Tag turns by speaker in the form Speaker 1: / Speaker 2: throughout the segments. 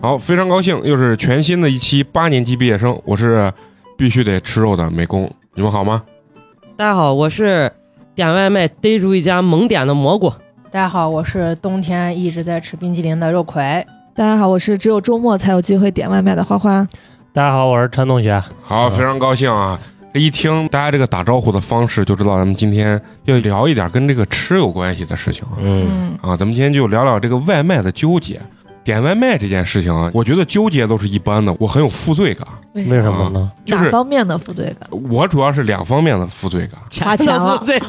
Speaker 1: 好，非常高兴，又是全新的一期八年级毕业生，我是必须得吃肉的美工，你们好吗？
Speaker 2: 大家好，我是点外卖逮住一家猛点的蘑菇。
Speaker 3: 大家好，我是冬天一直在吃冰激凌的肉葵。
Speaker 4: 大家好，我是只有周末才有机会点外卖的花花。
Speaker 5: 大家好，我是陈同学。
Speaker 1: 好，
Speaker 5: 嗯
Speaker 1: 非常高兴啊！这一听大家这个打招呼的方式，就知道咱们今天要聊一点跟这个吃有关系的事情啊。
Speaker 5: 嗯，
Speaker 4: 嗯，
Speaker 1: 啊，咱们今天就聊聊这个外卖的纠结。点外卖这件事情啊，我觉得纠结都是一般的，我很有负罪感，
Speaker 4: 为
Speaker 5: 为什么呢？
Speaker 1: 就
Speaker 4: 哪
Speaker 1: 是
Speaker 4: 方面的负罪感？
Speaker 1: 我主要是两方面的负罪 感。
Speaker 4: 花钱了哎
Speaker 2: 对，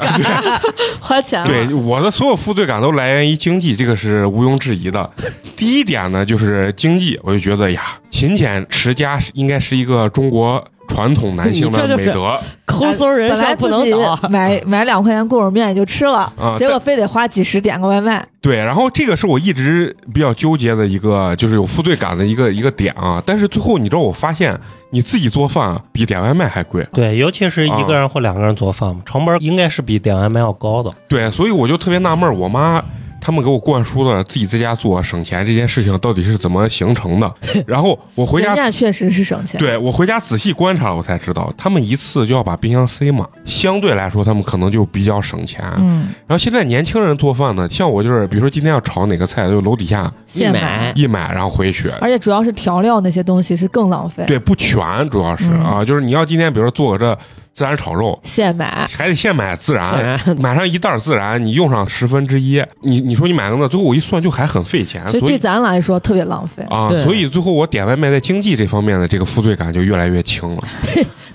Speaker 4: 花钱了，
Speaker 1: 对，我的所有负罪感都来源于经济，这个是毋庸置疑的。第一点呢，就是经济，我就觉得呀，勤俭持家是应该是一个中国传统男性的美德
Speaker 2: 抠搜人
Speaker 4: 本来
Speaker 2: 上不
Speaker 4: 自
Speaker 2: 能
Speaker 4: 己
Speaker 2: 倒。
Speaker 4: 买买两块钱棍儿面也就吃了，
Speaker 1: 啊。
Speaker 4: 结果非得花几十点个外卖。
Speaker 1: 对，然后这个是我一直比较纠结的一个，就是有负罪感的一个一个点啊。但是最后，你知道我发现你自己做饭啊比点外卖还贵，
Speaker 5: 对，尤其是一个人或两个人做饭嘛，成本应该是比点外卖要高的。
Speaker 1: 对，所以我就特别纳闷儿，我妈他们给我灌输的自己在家做省钱这件事情到底是怎么形成的。然后我回家
Speaker 4: 人家确实是省钱。
Speaker 1: 对我回家仔细观察了，我才知道他们一次就要把冰箱塞满，相对来说他们可能就比较省钱。
Speaker 4: 嗯，
Speaker 1: 然后现在年轻人做饭呢，像我就是，比如说今天要炒哪个菜，就楼底下
Speaker 4: 现
Speaker 2: 买
Speaker 4: 买，
Speaker 1: 一买，然后回去。
Speaker 4: 而且主要是调料那些东西是更浪费。
Speaker 1: 对，不全主要是、
Speaker 4: 嗯
Speaker 1: 啊，就是你要今天比如说做个这孜然炒肉，
Speaker 4: 现买，
Speaker 1: 还得现买孜
Speaker 2: 显
Speaker 1: 然，
Speaker 2: 然，
Speaker 1: 买上一袋孜然，你用上十分之一，你你说你买个那，最后我一算就还很费钱，
Speaker 4: 所以
Speaker 1: 所
Speaker 4: 对
Speaker 1: 以
Speaker 4: 咱来说特别浪费。
Speaker 1: 啊，
Speaker 2: 对
Speaker 1: 所以最后我点外卖在经济这方面的这个负罪感就越来越轻了。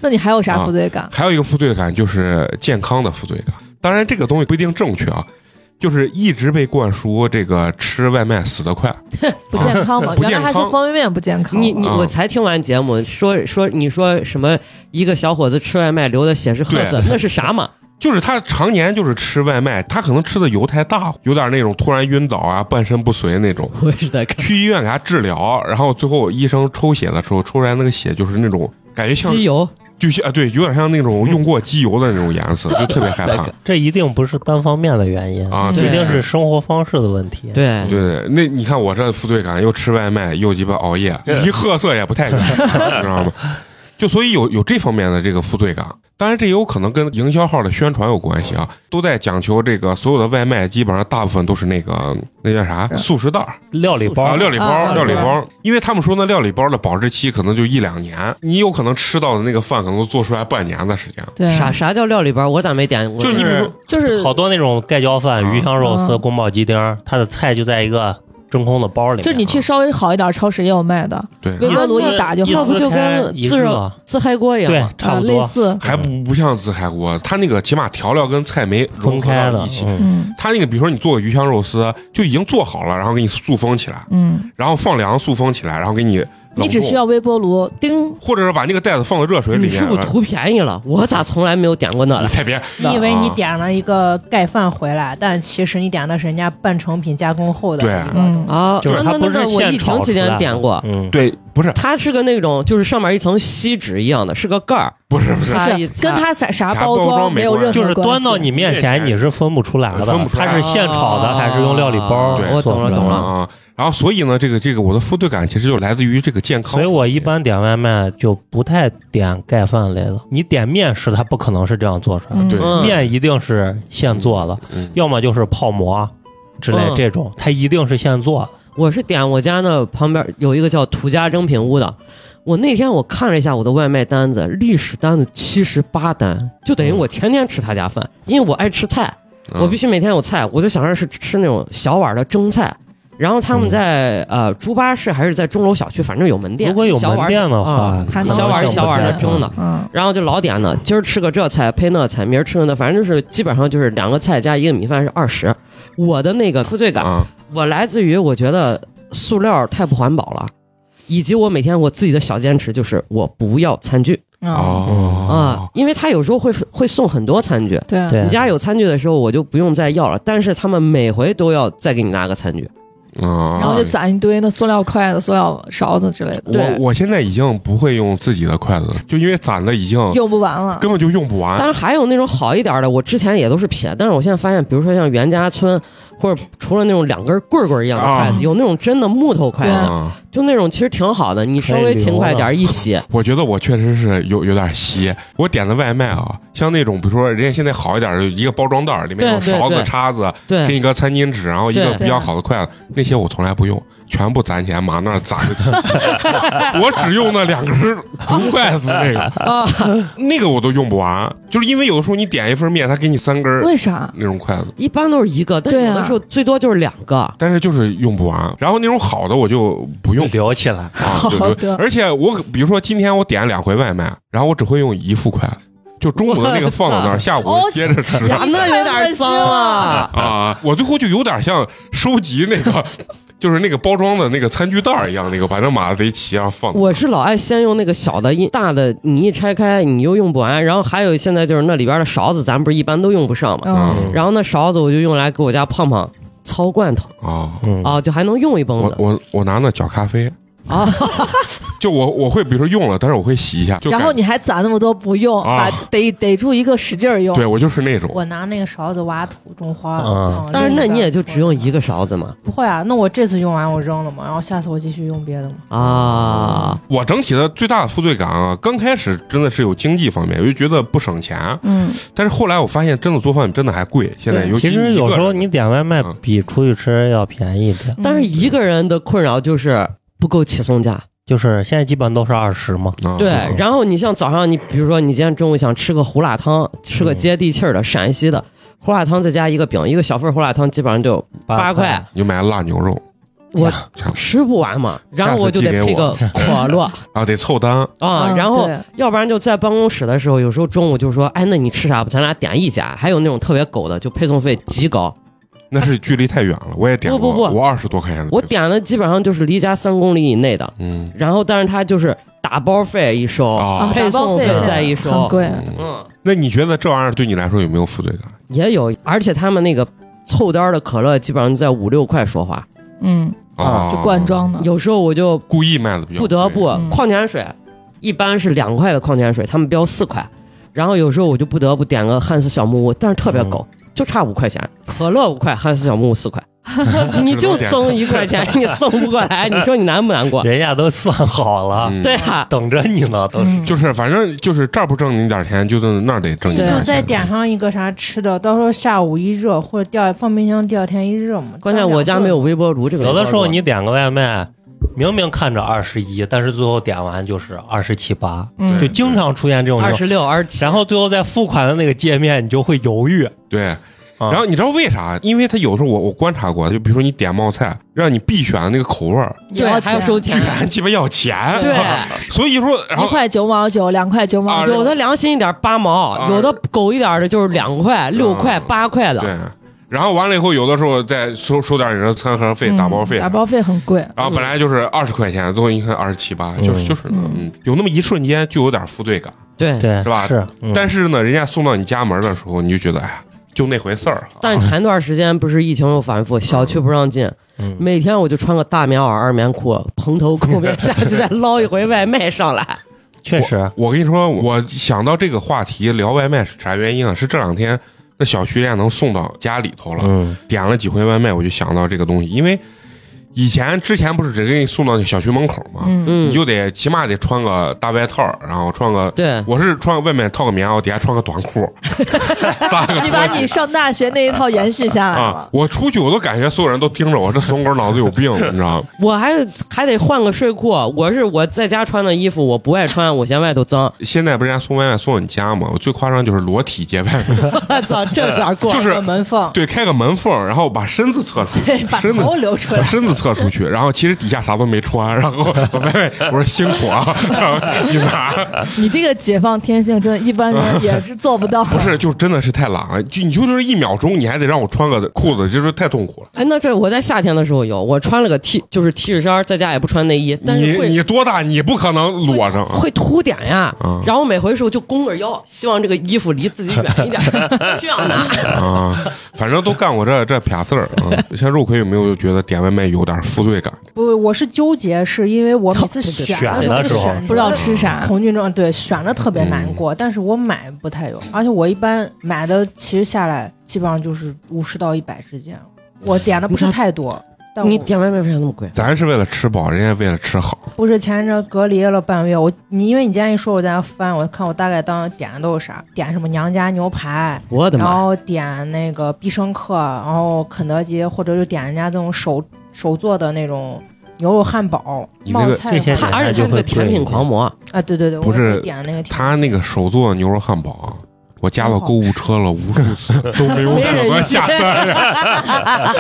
Speaker 4: 那你还有
Speaker 1: 啊
Speaker 4: 啥负罪感？
Speaker 1: 还有一个负罪感就是健康的负罪感。当然，这个东西不一定正确啊，就是一直被灌输这个吃外卖死得快。
Speaker 4: 不健康吗？
Speaker 1: 不
Speaker 4: 原来
Speaker 1: 健
Speaker 4: 还
Speaker 1: 康
Speaker 4: 说方便面不健康。
Speaker 5: 嗯
Speaker 2: 你你
Speaker 1: 啊
Speaker 2: 我才听完节目，说说你说什么一个小伙子吃外卖流的血是褐色，那是啥 嘛？
Speaker 1: 就是他常年就是吃外卖，他可能吃的油太大，有点那种突然晕倒啊、半身不遂那种。
Speaker 2: 我是在看
Speaker 1: 去医院给他治疗，然后最后医生抽血的时候，抽出来那个血就是那种感觉像
Speaker 2: 机油，
Speaker 1: 就像啊，对，有点像那种用过机油的那种颜色，就特别害怕
Speaker 5: 这一定不是单方面的原因，
Speaker 1: 啊！
Speaker 5: 一
Speaker 2: 对
Speaker 5: 定是生活方式的问题。，
Speaker 2: 对，
Speaker 1: 对对，那你看我这负罪感，又吃外卖，又鸡巴熬夜，离褐色也不太远，你知道吗？就所以有有这方面的这个负罪感，当然这也有可能跟营销号的宣传有关系啊，都在讲求这个所有的外卖基本上大部分都是那个那叫啥速食袋儿
Speaker 5: 料理包
Speaker 1: 啊，料理包
Speaker 4: 啊
Speaker 1: 儿，
Speaker 4: 啊
Speaker 1: 料理
Speaker 4: 对
Speaker 1: 包儿，因为他们说那料理包儿的保质期可能就一两年，你有可能吃到的那个饭可能都做出来半年的时间，
Speaker 4: 对啊
Speaker 2: 啥啥叫料理包？我咋没点过？
Speaker 1: 就你比如说
Speaker 4: 就是
Speaker 5: 好多那种盖浇饭、
Speaker 1: 啊
Speaker 5: 鱼香肉丝、
Speaker 4: 啊
Speaker 5: 宫保鸡丁，它的菜就在一个真空的包里面。
Speaker 4: 就是你去稍微好一点超市也有卖的，
Speaker 1: 对，
Speaker 4: 微波炉一打就
Speaker 5: 一
Speaker 2: 那
Speaker 4: 好
Speaker 2: 不
Speaker 5: 撕
Speaker 2: 就
Speaker 5: 开
Speaker 2: 跟
Speaker 5: 一
Speaker 2: 自
Speaker 5: 热
Speaker 2: 热自嗨锅一样
Speaker 5: 对
Speaker 2: 吗？，
Speaker 5: 差
Speaker 4: 啊，
Speaker 5: 不
Speaker 4: 类
Speaker 5: 多
Speaker 4: 似。
Speaker 1: 还不不像自嗨锅，它那个起码调料跟菜没融
Speaker 5: 分
Speaker 1: 合
Speaker 5: 开
Speaker 1: 到
Speaker 5: 的
Speaker 1: 一。起，
Speaker 5: 嗯
Speaker 4: 嗯
Speaker 1: 他那个，比如说你做鱼香肉丝，就已经做好了，然后给你塑封起来，
Speaker 4: 嗯，
Speaker 1: 然后放凉塑封起来，然后给你冷
Speaker 4: 你只
Speaker 1: 冻
Speaker 4: 需，要微波炉，叮，
Speaker 1: 或者是把那个袋子放到热水里
Speaker 2: 你
Speaker 1: 面。
Speaker 2: 是不
Speaker 5: 啊
Speaker 2: 是图便宜了？我咋从来没有点过那
Speaker 1: 你
Speaker 2: 了？
Speaker 1: 太别
Speaker 3: 嗯你以为你点了一个盖饭回来，但其实你点的是人家半成品加工后的
Speaker 1: 对
Speaker 3: 一个东
Speaker 4: 嗯
Speaker 3: 西。
Speaker 2: 啊，
Speaker 5: 就是
Speaker 2: 那
Speaker 5: 它
Speaker 2: 那
Speaker 5: 不是
Speaker 2: 那我
Speaker 5: 现
Speaker 2: 疫
Speaker 5: 炒
Speaker 2: 情
Speaker 5: 出
Speaker 2: 期间
Speaker 5: 来
Speaker 2: 点
Speaker 5: 的
Speaker 2: 过，
Speaker 5: 嗯，
Speaker 1: 对，不是
Speaker 2: 它是个那种就是上面一层锡纸一样的，是个盖儿，
Speaker 1: 不是不 是，
Speaker 2: 擦
Speaker 4: 是
Speaker 2: 一
Speaker 4: 跟
Speaker 2: 擦
Speaker 4: 它啥啥
Speaker 1: 啥
Speaker 4: 包
Speaker 1: 包装
Speaker 4: 装
Speaker 1: 没
Speaker 4: 没有
Speaker 1: 关
Speaker 4: 任
Speaker 1: 系
Speaker 4: 何
Speaker 5: 就是
Speaker 4: 关
Speaker 5: 端
Speaker 4: 系
Speaker 5: 到你面前，你是分不出来的，
Speaker 1: 分不出来
Speaker 5: 它是现炒的还是用料理包
Speaker 1: 对
Speaker 5: 做
Speaker 2: 啊我
Speaker 5: 出来的？
Speaker 2: 懂了
Speaker 1: 啊
Speaker 2: 懂了
Speaker 1: 啊。然后所以呢，这个这个我的负罪感其实就来自于这个健康。
Speaker 5: 所以我一般点外卖就不太点盖饭类的。你点面食，它不可能是这样做出来的，
Speaker 4: 嗯
Speaker 1: 啊对
Speaker 2: 嗯
Speaker 5: 面一定是现做的，
Speaker 1: 嗯
Speaker 5: 要么就是泡馍啊之类
Speaker 2: 嗯
Speaker 5: 这种，它一定是现做的。
Speaker 2: 我是点我家那旁边有一个叫土家蒸品屋的，我那天我看了一下我的外卖单子，历史单子七十八单，就
Speaker 5: 嗯
Speaker 2: 等于我天天吃他家饭，因为我爱吃菜，我必须每天有菜，我就想着是吃那种小碗的蒸菜。然后他们在、呃竹巴市还是在钟楼小区，反正有门店。
Speaker 5: 如哦果有
Speaker 2: 小
Speaker 5: 门
Speaker 2: 碗
Speaker 5: 店的
Speaker 2: 啊
Speaker 5: 话，
Speaker 4: 还
Speaker 5: 可
Speaker 4: 能
Speaker 5: 能
Speaker 2: 小碗儿
Speaker 5: 性
Speaker 2: 一小
Speaker 5: 不
Speaker 2: 碗儿
Speaker 5: 太
Speaker 2: 的蒸的
Speaker 5: 大，
Speaker 4: 嗯，
Speaker 2: 然后就老点呢，今儿吃个这菜配那菜，明儿吃个那，反正就是基本上就是两个菜加一个米饭是二十。我的那个负罪感
Speaker 1: 啊，
Speaker 2: 我来自于我觉得塑料太不环保了，以及我每天我自己的小坚持就是我不要餐具
Speaker 4: 啊，
Speaker 2: 啊、
Speaker 1: 哦，
Speaker 2: 因为他有时候会会送很多餐具。
Speaker 4: 对
Speaker 5: 对
Speaker 2: 你家有餐具的时候，我就不用再要了。但是他们每回都要再给你拿个餐具，
Speaker 1: 啊
Speaker 4: 然后就攒一堆那塑料筷子、塑料勺子之类的，
Speaker 1: 我我现在已经不会用自己的筷子，就因为攒的已经
Speaker 4: 用不完了。
Speaker 1: 根本就用不完
Speaker 2: 当。然还有那种好一点的，我之前也都是撇，但是我现在发现，比如说像袁家村，或者除了那种两根棍棍一样的筷子，
Speaker 1: 啊
Speaker 2: 有那种真的木头筷子，
Speaker 1: 啊，
Speaker 2: 就那种其实挺好的，你稍微勤快点儿一洗，
Speaker 1: 我觉得我确实是有有点稀。我点的外卖啊，像那种比如说人家现在好一点的，一个包装袋儿里面有
Speaker 2: 对对
Speaker 1: 勺子、
Speaker 2: 对
Speaker 1: 叉子，给
Speaker 2: 对
Speaker 1: 你个餐巾纸，然后一个
Speaker 2: 对
Speaker 1: 比较好的筷子，那些我从来不用，全部攒起来码那儿攒着 我只用那两根竹筷子 那个，
Speaker 2: 啊，
Speaker 1: 那个我都用不完，就是因为有的时候你点一份面，他给你三根儿
Speaker 4: 为啥？
Speaker 1: 那种筷子。
Speaker 2: 一般都是一个，但
Speaker 4: 对啊
Speaker 2: 有的时候最多就是两个。
Speaker 1: 但是就是用不完，然后那种好的我就不用
Speaker 5: 聊起来，
Speaker 1: 啊， 对对
Speaker 4: 的
Speaker 1: 而且我可比如说今天我点了两回外卖，然后我只会用一副筷子，就中午的那个放到那儿，下午
Speaker 4: 哦
Speaker 1: 接着 吃。
Speaker 2: 呀，那有点脏了。
Speaker 1: 啊，我最后就有点像收集那个， 就是那个包装的那个餐具袋儿一样，那个把那码的贼齐啊放。
Speaker 2: 我是老爱先用那个小的，一大的你一拆开你又用不完，然后还有现在就是那里边的勺子，咱不是一般都用不上嘛。
Speaker 1: 嗯
Speaker 2: 然后那勺子我就用来给我家胖胖操罐头
Speaker 1: 啊，
Speaker 5: 嗯，
Speaker 2: 啊，就还能用一蹦
Speaker 1: 我
Speaker 2: 子
Speaker 1: 我我拿那搅咖啡，
Speaker 2: 啊。
Speaker 1: 就我我会比如说用了，但是我会洗一下，就
Speaker 4: 然
Speaker 1: 感
Speaker 4: 后你还攒那么多不用，
Speaker 1: 啊
Speaker 4: 把逮逮住一个使劲儿用。
Speaker 1: 对我就是那种
Speaker 3: 我拿那个勺子挖土种花，
Speaker 5: 啊
Speaker 3: 嗯
Speaker 2: 但是那你也就只用
Speaker 3: 另
Speaker 2: 一个勺子嘛
Speaker 3: 个不会啊？那我这次用完我扔了嘛，然后下次我继续用别的嘛。
Speaker 2: 啊，
Speaker 1: 我整体的最大的负罪感啊，刚开始真的是有经济方面，我就觉得不省钱，
Speaker 4: 嗯，
Speaker 1: 但是后来我发现真的做饭真的还贵，现在
Speaker 4: 对
Speaker 1: 尤其
Speaker 5: 其实
Speaker 1: 一
Speaker 5: 有
Speaker 1: 个
Speaker 5: 时候
Speaker 1: 人
Speaker 5: 你点外卖
Speaker 1: 嗯
Speaker 5: 比出去吃要便宜一点，
Speaker 2: 但是
Speaker 4: 嗯
Speaker 2: 一个人的困扰就是不够起送价。
Speaker 5: 就是现在基本都是二十嘛，
Speaker 1: 啊
Speaker 2: 对
Speaker 1: 是是，
Speaker 2: 然后你像早上你比如说你今天中午想吃个胡辣汤，吃
Speaker 1: 嗯
Speaker 2: 个接地气儿的陕西的胡辣汤，再加一个饼，一个小份儿胡辣汤基本上就八块
Speaker 5: 块，
Speaker 1: 你就买了辣牛肉
Speaker 2: 我
Speaker 1: 这样
Speaker 2: 吃不完嘛，然后我就得配个 可乐
Speaker 1: 啊，得凑单
Speaker 2: 啊，
Speaker 4: 嗯
Speaker 2: 然后
Speaker 4: 对
Speaker 2: 要不然就在办公室的时候，有时候中午就说，哎，那你吃啥？咱俩点一家。还有那种特别狗的，就配送费极高，
Speaker 1: 那是距离太远了，我也点过，
Speaker 2: 不不不
Speaker 1: 我二十多块钱的，
Speaker 2: 我，点的基本上就是离家三公里以内的，
Speaker 1: 嗯，
Speaker 2: 然后但是他就是打包费一收，
Speaker 1: 啊
Speaker 4: 啊
Speaker 2: 配送费再一
Speaker 4: 很
Speaker 2: 收，
Speaker 4: 贵。
Speaker 1: 嗯
Speaker 2: 嗯，
Speaker 1: 那你觉得这玩意儿对你来说有没有负罪感？
Speaker 2: 也有，而且他们那个凑单儿的可乐基本上就在五六块说话，
Speaker 4: 嗯，
Speaker 1: 啊，
Speaker 4: 就罐装的。
Speaker 2: 有时候我就
Speaker 1: 故意卖的比较
Speaker 2: 不得
Speaker 1: 贵
Speaker 2: 不
Speaker 4: 嗯
Speaker 2: 矿泉水，一般是两块的矿泉水，他们标四块，然后有时候我就不得不点个汉斯小木屋，但是特别狗，就差五块钱，可乐五块，汉斯小木屋四 块，你就增一块钱，你送不过来，你说你难不难 过？
Speaker 5: 人家都算好了，
Speaker 1: 嗯
Speaker 2: 对啊，
Speaker 5: 等着你呢，都是。
Speaker 4: 嗯
Speaker 1: 哦就是反正就是这儿不挣你点儿钱，就在那儿得挣你
Speaker 4: 对
Speaker 1: 点儿钱，
Speaker 3: 就再点上一个啥吃的，到时候下午一热或者第二放冰箱，第二天一热嘛。
Speaker 2: 关键我家没有微波炉这个。
Speaker 5: 有的时候你点个外卖，明明看着二十一，但是最后点完就是二十七八，
Speaker 4: 嗯
Speaker 5: 就经常出现这种情
Speaker 2: 二
Speaker 5: 况。
Speaker 2: 十六、二十七，
Speaker 5: 然后最后在付款的那个界面，你就会犹豫。
Speaker 1: 对。
Speaker 5: 啊
Speaker 1: 然后你知道为啥？因为他有时候我我观察过，就比如说你点冒菜，让你必选的那个口味儿，
Speaker 4: 也要
Speaker 2: 对还要
Speaker 4: 钱
Speaker 2: 收
Speaker 1: 居
Speaker 2: 钱，
Speaker 1: 然鸡巴要钱，啊
Speaker 2: 对，
Speaker 1: 所以说，然
Speaker 4: 一
Speaker 1: 后
Speaker 4: 块九毛九，两块九毛
Speaker 1: 啊
Speaker 4: 九，
Speaker 2: 有的良心一点八毛，
Speaker 1: 啊
Speaker 2: 有的狗一点的就是两块、六块、八块的。
Speaker 1: 对，然后完了以后，有的时候再收收点人的餐盒费、
Speaker 4: 嗯
Speaker 1: 打包费，啊
Speaker 4: 打包费很贵。
Speaker 1: 然后本来就是二十块钱，最后一看二十七八，就是
Speaker 5: 嗯
Speaker 1: 就是，
Speaker 4: 嗯
Speaker 1: 嗯，有那么一瞬间就有点负罪感，
Speaker 2: 对
Speaker 5: 对，
Speaker 1: 是吧
Speaker 5: 是，嗯
Speaker 1: 但是呢，人家送到你家门的时候，你就觉得哎呀，就那回事儿
Speaker 5: 哎
Speaker 1: 了，
Speaker 2: 但是前段时间不是疫情又反复，小区不让进，
Speaker 5: 嗯
Speaker 2: 每天我就穿个大棉袄、二棉裤，蓬头垢面 下去再捞一回外卖上来。
Speaker 5: 确实，
Speaker 1: 啊我跟你说，我想到这个话题聊外卖是啥原因啊？是这两天那小徐家能送到家里头了，
Speaker 5: 嗯
Speaker 1: 点了几回外卖，我就想到这个东西，因为以前之前不是只给你送到小区门口嘛，
Speaker 4: 嗯，
Speaker 2: 嗯
Speaker 1: 你，就得起码得穿个大外套，然后穿个。
Speaker 2: 对，
Speaker 1: 我是穿个外面套个棉袄，底下穿个短裤， 三个
Speaker 4: 你把你
Speaker 1: 拖鞋
Speaker 4: 上大学那一套延续下来
Speaker 1: 啊
Speaker 4: 了！。
Speaker 1: 我出去我都感觉所有人都盯着我，这怂狗脑子有病，你知道吗？
Speaker 2: 我还还得换个睡裤。我是我在家穿的衣服，我不爱穿，我嫌外头 脏。
Speaker 1: 现在不是人家送外卖送到你家吗？我最夸张就是裸体接外卖，
Speaker 2: 我操，这有点过
Speaker 1: 就
Speaker 3: 个
Speaker 1: 是
Speaker 3: 门缝，
Speaker 1: 对开个门缝，然后把身子侧出去，
Speaker 4: 对，把
Speaker 1: 身子
Speaker 4: 头留出
Speaker 1: 把
Speaker 4: 来。
Speaker 1: 身子侧出去，然后其实底下啥都没穿，然后我妹妹我说辛苦啊，然后你拿
Speaker 4: 你这个解放天性，真的一般人也是做不到。
Speaker 1: 不是就真的是太懒了，就你就是一秒钟你还得让我穿个裤子，就是太痛苦了。
Speaker 2: 哎，那这我在夏天的时候有，我穿了个 T，就是 T 恤衫儿，在家也不穿内衣，但
Speaker 1: 你
Speaker 2: 是会
Speaker 1: 你多大你不可能裸着啊，
Speaker 2: 会凸点呀
Speaker 5: 啊
Speaker 1: 嗯。
Speaker 2: 然后每回时候就弓个腰，希望这个衣服离自己远一点， 这样拿。
Speaker 1: 啊反正都干过这这撇事儿啊。像肉葵有没有觉得点外卖有点负罪感？
Speaker 3: 不，我是纠结，是因为我每次选
Speaker 5: 选
Speaker 3: 的
Speaker 5: 的时
Speaker 3: 时
Speaker 5: 候
Speaker 3: 候选择
Speaker 4: 不知道吃啥，
Speaker 3: 恐惧症，对，选的特别难过，但是我买不太有，而且我一般买的其实下来基本上就是五十到一百之间，我点的不是太多，但
Speaker 2: 你
Speaker 3: 我
Speaker 2: 点外卖为啥那么贵？
Speaker 1: 咱是为了吃饱，人家为了吃好。
Speaker 3: 不是前一阵隔离了半个月，我你因为你今天一说，我在那翻，我看我大概当时点的都是啥，点什么娘家牛排，
Speaker 2: 我的
Speaker 3: 然
Speaker 2: 妈！
Speaker 3: 后点那个必胜客，然后肯德基，或者就点人家这种手手做的那种牛肉汉堡、
Speaker 1: 你那个
Speaker 3: 冒菜
Speaker 5: 这些
Speaker 2: 他
Speaker 3: 吧
Speaker 5: 点
Speaker 2: 而且他是个甜品狂魔，
Speaker 3: 啊，对对对，
Speaker 1: 不是
Speaker 3: 我点那个挺
Speaker 1: 他那个手做的牛肉汉堡啊，我加到购物车了无数次， 都没有舍得下 单，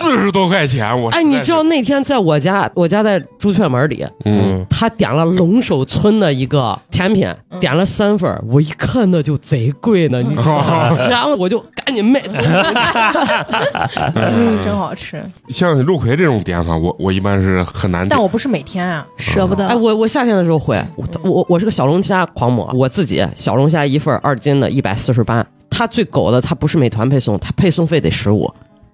Speaker 1: 四十多块钱我。
Speaker 2: 哎，你知道，那天在我家，我家在朱雀门里，
Speaker 1: 嗯，
Speaker 2: 他点了龙首村的一个甜品，点了三份儿，我一看那就贼贵呢，你知道吗？然后我就赶紧卖，
Speaker 3: 嗯真好吃，
Speaker 1: 像肉葵这种点法，我我一般是很难点
Speaker 3: 但。我不是每天 啊，
Speaker 4: 舍不得。
Speaker 2: 哎，我我夏天的时候会，我我我是个小龙虾狂魔，我自己小龙虾一份儿二斤的，一百四十八。它最狗的，它不是美团配送，它配送费得十五，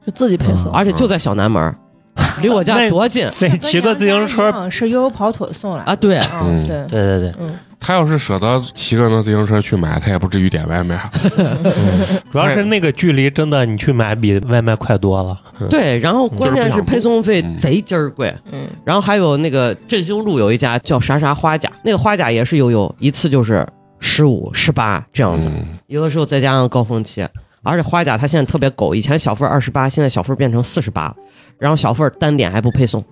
Speaker 4: 就自己配
Speaker 1: 嗯
Speaker 4: 送，
Speaker 2: 而且就在小南门儿，离我家
Speaker 5: 那
Speaker 2: 多近
Speaker 5: 对，骑个自行
Speaker 3: 跟娘
Speaker 5: 车，
Speaker 3: 家一样啊是悠悠跑腿送来
Speaker 2: 啊！，对，
Speaker 1: 嗯
Speaker 3: 嗯，对，
Speaker 5: 对对对，
Speaker 3: 嗯，
Speaker 1: 他要是舍得骑个那自行车去买，他也不至于点外卖。啊
Speaker 5: 主要是那个距离真的，你去买比外卖快多了。
Speaker 2: 对，然后关键是配送费
Speaker 1: 嗯
Speaker 2: 贼鸡儿贵，
Speaker 3: 嗯，
Speaker 2: 然后还有那个振兴路有一家叫啥啥花甲，那个花甲也是悠悠一次就是十五、十八这样子，
Speaker 1: 嗯，
Speaker 2: 有的时候再加上高峰期，而且花甲它现在特别狗，以前小份二十八，现在小份变成四十八，然后小份单点还不配送，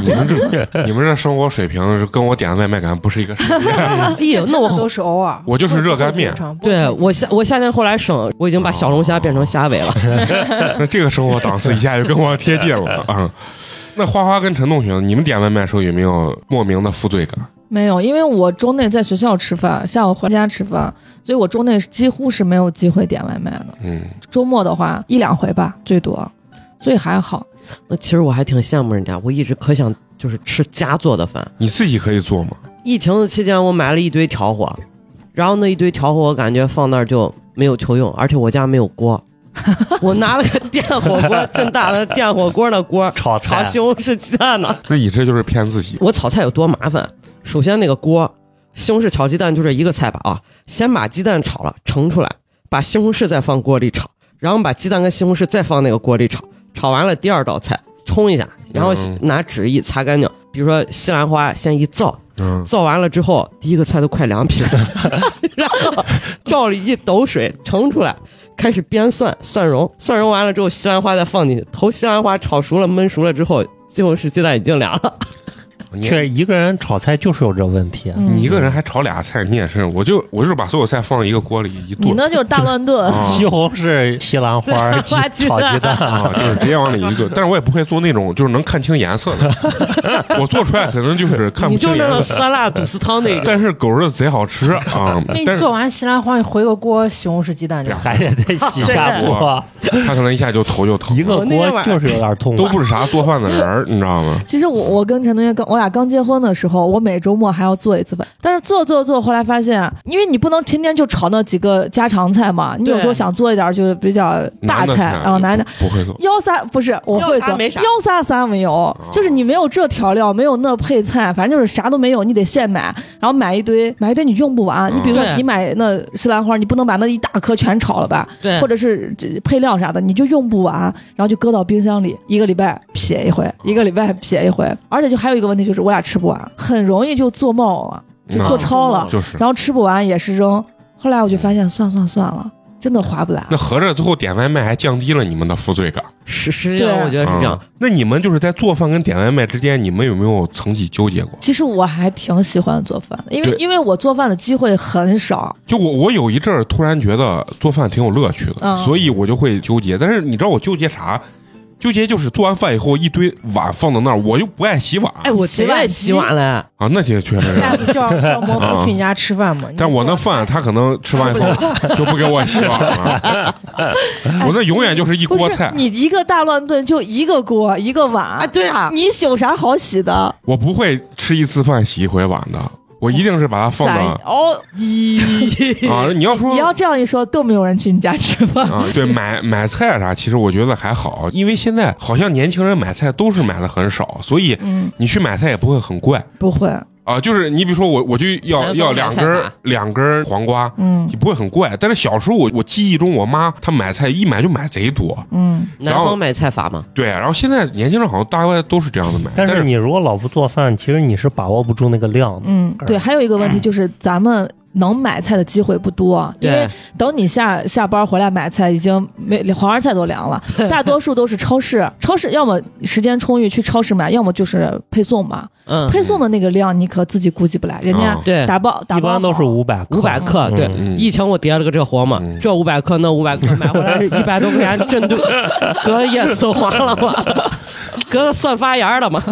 Speaker 1: 你们这你们这生活水平是跟我点外卖感不是一个世界。
Speaker 2: 哎呦，那我
Speaker 3: 都是偶尔，
Speaker 1: 我就是热干面
Speaker 3: 不会经常
Speaker 2: 对我夏我夏天后来省，我已经把小龙虾变成虾 尾了。
Speaker 1: 那这个生活档次一下就跟我贴近
Speaker 5: 哎
Speaker 1: 了啊、嗯那花花跟陈同学，你们点外卖的时候有没有莫名的负罪感？
Speaker 4: 没有，因为我周内在学校吃饭，下午回家吃饭，所以我周内几乎是没有机会点外卖的。
Speaker 1: 嗯，
Speaker 4: 周末的话，一两回吧，最多，所以还好。
Speaker 2: 那其实我还挺羡慕人家，我一直可想就是吃家做的饭。
Speaker 1: 你自己可以做吗？
Speaker 2: 疫情的期间，我买了一堆调火，然后那一堆调火，我感觉放那儿就没有球用，而且我家没有 锅，我拿了个电火锅，真大的电火锅的锅，炒
Speaker 5: 炒菜，啊
Speaker 2: 西红柿鸡蛋呢。
Speaker 1: 那你这就是骗自己。
Speaker 2: 我炒菜有多麻烦？首先那个锅，西红柿炒鸡蛋就这一个菜吧啊，先把鸡蛋炒了，盛出来，把西红柿再放锅里炒，然后把鸡蛋跟西红柿再放那个锅里炒，炒完了第二道菜冲一下，然后
Speaker 1: 嗯
Speaker 2: 拿纸一擦干净，比如说西兰花先一造，
Speaker 1: 嗯，
Speaker 2: 造完了之后，第一个菜都快 凉皮了，然后照里一抖水盛出来，开始煸蒜蒜蓉，蒜蓉完了之后，西兰花再放进去，头西兰花炒熟了焖熟了之后，西红柿鸡蛋已经凉了。
Speaker 1: 你
Speaker 5: 确实一个人炒菜就是有这问题。
Speaker 4: 嗯
Speaker 1: 你一个人还炒俩菜，你也是，我就我就是把所有菜放一个锅里一
Speaker 4: 你
Speaker 1: 炖，
Speaker 4: 那就是大乱炖，
Speaker 1: 啊
Speaker 5: 西红柿、西兰 花、鸡
Speaker 2: 花鸡
Speaker 5: 炒
Speaker 2: 蛋
Speaker 5: 鸡蛋，
Speaker 1: 啊，就是直接往里一炖。但是我也不会做那种就是能看清颜色的，我做出来可能就是看
Speaker 2: 你
Speaker 1: 不
Speaker 2: 就
Speaker 1: 清
Speaker 2: 那种
Speaker 1: 颜色。
Speaker 2: 酸辣肚丝汤那种。
Speaker 1: 但是狗日贼好吃啊！
Speaker 3: 那
Speaker 1: 但
Speaker 3: 你
Speaker 1: 是
Speaker 3: 做完西兰花，你回个锅西红柿鸡蛋就好。
Speaker 5: 还得再 洗下锅，
Speaker 1: 他可能一下就头就疼了，
Speaker 5: 一个锅就是有点痛。
Speaker 1: 都不是啥做饭的人儿，你知道吗？
Speaker 4: 其实我我跟陈同学刚我俩刚结婚的时候，我每周末还要做一次饭，但是做做做，后来发现，因为你不能天天就炒那几个家常菜嘛，你有时候想做一点就是比较大
Speaker 1: 男的
Speaker 4: 菜
Speaker 1: 菜
Speaker 4: 啊，难点。
Speaker 1: 不会做。
Speaker 4: 幺三不是我
Speaker 2: 幺
Speaker 4: 会做
Speaker 2: 三没啥
Speaker 4: 幺三三没有，就是你没有这调料，没有那配菜，反正就是啥都没有，你得现买，然后买一堆，买一堆你用不完。你比如说
Speaker 2: 对
Speaker 4: 你买那西兰花，你不能把那一大颗全炒了吧？
Speaker 1: 嗯
Speaker 2: 对
Speaker 4: 或者是这配料啥的，你就用不完，然后就搁到冰箱里，一个礼拜撇一
Speaker 1: 哦
Speaker 4: 回，一个礼拜撇一回。而且就还有一个问题就是，我俩吃不完，很容易就做冒了，就做超了，
Speaker 1: 哦就是。
Speaker 4: 啊然后吃不完也是扔。后来我就发现，算算算了，真的划不来。
Speaker 1: 那合着最后点外卖还降低了你们的负罪感，
Speaker 2: 实实际上
Speaker 4: 对
Speaker 2: 啊我觉得是这样。
Speaker 1: 嗯那你们就是在做饭跟点外卖之间，你们有没有曾经纠结过？
Speaker 4: 其实我还挺喜欢做饭的，因为
Speaker 1: 对
Speaker 4: 因为我做饭的机会很少，
Speaker 1: 就我我有一阵儿突然觉得做饭挺有乐趣的，
Speaker 4: 嗯
Speaker 1: 所以我就会纠结。但是你知道我纠结啥？纠结就是做完饭以后一堆碗放到那儿，我又不爱洗碗。
Speaker 2: 哎，我贼爱洗碗嘞，
Speaker 1: 啊，那些确实是。
Speaker 4: 哎
Speaker 3: 下 次叫叫蘑菇去你家吃饭嘛。你
Speaker 1: 啊但我那
Speaker 3: 做
Speaker 1: 饭他可能吃完以后 就不给我洗碗了， 我那永远就是一
Speaker 4: 哎不
Speaker 1: 锅
Speaker 4: 是
Speaker 1: 菜，
Speaker 4: 你一个大乱炖就一个锅一个碗，
Speaker 2: 啊对啊
Speaker 4: 你有啥好洗的？
Speaker 1: 我不会吃一次饭洗一回碗的，我一定是把它放
Speaker 4: 咱
Speaker 1: 到
Speaker 4: 哦，
Speaker 1: 啊。你要说
Speaker 4: 你要这样一说，更没有人去你家吃饭。
Speaker 1: 啊， 对，买买菜啊啥，其实我觉得还好，啊因为现在好像年轻人买菜都是买的很少，所以
Speaker 4: 嗯，
Speaker 1: 你去买菜也不会很怪。
Speaker 4: 不会，
Speaker 1: 啊，就是你比如说我我就要
Speaker 2: 南方
Speaker 1: 要
Speaker 2: 买
Speaker 1: 两
Speaker 2: 菜
Speaker 1: 根儿
Speaker 2: 法
Speaker 1: 两根儿黄瓜，
Speaker 4: 嗯
Speaker 1: 也不会很贵。但是小时候我我记忆中我妈她买菜一买就买贼多，
Speaker 4: 嗯
Speaker 2: 南
Speaker 1: 然后
Speaker 2: 方买菜法嘛，
Speaker 1: 对。然后现在年轻人好像大概都是这样的买，但
Speaker 5: 但是你如果老不做饭，其实你是把握不住那个量的。
Speaker 4: 嗯，对，还有一个问题就是咱们。能买菜的机会不多，因为
Speaker 2: 嗯对，
Speaker 4: 等你下下班回来买菜，已经没黄花菜都 凉了，大多数都是超市，超市要么时间充裕去超市买，要么就是配送嘛。
Speaker 2: 嗯，哦
Speaker 4: 配送的那个量你可自己估计不来，人家
Speaker 1: 嗯
Speaker 2: 对，
Speaker 4: 打包打
Speaker 5: 一
Speaker 4: 包
Speaker 5: 般都是
Speaker 4: 好
Speaker 5: 五百
Speaker 2: 五百克，对，
Speaker 1: 嗯
Speaker 2: 疫情我叠了个这活嘛，
Speaker 1: 嗯
Speaker 2: 这五百克那五百克买回来一百多块钱，真就 隔夜死黄了 嘛，隔算发芽了嘛，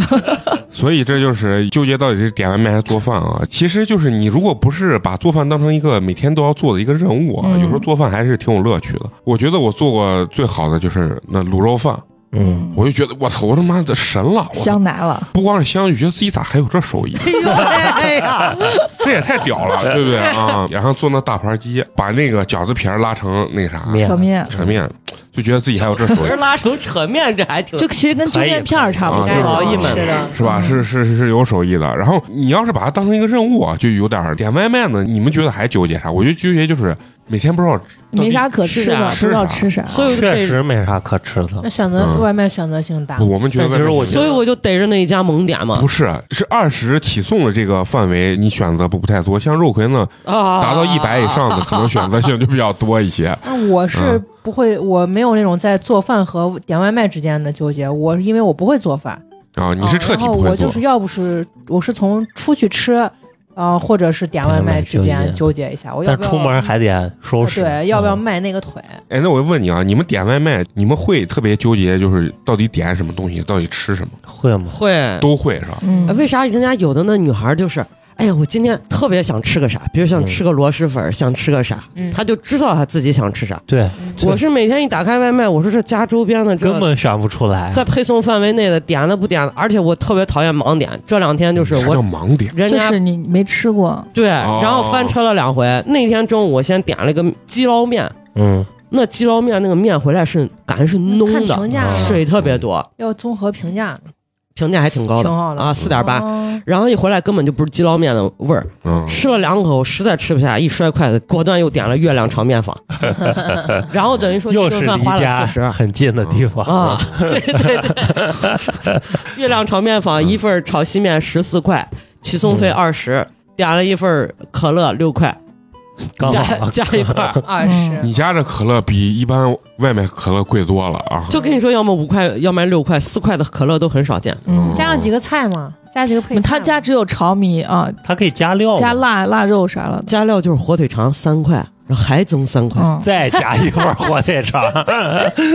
Speaker 1: 所以这就是纠结到底是点外卖还是做饭啊？其实就是你如果不是把做饭当成一个每天都要做的一个任务啊，
Speaker 4: 嗯
Speaker 1: 有时候做饭还是挺有乐趣的。我觉得我做过最好的就是那卤肉饭，
Speaker 5: 嗯，
Speaker 1: 我就觉得我操，我他妈的神了！我操
Speaker 4: 香奶了，
Speaker 1: 不光是香，就觉得自己咋还有这手艺，
Speaker 2: 哎呦哎 呀，
Speaker 1: 这也太屌了，对不对啊？然后做那大盘鸡，把那个饺子皮儿拉成那啥
Speaker 5: 面
Speaker 4: 扯面，
Speaker 1: 扯面，就觉得自己还有这手
Speaker 2: 不
Speaker 1: 艺
Speaker 2: 是。拉成扯面，这还挺
Speaker 4: 就其实跟
Speaker 5: 可
Speaker 4: 揪
Speaker 5: 以
Speaker 4: 面片儿差不多，
Speaker 1: 可以啊
Speaker 2: 就是
Speaker 4: 吃
Speaker 2: 吃
Speaker 4: 的
Speaker 2: 的
Speaker 1: 是吧？是是是是有手艺的。然后你要是把它当成一个任务啊，就有点儿点外卖呢。你们觉得还纠结啥？我觉得纠结就是每天不知道
Speaker 4: 没啥可吃
Speaker 2: 是
Speaker 4: 的，
Speaker 2: 啊
Speaker 4: 不知道吃啥。
Speaker 2: 所以我就
Speaker 5: 确
Speaker 2: 逮
Speaker 5: 实没啥可吃的
Speaker 3: 那。选择
Speaker 1: 嗯
Speaker 3: 外卖选择性大，
Speaker 1: 我们觉得外卖
Speaker 5: 但其实我觉
Speaker 2: 所
Speaker 5: 得
Speaker 2: 以我就逮着那一家猛点嘛
Speaker 1: 不，是啊是二十起送的这个范围，你选择不不太多。像肉葵呢，
Speaker 2: 啊，
Speaker 1: 嗯达到一百以上的，可能选择性就比较多一些。
Speaker 3: 那我是
Speaker 1: 嗯
Speaker 3: 不会，我没有那种在做饭和点外卖之间的纠结。我是因为我不会做饭，
Speaker 1: 啊，你是彻底
Speaker 3: 哦然后
Speaker 1: 不会
Speaker 3: 我
Speaker 1: 做
Speaker 3: 就是要不是我是从出去吃，呃，或者是点外卖之间纠结一下，我要
Speaker 5: 但
Speaker 3: 不要嗯
Speaker 5: 出门还得收拾，
Speaker 3: 对，要不要
Speaker 5: 嗯
Speaker 3: 迈那个腿？
Speaker 1: 哎，那我问你啊，你们点外卖，你们会特别纠结，就是到底点什么东西，到底吃什么，
Speaker 5: 会吗？
Speaker 2: 会。
Speaker 1: 都会是吧？
Speaker 4: 嗯
Speaker 2: 哎，为啥人家有的那女孩就是，哎呀，我今天特别想吃个啥，比如
Speaker 1: 嗯
Speaker 2: 想吃个螺蛳粉，想吃个啥，
Speaker 3: 嗯，
Speaker 2: 她就知道她自己想吃啥。
Speaker 5: 对，
Speaker 3: 嗯
Speaker 2: 我是每天一打开外卖，我说这家周边的这
Speaker 5: 根本选不出来。
Speaker 2: 在配送范围内的点了不点了，而且我特别讨厌盲点。这两天就是
Speaker 1: 嗯啥叫
Speaker 2: 我
Speaker 1: 盲点？
Speaker 2: 人
Speaker 4: 就
Speaker 2: 家
Speaker 4: 是你你没吃过，
Speaker 2: 对，
Speaker 1: 哦
Speaker 2: 然后翻车了两回。那天中午我先点了一个鸡捞面，
Speaker 5: 嗯，
Speaker 2: 那鸡捞面那个面回来是感觉是
Speaker 3: 看
Speaker 2: 浓的，
Speaker 3: 评价，啊
Speaker 5: 嗯
Speaker 2: 水特别多，
Speaker 3: 要综合评价，
Speaker 2: 评价还挺高的
Speaker 3: 挺好的
Speaker 2: 啊，四点八。
Speaker 3: 哦
Speaker 2: 然后一回来根本就不是鸡捞面的味儿，
Speaker 1: 嗯，
Speaker 2: 吃了两口，实在吃不下，一摔筷子，果断又点了月亮炒面 坊，然后等于说
Speaker 5: 又
Speaker 2: 这顿
Speaker 5: 是
Speaker 2: 饭
Speaker 5: 离
Speaker 2: 花
Speaker 5: 家
Speaker 2: 了四 十
Speaker 5: 很近的地方
Speaker 2: 啊，对对对，月亮炒面坊一份儿炒西面十四块，起送
Speaker 5: 嗯
Speaker 2: 费二十，点了一份儿可乐六块，
Speaker 5: 刚
Speaker 2: 加
Speaker 5: 好
Speaker 2: 加一块儿，
Speaker 3: 二十
Speaker 2: 嗯
Speaker 1: 你家这可乐比一般外面可乐贵多了啊！
Speaker 2: 就跟你说，要么五块，要么六块，四块的可乐都很少见。
Speaker 4: 嗯
Speaker 1: 嗯，
Speaker 3: 加上几个菜嘛，加几个
Speaker 2: 嗯
Speaker 3: 配菜嘛，
Speaker 4: 他家只有炒米啊，
Speaker 5: 它可以加
Speaker 1: 哦
Speaker 5: 料嘛，
Speaker 4: 加腊腊肉啥了的，
Speaker 2: 加料就是火腿肠三块，然后还增三块，
Speaker 4: 嗯，
Speaker 5: 再加一份火腿肠。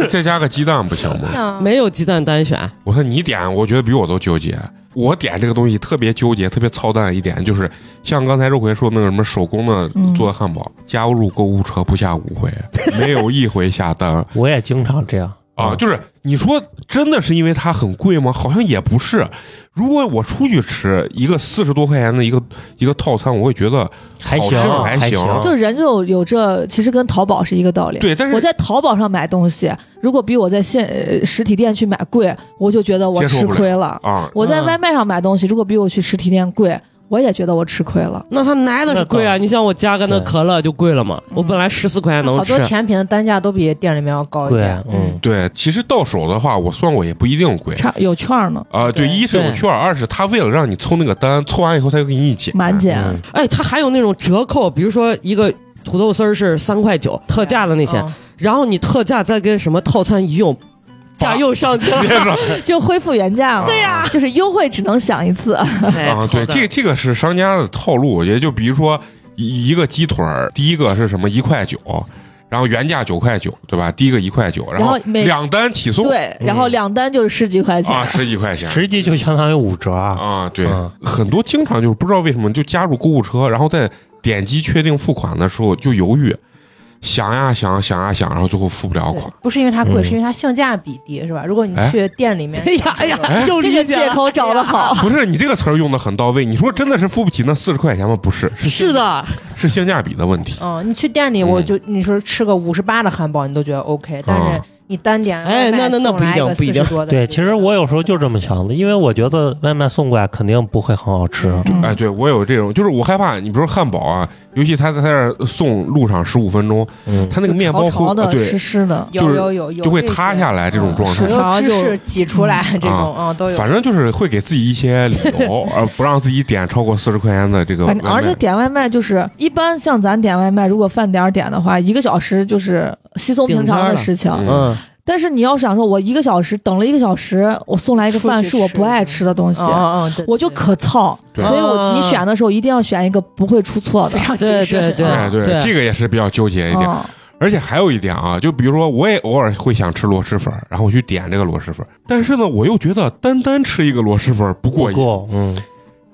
Speaker 1: 再加个鸡蛋不行吗？
Speaker 3: 嗯
Speaker 2: 没有鸡蛋单选，
Speaker 1: 我说你点，我觉得比我都纠结。我点这个东西特别纠结，特别操蛋一点就是，像刚才肉葵说那个什么手工的
Speaker 4: 嗯
Speaker 1: 做的汉堡，加入购物车不下五 回，没有一回下单
Speaker 5: 我也经常这样
Speaker 1: 啊！就是你说真的是因为它很贵吗？好像也不是。如果我出去吃一个四十多块钱的一个一个套餐，我会觉得
Speaker 5: 还
Speaker 1: 好
Speaker 5: 行
Speaker 1: 像还
Speaker 5: 还行
Speaker 4: 就人就有这，其实跟淘宝是一个道理。
Speaker 1: 哦对，但
Speaker 4: 我
Speaker 1: 是
Speaker 4: 在淘宝上买东西，如果比我在现呃实体店去买贵，我就觉得我
Speaker 1: 接受
Speaker 4: 吃
Speaker 1: 不了
Speaker 4: 亏了。
Speaker 1: 啊，
Speaker 4: 我在
Speaker 2: 嗯
Speaker 4: 外卖上买东西，如果比我去实体店贵，我也觉得我吃亏了。
Speaker 2: 那它奶的是嗯贵
Speaker 5: 那倒
Speaker 2: 啊，
Speaker 5: 是
Speaker 2: 你像我加个那
Speaker 5: 对
Speaker 2: 可乐就贵了嘛，我本来十四块钱能
Speaker 3: 好
Speaker 2: 吃
Speaker 3: 多，甜品的单价都比店里面要高一
Speaker 5: 对
Speaker 3: 点，，
Speaker 5: 嗯，
Speaker 1: 对，其实到手的话，我算过也不一定贵。
Speaker 4: 差有券儿呢，
Speaker 1: 啊、对，
Speaker 3: 对
Speaker 1: 一是有
Speaker 2: 对
Speaker 1: 券，二是他为了让你凑那个单，凑完以后他又给你减
Speaker 4: 满减。
Speaker 5: 嗯
Speaker 2: 哎，它还有那种折扣，比如说一个土豆丝儿是三块九特价的那些，
Speaker 3: 嗯
Speaker 2: 然后你特价再跟什么套餐一用，价又上去了。
Speaker 1: 别说
Speaker 4: 就恢复原价嘛。
Speaker 1: 对
Speaker 4: 呀、 就是优惠只能享一次。
Speaker 2: 哎
Speaker 1: 啊，对，这这个是商家的套路，我觉得就比如说一一个鸡腿儿，第一个是什么一块九，然后原价九块九，对吧？第一个一块九，然
Speaker 4: 然后每
Speaker 1: 两单起送，
Speaker 4: 对，然后两单就是十几块
Speaker 1: 嗯
Speaker 4: 钱。
Speaker 1: 啊，十几块钱。
Speaker 5: 实际就相当于五折啊。
Speaker 1: 啊，对，
Speaker 5: 嗯
Speaker 1: 很多经常就是不知道为什么就加入购物车，然后在点击确定付款的时候就犹豫，想呀想想呀想，然后最后付不了
Speaker 3: 对
Speaker 1: 款。
Speaker 3: 不是因为它贵，
Speaker 5: 嗯
Speaker 3: 是因为它性价比低，是吧？如果你
Speaker 1: 哎
Speaker 3: 去店里面，
Speaker 2: 哎呀哎呀，
Speaker 1: 哎
Speaker 2: 又
Speaker 4: 这
Speaker 2: 理
Speaker 4: 个
Speaker 2: 解
Speaker 4: 借
Speaker 2: 了。哎
Speaker 4: 口找的好，
Speaker 1: 不是你这个词儿用的很到位，你说真的是付不起那四十块钱吗？不是，是
Speaker 2: 是的，
Speaker 1: 是性价比的问题。嗯哦
Speaker 3: 嗯，你去店里，我就你说吃个五十八的汉堡，你都觉得 OK，但是你单点外
Speaker 2: 哎
Speaker 3: 卖
Speaker 2: 那那那
Speaker 3: 送来
Speaker 2: 不一
Speaker 3: 个
Speaker 2: 定不一定
Speaker 3: 40多的
Speaker 5: 对，其实我有时候就这么想的，因为我觉得外卖送过来肯定不会很好吃。
Speaker 4: 嗯
Speaker 1: 哎，对我有这种，就是我害怕，你比如说汉堡啊，尤其他在那儿送路上十五分钟，
Speaker 5: 嗯，
Speaker 1: 他那个面包
Speaker 4: 潮
Speaker 1: 会
Speaker 4: 潮
Speaker 1: 啊
Speaker 4: 的、湿
Speaker 1: 对
Speaker 4: 湿的，
Speaker 1: 就
Speaker 3: 有
Speaker 1: 是
Speaker 3: 有有有
Speaker 1: 就会
Speaker 3: 这些嗯
Speaker 1: 塌下来这种状态
Speaker 4: 是
Speaker 1: 嗯
Speaker 4: 的。
Speaker 3: 有
Speaker 4: 然后
Speaker 3: 知
Speaker 4: 就
Speaker 3: 识挤出来这种啊都有。
Speaker 1: 反正就是会给自己一些理 由，而不让自己点超过四十块钱的这个外
Speaker 4: 反正
Speaker 1: 卖。
Speaker 4: 而且点外卖就是一般像咱点外卖，如果饭点儿点的话，一个小时就是稀松平常的事情。
Speaker 1: 顶嗯
Speaker 2: 嗯，
Speaker 4: 但是你要想说，我一个小时等了一个小时，我送来一个
Speaker 3: 出
Speaker 4: 饭
Speaker 3: 去
Speaker 4: 是我
Speaker 3: 吃
Speaker 4: 不爱吃的东西，
Speaker 3: 嗯嗯嗯，对
Speaker 4: 我就
Speaker 3: 对嗯
Speaker 4: 可操。
Speaker 1: 对
Speaker 4: 所以我你
Speaker 2: 啊
Speaker 4: 选的时候一定要选一个不会出错的
Speaker 3: 非。常谨
Speaker 2: 对
Speaker 3: 慎
Speaker 2: 对对
Speaker 1: 哎，对，
Speaker 2: 对
Speaker 1: 这个也是比较纠结一点。
Speaker 4: 嗯，
Speaker 1: 而且还有一点啊，就比如说，我也偶尔会想吃螺蛳粉儿，然后我去点这个螺蛳粉儿，但是呢，我又觉得单单吃一个螺蛳粉儿不过
Speaker 5: 不
Speaker 1: 瘾，
Speaker 5: 够。嗯，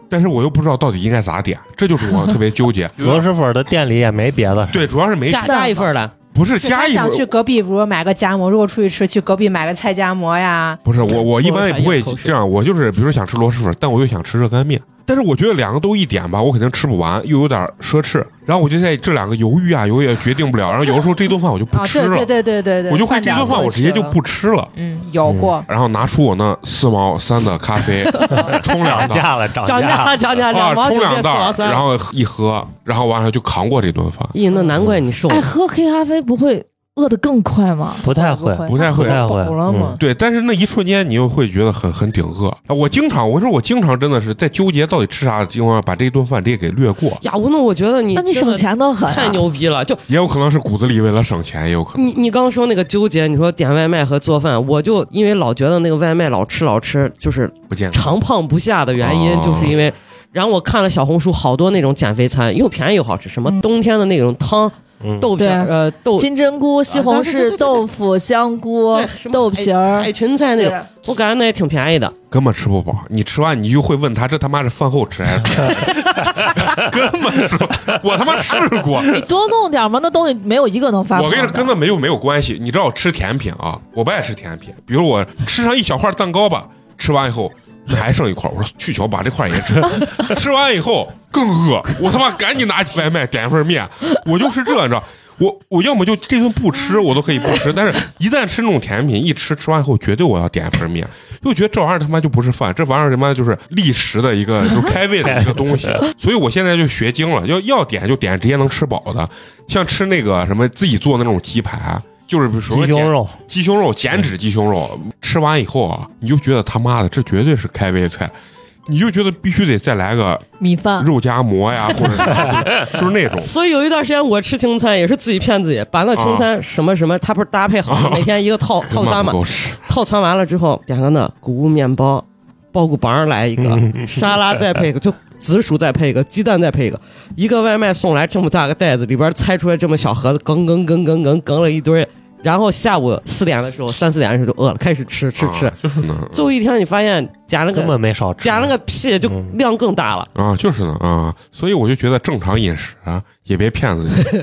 Speaker 1: 但是我又不知道到底应该咋点，这就是 我特别纠结。
Speaker 5: 螺蛳粉的店里也没别的。
Speaker 1: 对，主要是没啊
Speaker 2: 加加一份儿来，
Speaker 1: 不是
Speaker 3: 是
Speaker 1: 加
Speaker 3: 他
Speaker 1: 一份
Speaker 3: 想
Speaker 1: 儿，
Speaker 3: 去隔壁，比如说买个夹馍，如果出去吃，去隔壁买个菜夹馍呀。
Speaker 1: 不是我我一般也不会
Speaker 2: 口水
Speaker 1: 这样，我就是比如说想吃螺蛳粉儿，但我又想吃热干面，但是我觉得两个都一点吧，我肯定吃不完，又有点奢侈，然后我就在这两个犹豫啊犹豫啊决定不了，然后有的时候这顿饭我就不
Speaker 3: 啊，
Speaker 1: 吃
Speaker 3: 对
Speaker 1: 了，
Speaker 3: 对对对对对，
Speaker 1: 我就会这
Speaker 3: 点
Speaker 1: 顿饭我直接就
Speaker 3: 过去了
Speaker 1: 不吃了。
Speaker 3: 嗯有过，
Speaker 1: 然后拿出我那四毛三的咖啡，冲两袋，
Speaker 5: 涨价了，涨
Speaker 2: 涨
Speaker 5: 价
Speaker 2: 价
Speaker 5: 了。
Speaker 2: 涨价
Speaker 1: 啊，
Speaker 2: 两毛
Speaker 1: 冲
Speaker 2: 九
Speaker 1: 两
Speaker 2: 变四
Speaker 1: 袋
Speaker 2: 毛
Speaker 1: 儿，
Speaker 2: 三，
Speaker 1: 然后一喝，然后完了就扛过这顿饭，
Speaker 2: 咦，那难怪你瘦
Speaker 4: 哎，，喝黑咖啡不会饿得更快吗？
Speaker 5: 不太会，
Speaker 1: 不太会嗯
Speaker 5: 不。太会
Speaker 3: 饱了嘛。
Speaker 1: 对，但是那一瞬间你又会觉得很很顶饿。啊我经常，我说我经常真的是在纠结到底吃啥的情况下，把这一顿饭直接给略过。
Speaker 2: 呀，吴诺，我觉得你
Speaker 4: 那你
Speaker 2: 真的
Speaker 4: 省钱的很、啊，
Speaker 2: 太牛逼了，就
Speaker 1: 也有可能是骨子里为了省钱，也有可能
Speaker 2: 你你刚说那个纠结，你说点外卖和做饭，我就因为老觉得那个外卖老吃老吃，就是
Speaker 1: 不健康。
Speaker 2: 长胖不下的原因
Speaker 1: 哦，
Speaker 2: 就是因为。然后我看了小红书好多那种减肥餐，又便宜又好吃，什么
Speaker 4: 嗯
Speaker 2: 冬天的那种汤、
Speaker 5: 嗯，
Speaker 2: 豆片儿、
Speaker 4: 对
Speaker 2: 呃豆
Speaker 4: 金针菇、西红
Speaker 2: 啊对对对对
Speaker 4: 柿、豆腐、香菇
Speaker 2: 对什、么
Speaker 4: 豆皮儿
Speaker 2: 海，裙菜那种，我感觉那也挺便宜的。
Speaker 1: 根本吃不饱，你吃完你就会问他这他妈是饭后吃还是饭前？ 根本是，我他妈试过，
Speaker 4: 你多弄点嘛，那东西没有一个能发
Speaker 1: 我
Speaker 4: 胖
Speaker 1: 跟
Speaker 4: 的。
Speaker 1: 你说，跟那没有没有关系。你知道我吃甜品啊，我不爱吃甜品。比如我吃上一小块蛋糕吧，吃完以后还剩一块，我说去球把这块也吃。 吃完以后更饿，我他妈赶紧拿起外卖点一份面。我就是这，你知道。我我要么就这顿不吃，我都可以不吃，但是一旦吃那种甜品，一吃吃完以后，绝对我要点一份面，就觉得这玩意儿他妈就不是饭，这玩意儿他妈就是立食的一个，就是开胃的一个东西。所以我现在就学精了，要要点就点直接能吃饱的，像吃那个什么自己做那种鸡排，啊就是比如说
Speaker 5: 鸡胸、肉，
Speaker 1: 鸡胸肉、减脂鸡胸肉，吃完以后啊，你就觉得他妈的这绝对是开胃菜，你就觉得必须得再来个
Speaker 4: 米饭，
Speaker 1: 肉夹馍呀，或者是就是那种。
Speaker 2: 所以有一段时间我吃清餐也是自己骗自己，把那清餐什么什么，它不是搭配好每天一个套套餐
Speaker 1: 嘛
Speaker 2: 嘛，，套餐完了之后点个那谷物面包，苞谷棒儿来一个，沙拉再配一个， 就紫薯再配一个，鸡蛋再配一个，一个外卖送来这么大个袋子，里边拆出来这么小盒子，梗梗梗梗梗梗了一堆，然后下午四点的时候，三四点的时候就饿了，开始吃吃吃
Speaker 1: 啊，就是呢，
Speaker 2: 最后一天你发现夹了
Speaker 5: 根
Speaker 2: 个
Speaker 5: 本没少吃。
Speaker 2: 夹了个屁，就
Speaker 5: 嗯
Speaker 2: 量更大了。
Speaker 1: 啊，就是呢啊，所以我就觉得正常饮食啊，也别骗自己。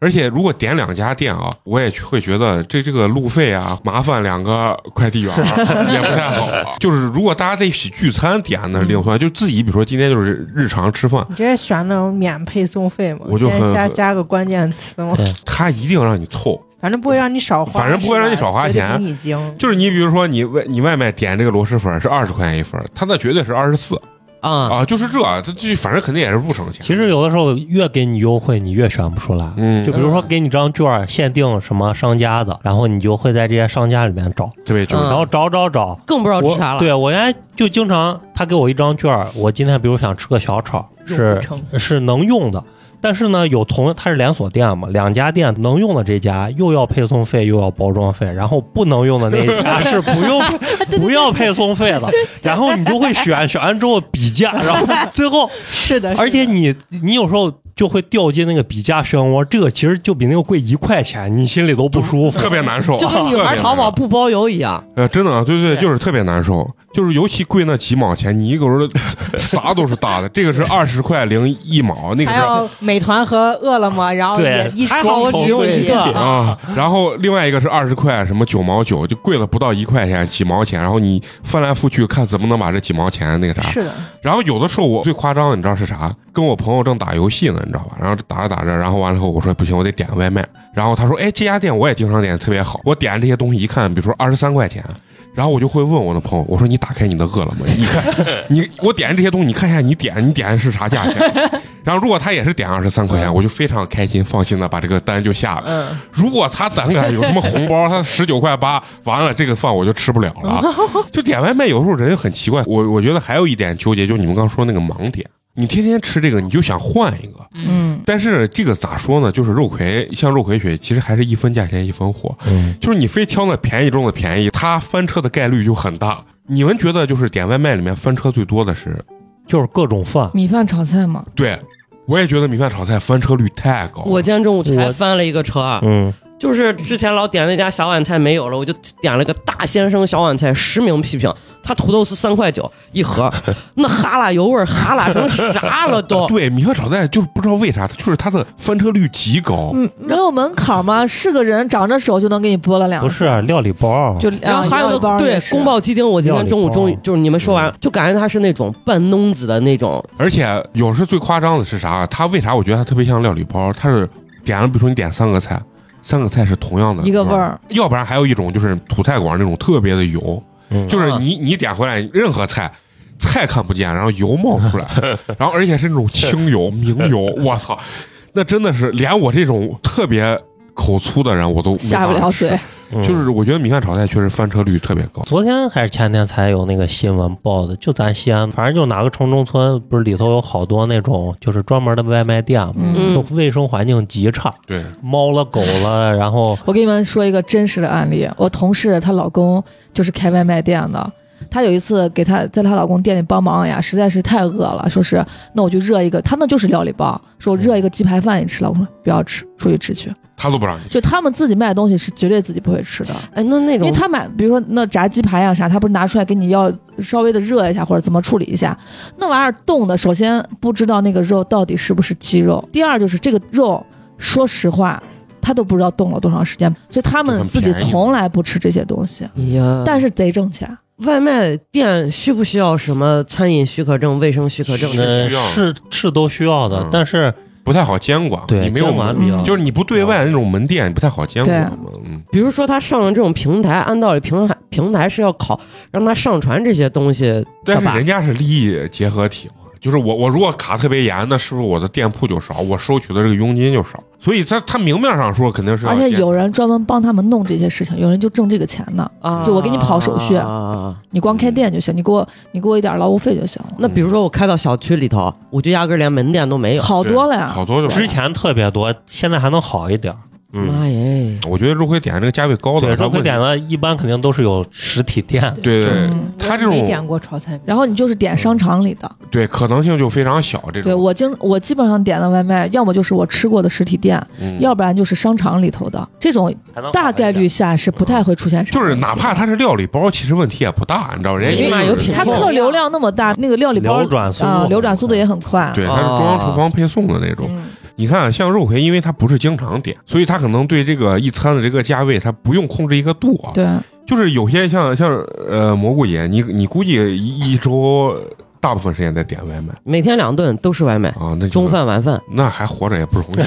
Speaker 1: 而且如果点两家店啊，我也会觉得这这个路费啊，麻烦两个快递员儿啊也不太好。就是如果大家在一起聚餐点呢，另算，就自己比如说今天就是日常吃饭，
Speaker 3: 你这是选那种免配送费嘛？
Speaker 1: 我就
Speaker 3: 先
Speaker 1: 很
Speaker 3: 加加个关键词嘛，
Speaker 1: 他一定让你凑。
Speaker 3: 反正不会让你少花，
Speaker 1: 反正不会让你少花
Speaker 3: 是吧
Speaker 1: 钱
Speaker 3: 绝对比你精。
Speaker 1: 就是你比如说你外你外卖点这个螺蛳粉儿是二十块钱一份儿，他那绝对是二十四
Speaker 2: 啊，
Speaker 1: 啊，就是这，这这反正肯定也是不省钱。
Speaker 5: 其实有的时候越给你优惠，你越选不出来。
Speaker 1: 嗯
Speaker 5: 就比如说给你张券儿，限定什么商家的，然后你就会在这些商家里面找，
Speaker 1: 对，就是
Speaker 2: 嗯
Speaker 5: 然后找找找。
Speaker 2: 更不知道吃
Speaker 5: 我
Speaker 2: 啥了。
Speaker 5: 对我原来就经常，他给我一张券儿，我今天比如想吃个小炒，
Speaker 3: 用不
Speaker 5: 是
Speaker 3: 成
Speaker 5: 是能用的，但是呢，有同它是连锁店嘛，两家店能用的这家又要配送费又要包装费，然后不能用的那一家 是不用不要配送费了，然后你就会选，选完之后比价，然后最后
Speaker 3: 是的，
Speaker 5: 而且你你有时候就会掉进那个比价漩涡，这个其实就比那个贵一块钱，你心里都不舒服。
Speaker 1: 特别难受，啊
Speaker 2: 就跟女
Speaker 1: 特别
Speaker 2: 孩
Speaker 1: 难受
Speaker 2: 淘宝不包邮一样，
Speaker 1: 呃，真的啊，对对，
Speaker 2: 对
Speaker 1: 就是特别难受，就是尤其贵那几毛钱，你一个人啥都是大的，这个是二十块零一毛，那个
Speaker 3: 还
Speaker 1: 是。啊
Speaker 3: 要美团和饿 了么，然后
Speaker 5: 对
Speaker 3: 也一
Speaker 2: 还好我
Speaker 3: 起
Speaker 2: 只用一个
Speaker 3: 啊
Speaker 1: 啊，然后另外一个是二十块什么九毛九，就贵了不到一块钱几毛钱，然后你翻来覆去看怎么能把这几毛钱那个啥，
Speaker 3: 是的，
Speaker 1: 然后有的时候我最夸张的你知道是啥？跟我朋友正打游戏呢，你知道吧？然后打着打着，然后完了以后我说不行，我得点个外卖。然后他说，哎，这家店我也经常点，特别好。我点这些东西一看，比如说二十三块钱。然后我就会问我的朋友，我说你打开你的饿了么，你看你我点这些东西，你看一下你点你点的是啥价钱。然后如果他也是点二十三块钱，我就非常开心放心的把这个单就下了。
Speaker 3: 嗯，
Speaker 1: 如果他胆敢有什么红包，他十九块八，完了这个饭我就吃不了 了。就点外卖，有时候人很奇怪。我我觉得还有一点纠结，就你们刚说那个盲点，你天天吃这个，你就想换一个。
Speaker 3: 嗯，
Speaker 1: 但是这个咋说呢？就是肉葵，像肉葵雪，其实还是一分价钱一分货。
Speaker 5: 嗯，
Speaker 1: 就是你非挑那便宜中的便宜，它翻车的概率就很大。你们觉得就是点外卖里面翻车最多的是？
Speaker 5: 就是各种饭。
Speaker 4: 米饭炒菜嘛，
Speaker 1: 对，我也觉得米饭炒菜翻车率太高了。
Speaker 2: 我今天中午才
Speaker 5: 我
Speaker 2: 翻了一个车啊，
Speaker 5: 嗯，
Speaker 2: 就是之前老点那家小碗菜没有了，我就点了个大先生小碗菜，实名批评，他土豆丝三块九一盒， 那哈喇油味儿哈喇成啥了
Speaker 4: 啊
Speaker 2: 都。
Speaker 1: 对米饭炒菜就是不知道为啥，它就是它的翻车率极高。
Speaker 4: 嗯，没有门槛吗？是个人长着手就能给你剥
Speaker 3: 嗯
Speaker 4: 了两
Speaker 5: 不
Speaker 4: 个，
Speaker 5: 是啊料理包，
Speaker 4: 就
Speaker 2: 然后还有那个对宫
Speaker 4: 保
Speaker 2: 爆鸡丁，我今天中午终于
Speaker 5: 料理包
Speaker 2: 就是你们说完，就感觉它是那种半脓子的那种，
Speaker 1: 而且有时最夸张的是啥？啊它为啥我觉得它特别像料理包？它是点了，比如说你点三个菜，三个菜是同样的
Speaker 4: 一个味儿，
Speaker 1: 要不然还有一种就是土菜馆那种特别的油，
Speaker 5: 嗯
Speaker 1: 就是
Speaker 4: 啊
Speaker 1: 你你点回来任何菜。菜看不见，然后油冒出来，然后而且是那种清油、明油，我操，那真的是连我这种特别口粗的人我都没
Speaker 4: 下不
Speaker 1: 办法
Speaker 4: 了
Speaker 1: 吃
Speaker 4: 嘴。
Speaker 5: 嗯
Speaker 1: 就是我觉得米饭炒菜确实翻车率特别高。
Speaker 5: 昨天还是前天才有那个新闻报的，就咱西安，反正就哪个城中村，不是里头有好多那种就是专门的外卖店嘛，
Speaker 4: 嗯
Speaker 5: 就卫生环境极差，
Speaker 1: 对，
Speaker 5: 猫了狗了，然后
Speaker 4: 我给你们说一个真实的案例，我同事她老公就是开外卖店的。她有一次给她在她老公店里帮忙呀，实在是太饿了，说是那我就热一个，她那就是料理包，说我热一个鸡排饭你吃。老公说不要吃，出去吃去。
Speaker 1: 他都不让你。
Speaker 4: 就他们自己卖的东西是绝对自己不会吃的，
Speaker 2: 哎，那那
Speaker 4: 因
Speaker 2: 种
Speaker 4: 为他买，比如说那炸鸡排呀、啥，他不是拿出来给你要稍微的热一下或者怎么处理一下，那玩意儿冻的，首先不知道那个肉到底是不是鸡肉，第二就是这个肉，说实话。他都不知道冻了多长时间，所以他
Speaker 1: 就
Speaker 4: 们
Speaker 1: 很
Speaker 4: 自己
Speaker 1: 便宜
Speaker 4: 从来不吃这些东西，
Speaker 2: 哎呀，
Speaker 4: 但是贼挣钱。
Speaker 2: 外卖店需不需要什么餐饮许可证、卫生许可证？
Speaker 1: 是
Speaker 5: 嗯
Speaker 1: 需要的
Speaker 5: 是是都需要的
Speaker 1: 嗯，
Speaker 5: 但是
Speaker 1: 不太好监管，
Speaker 5: 对
Speaker 1: 你没有
Speaker 5: 监管
Speaker 1: 门，
Speaker 5: 比较
Speaker 4: 嗯
Speaker 1: 就是你不对外那种门店不太好监管嘛，嗯，
Speaker 2: 比如说他上了这种平台，按道理平台平台是要考让他上传这些东西的
Speaker 1: 但是
Speaker 2: 吧
Speaker 1: 人？家是利益结合体嘛，就是我我如果卡特别严，那是不是我的店铺就少，我收取的这个佣金就少？所以他他明面上说肯定是要啊
Speaker 4: 而
Speaker 1: 监管，
Speaker 4: 且有人专门帮他们弄这些事情，有人就挣这个钱呢。
Speaker 2: 啊
Speaker 4: 就我给你跑手续你光开店就
Speaker 1: 嗯
Speaker 4: 行，你给我你给我一点劳务费就行了。
Speaker 2: 那比如说我开到小区里头，我就压根儿连门店都没有。
Speaker 4: 好
Speaker 1: 对
Speaker 4: 多了呀，
Speaker 1: 好多就
Speaker 5: 之前特别多，现在还能好一点儿。嗯，
Speaker 2: 妈耶！
Speaker 1: 我觉得肉葵点这个价位高
Speaker 5: 对，
Speaker 1: 的，它
Speaker 5: 肉
Speaker 1: 问
Speaker 5: 桂
Speaker 1: 题
Speaker 5: 点的一般肯定都是有实体店，
Speaker 1: 对对
Speaker 4: 嗯
Speaker 1: 他这
Speaker 3: 我没
Speaker 1: 种
Speaker 3: 点过炒菜，
Speaker 4: 然后你就是点商场里的，
Speaker 1: 对可能性就非常小，这
Speaker 4: 对
Speaker 1: 种
Speaker 4: 我经我基本上点的外卖，要么就是我吃过的实体店，
Speaker 1: 嗯
Speaker 4: 要不然就是商场里头的。这种
Speaker 5: 还能好
Speaker 4: 大
Speaker 5: 一点
Speaker 4: 概率下是不太会出现
Speaker 1: 嗯
Speaker 4: 啥
Speaker 1: 就
Speaker 4: 问题的，
Speaker 1: 是哪怕它是料理包，其实问题也不大，你知道吗？人家
Speaker 2: 因为
Speaker 1: 就是
Speaker 2: 有品
Speaker 4: 它
Speaker 2: 控
Speaker 4: 客流量那么大，那个料理包
Speaker 5: 流转速度
Speaker 4: 啊、流转速度也很快。
Speaker 1: 对，它是中
Speaker 5: 哦
Speaker 1: 央厨房配送的那种。
Speaker 4: 嗯，
Speaker 1: 你看，啊像肉葵，因为它不是经常点，所以它可能对这个一餐的这个价位，它不用控制一个度啊。
Speaker 4: 对，
Speaker 1: 就是有些像像呃蘑菇爷，你你估计一一周大部分时间在点外卖
Speaker 2: 每天两顿都是外卖，
Speaker 1: 啊，那就
Speaker 2: 中饭晚饭。
Speaker 1: 那还活着也不容 易。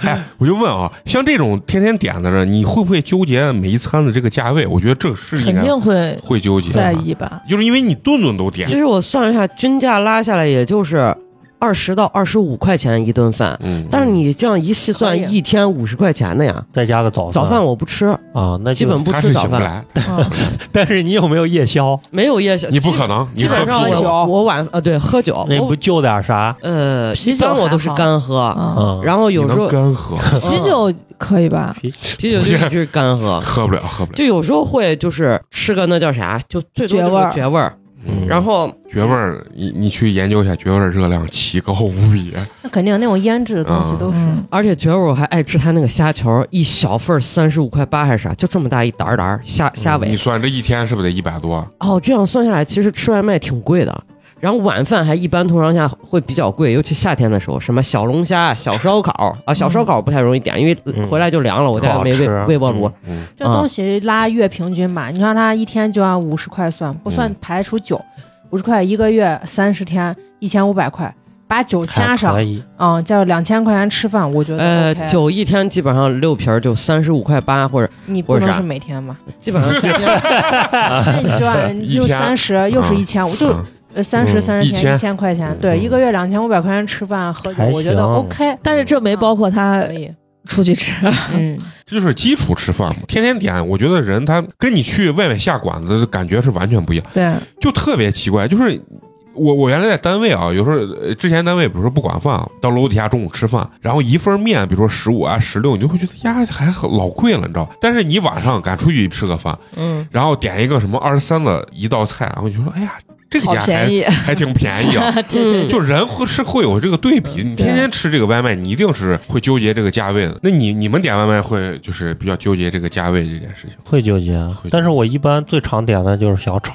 Speaker 1: 哎，我就问啊，像这种天天点的人，你会不会纠结每一餐的这个价位？我觉得这是应
Speaker 4: 肯
Speaker 1: 该
Speaker 4: 定会
Speaker 1: 会纠结，啊
Speaker 4: 在意吧。
Speaker 1: 就是因为你顿顿都点
Speaker 2: 其，实我算了一下，均价拉下来也就是二十到二十五块钱一顿饭，
Speaker 1: 嗯，
Speaker 2: 但是你这样一细算
Speaker 3: 可，
Speaker 4: 啊
Speaker 3: 以
Speaker 2: 一天五十块钱的呀。
Speaker 5: 再加个早
Speaker 2: 早饭我不吃，
Speaker 5: 啊，那就
Speaker 2: 基本不
Speaker 1: 他
Speaker 2: 吃
Speaker 1: 是
Speaker 2: 早
Speaker 1: 醒不
Speaker 2: 饭，
Speaker 1: 来，
Speaker 4: 嗯，
Speaker 5: 但是你有没有夜宵？
Speaker 2: 没有夜宵。
Speaker 1: 你不
Speaker 2: 基
Speaker 1: 可能，你
Speaker 2: 基本上
Speaker 1: 喝啤酒
Speaker 2: 我我晚啊对喝酒，
Speaker 5: 那不
Speaker 2: 我
Speaker 5: 就点啥？
Speaker 2: 呃
Speaker 4: 啤
Speaker 2: 一
Speaker 4: 酒
Speaker 2: 般我
Speaker 4: 还
Speaker 2: 都是
Speaker 4: 好
Speaker 2: 干 喝，
Speaker 4: 啊
Speaker 5: 嗯，
Speaker 2: 然后
Speaker 1: 你
Speaker 2: 有时
Speaker 1: 能
Speaker 2: 候
Speaker 1: 干喝，
Speaker 4: 啤酒可以吧？
Speaker 2: 啤酒就一直干喝，
Speaker 1: 喝不了，喝不了，
Speaker 2: 就有时候会就是吃个那叫啥，就最多
Speaker 4: 绝味
Speaker 2: 就
Speaker 4: 儿
Speaker 2: 是绝味儿，
Speaker 1: 嗯
Speaker 2: 然后
Speaker 1: 绝味儿，你你去研究一下，绝味儿热量奇高无 比。
Speaker 3: 那肯定那种腌制的东西都是。
Speaker 4: 嗯，
Speaker 2: 而且绝味儿我还爱吃他那个虾球儿，一小份三十五块八还是啥，就这么大一沓儿沓儿虾虾
Speaker 1: 嗯你
Speaker 2: 尾。
Speaker 1: 算这一天是不是得一百多？
Speaker 2: 哦，这样算下来，其实吃外卖挺贵的。然后晚饭还一般通常下会比较贵，尤其夏天的时候，什么小龙虾、小烧烤啊，小烧烤不太容易点，因为
Speaker 5: 嗯
Speaker 2: 回来就凉了，我家
Speaker 5: 不好
Speaker 2: 没微
Speaker 5: 吃
Speaker 2: 微波炉。
Speaker 1: 嗯，嗯
Speaker 3: 这东西拉月平均吧，你让他一天就按五十块算，不算排除酒，五十块一个月，三十天一千五百块，把酒加
Speaker 5: 还可
Speaker 3: 上，
Speaker 5: 以，
Speaker 3: 嗯，加两千块钱吃饭，我觉得
Speaker 5: 嗯
Speaker 2: 呃
Speaker 3: OK。，
Speaker 2: 酒一天基本上六瓶儿就三十五块八，或者
Speaker 3: 你不
Speaker 2: 或者
Speaker 3: 能
Speaker 2: 啥
Speaker 3: 是每 天吧？
Speaker 2: 基本上三天
Speaker 3: 那你就按
Speaker 1: 一
Speaker 3: 又
Speaker 1: 天
Speaker 3: 三十，又是
Speaker 1: 嗯
Speaker 3: 一千五，就
Speaker 1: 嗯
Speaker 3: 呃三十
Speaker 5: 嗯
Speaker 3: 三十天
Speaker 1: 1000
Speaker 3: 一千块钱，对，
Speaker 1: 嗯
Speaker 3: 一个月两千五百块钱吃饭喝酒
Speaker 5: 还，
Speaker 3: 我觉得
Speaker 5: 行
Speaker 3: OK，
Speaker 4: 但是这没包括他
Speaker 3: 可以，
Speaker 4: 出去吃，
Speaker 3: 嗯，
Speaker 1: 这就是基础吃饭嘛。天天点，我觉得人他跟你去外面下馆子的感觉是完全不一样，
Speaker 4: 对，
Speaker 1: 就特别奇怪。就是我我原来在单位啊，有时候呃之前单位比如说不管饭，啊到楼底下中午吃饭，然后一份面，比如说十五啊十六，你就会觉得呀还很老贵了，你知道吧？但是你晚上敢出去吃个饭，
Speaker 4: 嗯，
Speaker 1: 然后点一个什么二十三的一道菜，然后你就说哎呀这个
Speaker 4: 好
Speaker 1: 家
Speaker 4: 便
Speaker 1: 还
Speaker 4: 宜，
Speaker 1: 还挺便宜啊。
Speaker 2: 对
Speaker 3: 嗯
Speaker 1: 就人会是会有这个对比，你天天吃这个外卖，你一定是会纠结这个价位的。那你你们点外卖会就是比较纠结这个价位这件事情
Speaker 5: 会纠结
Speaker 1: 会。
Speaker 5: 但是我一般最常点的就是小炒，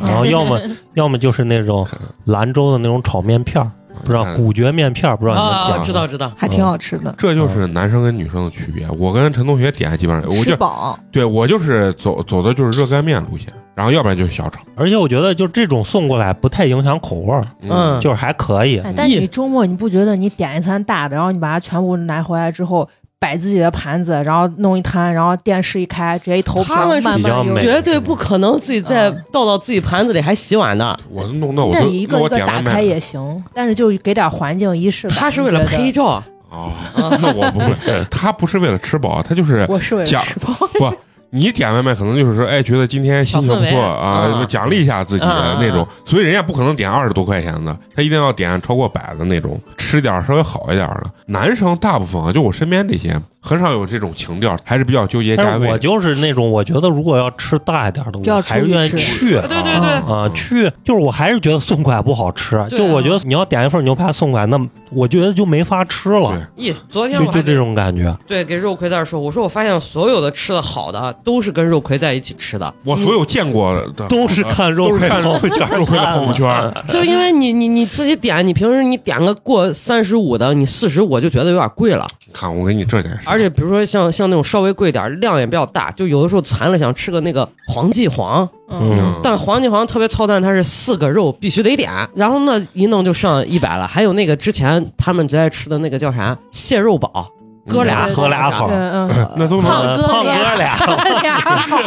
Speaker 5: 然
Speaker 1: 啊？
Speaker 5: 后要么要么就是那种兰州的那种炒面片儿，不知道
Speaker 1: 啊你看
Speaker 5: 骨绝面片儿，不知道你们
Speaker 2: 啊，
Speaker 5: 点
Speaker 2: 我
Speaker 5: 吗
Speaker 2: 知道知道，
Speaker 4: 还挺好吃的，
Speaker 1: 这就是
Speaker 5: 嗯
Speaker 1: 男生跟女生的区别。我跟陈同学点基本上，嗯我
Speaker 4: 吃
Speaker 1: 就
Speaker 4: 饱，
Speaker 1: 对我就是走走的就是热干面路线，然后要不然就是小炒。
Speaker 5: 而且我觉得就这种送过来不太影响口味儿，
Speaker 2: 嗯，
Speaker 5: 就是还可以。
Speaker 3: 哎，但
Speaker 2: 一
Speaker 3: 你周末你不觉得你点一餐大的，然后你把它全部拿回来之后，摆自己的盘子，然后弄一摊，然后电视一开，直接一投屏，
Speaker 2: 他们
Speaker 3: 慢慢
Speaker 2: 是
Speaker 5: 比较
Speaker 3: 悠
Speaker 5: 美
Speaker 2: 绝对不可能自己再
Speaker 3: 嗯
Speaker 2: 倒到自己盘子里还洗碗的，
Speaker 1: 我都弄到我
Speaker 3: 那
Speaker 1: 都
Speaker 3: 你一
Speaker 1: 那
Speaker 3: 个
Speaker 1: 我
Speaker 3: 一个
Speaker 1: 点外
Speaker 3: 打
Speaker 1: 卖
Speaker 3: 开也行，但是就给点环境仪式感。
Speaker 2: 他是为了
Speaker 3: 你嗯觉得
Speaker 2: 拍，照，
Speaker 1: 哦， 那我不会，他不是为了吃饱，他就是
Speaker 3: 我是为了
Speaker 1: 讲
Speaker 3: 吃饱。
Speaker 1: 不，你点外卖可能就是说，哎，觉得今天心情不
Speaker 2: 小氛围
Speaker 1: 错啊，
Speaker 2: 嗯
Speaker 1: 奖励一下自己的那种，所以人家不可能点二十多块钱的，他一定要点超过百的那种，吃点儿稍微好一点儿的。男生大部分啊，就我身边这些，很少有这种情调，还是比较纠结价
Speaker 5: 但是
Speaker 1: 位
Speaker 5: 我。就是那种，我觉得如果要吃大一点的，
Speaker 4: 就要
Speaker 5: 我还
Speaker 4: 出去
Speaker 5: 愿意
Speaker 4: 吃
Speaker 5: 去。
Speaker 1: 对对对
Speaker 5: 啊啊，
Speaker 2: 嗯
Speaker 5: 去就是我还是觉得送过来不好吃，
Speaker 2: 对啊
Speaker 5: 就我觉得你要点一份牛排送过来，那我觉得就没法吃了，
Speaker 2: 咦，昨天
Speaker 5: 就
Speaker 2: 我还
Speaker 5: 就这种感觉。
Speaker 2: 对给肉葵在这说，我说我发现所有的吃的好的都是跟肉葵在一起 吃的，
Speaker 1: 我所有见过的
Speaker 5: 都是看肉
Speaker 1: 都是
Speaker 5: 桂
Speaker 1: 看
Speaker 5: 朋友圈
Speaker 1: 肉葵的朋友圈
Speaker 5: 看
Speaker 1: 儿，
Speaker 2: 就因为你你你自己点，你平时你点个过三十五的，你四十我就觉得有点贵了。
Speaker 1: 看我给你这件事，
Speaker 2: 而且比如说像像那种稍微贵点儿，量也比较大，就有的时候馋了想吃个那个黄记煌，
Speaker 5: 嗯，
Speaker 1: 嗯
Speaker 2: 但黄记煌特别操蛋，它是四个肉必须得点，然后呢一弄就上一百了。还有那个之前他们最爱吃的那个叫啥蟹肉堡，哥俩
Speaker 3: 对对对
Speaker 5: 喝俩好，
Speaker 3: 嗯嗯，
Speaker 1: 那都能
Speaker 3: 胖
Speaker 5: 呃
Speaker 3: 哥
Speaker 5: 胖哥俩，
Speaker 3: 俩好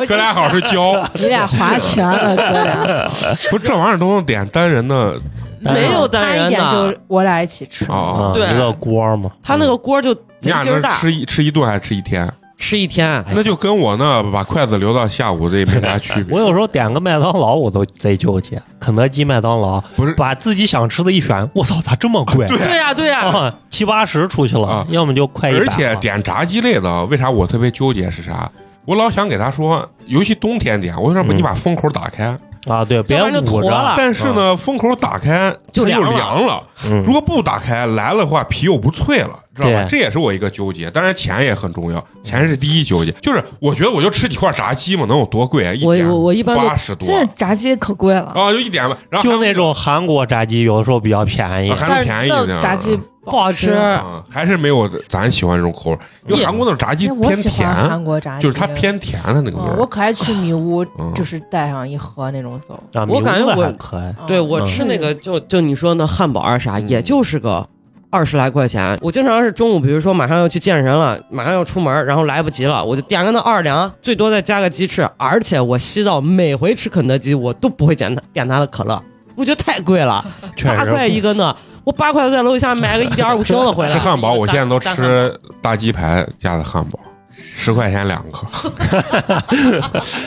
Speaker 1: 哥俩好是 交，
Speaker 4: 你俩 划拳啊 了，哥俩，
Speaker 1: 不是这玩意儿都能点单人的
Speaker 2: 没有单人
Speaker 3: 一点
Speaker 2: 的
Speaker 3: 就，我俩一起吃。
Speaker 1: 啊
Speaker 5: 啊，。
Speaker 2: 对
Speaker 5: 一个锅儿嘛，
Speaker 2: 他那个锅就
Speaker 1: 你
Speaker 2: 贼
Speaker 1: 俩
Speaker 2: 劲儿
Speaker 1: 能
Speaker 2: 大，
Speaker 1: 吃一吃一顿还是吃一天？
Speaker 2: 吃一 天。
Speaker 5: 哎
Speaker 1: 那就跟我那把筷子留到下午这也没啥区别。
Speaker 5: 嗯 我有时候点个麦当劳我都贼纠结，肯德基、麦当劳，
Speaker 1: 不是
Speaker 5: 把自己想吃的一选，我操，咋这么贵？
Speaker 2: 对呀、对呀、
Speaker 5: 啊，七八十出去了
Speaker 1: 啊，
Speaker 5: 要么就快一百
Speaker 1: 而
Speaker 5: 了。
Speaker 1: 且点炸鸡类的，为啥我特别纠结是啥？我老想给他说，尤其冬天点，我说
Speaker 5: 嗯
Speaker 1: 你把风口打开，
Speaker 5: 啊，对，别
Speaker 2: 要不然就
Speaker 5: 捂
Speaker 2: 坨了
Speaker 5: 着。
Speaker 1: 但是呢，风口打开
Speaker 2: 就
Speaker 1: 它
Speaker 2: 凉
Speaker 1: 凉
Speaker 2: 了
Speaker 1: 了
Speaker 5: 嗯
Speaker 1: 如果不打开来了的话，皮又不脆了，知道吧
Speaker 5: 对？
Speaker 1: 这也是我一个纠结。当然钱也很重要，钱是第一纠结。就是我觉得我就吃几块炸鸡嘛，能有多贵啊？一
Speaker 2: 我
Speaker 1: 点
Speaker 2: 我我一般都
Speaker 1: 八十多
Speaker 4: 现在炸鸡可贵了，
Speaker 1: 啊，就一点吧。然后
Speaker 5: 就
Speaker 1: 还
Speaker 5: 那种韩国炸鸡，有的时候比较便宜
Speaker 1: 啊。还
Speaker 4: 但
Speaker 1: 能
Speaker 4: 是
Speaker 1: 便宜一点
Speaker 4: 那炸鸡
Speaker 2: 不好吃，
Speaker 1: 啊，还是没有咱喜欢这种口味，因为
Speaker 2: 也
Speaker 1: 韩国那种炸鸡
Speaker 3: 哎我
Speaker 1: 偏
Speaker 3: 喜欢
Speaker 1: 甜，
Speaker 3: 韩国炸鸡，
Speaker 1: 就是它偏甜的那个味
Speaker 3: 嗯。我
Speaker 1: 儿。
Speaker 3: 可爱去米屋，
Speaker 1: 嗯
Speaker 3: 就是带上一盒那种走。
Speaker 5: 啊，
Speaker 2: 我感觉
Speaker 5: 迷雾
Speaker 2: 我
Speaker 5: 还可以。
Speaker 2: 对
Speaker 3: 嗯
Speaker 2: 我吃那个就就你说那汉堡啊啥，
Speaker 1: 嗯
Speaker 2: 也就是个二十来块钱。我经常是中午，比如说马上要去健身了，马上要出门，然后来不及了，我就点个那二两，最多再加个鸡翅。而且我吸到每回吃肯德基，我都不会点它点它的可乐，我觉得太贵了，
Speaker 5: 确
Speaker 2: 八块一
Speaker 5: 实，
Speaker 2: 个呢。我八块在楼下买个一点五升的回来。
Speaker 1: 吃汉堡，我现在都
Speaker 2: 大汉堡
Speaker 1: 吃大鸡排加的汉堡，十块钱两个。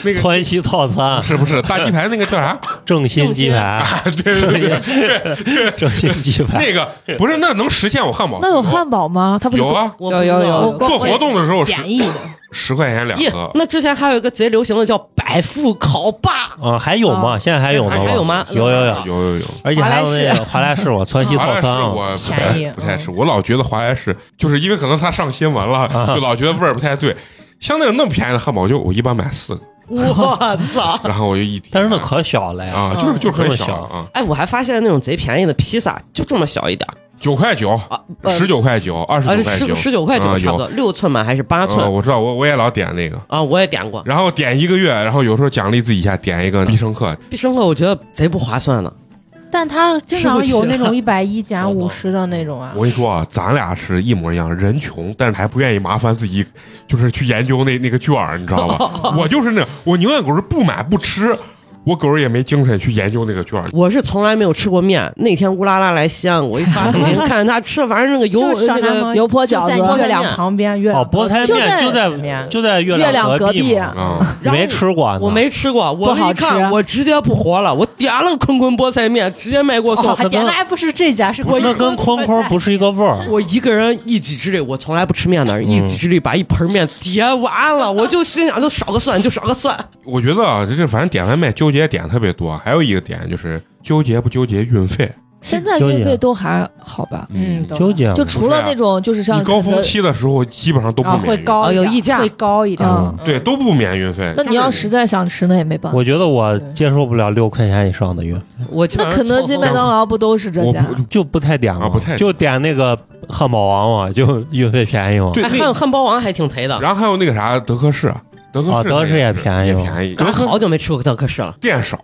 Speaker 1: 那个
Speaker 5: 川西 套餐
Speaker 1: 是不是大鸡排那个叫 啥？
Speaker 5: 正新鸡排，
Speaker 1: 对对对，
Speaker 5: 正新鸡排。
Speaker 1: 那个不是那能实现我汉堡？
Speaker 4: 那有汉堡吗？它不是
Speaker 1: 有啊，
Speaker 2: 我不知道
Speaker 4: 有有有
Speaker 1: 做活动的时候十
Speaker 3: 简易的，
Speaker 1: 十块钱两
Speaker 2: 咦
Speaker 1: 个，，
Speaker 2: 那之前还有一个贼流行的叫百富烤 霸，
Speaker 5: 啊，还有吗？
Speaker 4: 啊
Speaker 5: 现在还有呢
Speaker 2: 还有吗
Speaker 5: 有有有
Speaker 2: 啊，
Speaker 1: 有有有。
Speaker 5: 而且还有那个华莱士，我川西
Speaker 1: 华
Speaker 5: 套
Speaker 1: 莱士
Speaker 5: 餐啊，
Speaker 1: 我不
Speaker 3: 便宜
Speaker 1: 太不太吃，我老觉得华莱士就是因为可能它上新闻了，就老觉得味儿不太对。像那种那么便宜的汉堡，就我一般买四个，
Speaker 2: 我操！
Speaker 1: 然后我就一点。
Speaker 5: 但是那可小了呀。
Speaker 1: 啊，就是就是
Speaker 5: 这么
Speaker 1: 很小
Speaker 5: 小
Speaker 1: 啊，
Speaker 2: 哎，我还发现那种贼便宜的披萨就这么小一点儿，
Speaker 1: 九块九，
Speaker 2: 呃
Speaker 1: 十九块九，二十
Speaker 2: 啊，
Speaker 1: 九块
Speaker 2: 十
Speaker 1: 九，
Speaker 2: 十九块
Speaker 1: 啊
Speaker 2: 九差不
Speaker 1: 有
Speaker 2: 多，六寸嘛还是八
Speaker 1: 啊，
Speaker 2: 寸
Speaker 1: 我知道，我我也老点那个，
Speaker 2: 啊？我也点过，
Speaker 1: 然后点一个月，然后有时候奖励自己一下，点一个必胜客，
Speaker 2: 必胜客我觉得贼不划算的，
Speaker 3: 但它经
Speaker 2: 吃不
Speaker 3: 常
Speaker 2: 起
Speaker 3: 有那
Speaker 2: 了
Speaker 3: 种一百一减
Speaker 5: 我懂
Speaker 3: 五十的那种啊
Speaker 1: 我。跟你说啊，咱俩是一模一样，人穷，但是还不愿意麻烦自己，就是去研究那那个券儿，你知道吧？我就是那，我宁愿狗是不买不吃，我狗也没精神去研究那个券儿。
Speaker 2: 我是从来没有吃过面。那天乌拉拉来西安，我一 发抖音看见他吃的，反正那个油
Speaker 3: 就是
Speaker 2: 那
Speaker 3: 小南
Speaker 2: 个
Speaker 3: 吗
Speaker 4: 油泼饺
Speaker 3: 在
Speaker 4: 子
Speaker 3: 月亮旁边，月亮
Speaker 5: 哦，菠菜
Speaker 4: 就
Speaker 5: 面
Speaker 4: 在
Speaker 5: 就
Speaker 3: 旁
Speaker 5: 在
Speaker 3: 边
Speaker 5: 就在月
Speaker 4: 月亮隔
Speaker 5: 壁
Speaker 4: 壁
Speaker 5: 嘛，
Speaker 1: 啊，
Speaker 5: 你没吃过呢？
Speaker 2: 我没吃过，我
Speaker 4: 不好
Speaker 2: 一看
Speaker 4: 吃
Speaker 2: 我直接不活了，我点了坤坤菠菜面，直接买给我送。
Speaker 3: 哦，还点的还不是这家，是
Speaker 5: 不
Speaker 3: 我
Speaker 5: 是，那跟坤坤不是一个味儿。
Speaker 2: 我一个人一己之力，我从来不吃面的
Speaker 1: 嗯
Speaker 2: 人，一己之力把一盆面叠完了，我就心想就少个蒜，就少个蒜。
Speaker 1: 我觉得啊，这这反正点外卖纠结点特别多，啊还有一个点就是纠结不纠结运费。
Speaker 4: 现在
Speaker 5: 纠结
Speaker 4: 运费都还好吧？
Speaker 3: 嗯，懂
Speaker 5: 纠
Speaker 3: 了
Speaker 5: 结
Speaker 1: 啊
Speaker 4: 就除了那种就是像
Speaker 1: 你高
Speaker 4: 肯
Speaker 1: 峰
Speaker 4: 德
Speaker 1: 期的时候基本上都不
Speaker 3: 啊，
Speaker 1: 免
Speaker 3: 会
Speaker 1: 运费，
Speaker 3: 高
Speaker 2: 哦
Speaker 3: 一
Speaker 2: 有
Speaker 3: 点
Speaker 2: 溢价
Speaker 3: 会高一点。
Speaker 4: 嗯
Speaker 1: 对，都不免运费。
Speaker 4: 那你要
Speaker 1: 但是
Speaker 4: 实在想吃，那也没办法。
Speaker 5: 我觉得我接受不了六块钱以上的
Speaker 1: 啊
Speaker 5: 运，
Speaker 2: 我基本
Speaker 4: 那
Speaker 2: 上
Speaker 4: 肯德基、
Speaker 2: 凑合
Speaker 4: 麦当劳不都是这
Speaker 1: 我
Speaker 4: 家？
Speaker 1: 不
Speaker 5: 就不太点了，
Speaker 1: 啊不太点
Speaker 5: 就点那个汉堡王嘛，就运费便宜嘛。
Speaker 1: 对
Speaker 2: 哎
Speaker 1: 那
Speaker 2: 汉汉堡王还啊挺赔的。
Speaker 1: 然后还有那个啥德克士，啊德克士
Speaker 5: 哦德克士也便宜
Speaker 1: 也
Speaker 5: 哦
Speaker 1: 便宜，
Speaker 2: 咱
Speaker 1: 德克
Speaker 2: 好久没吃过德克士了，
Speaker 1: 店少，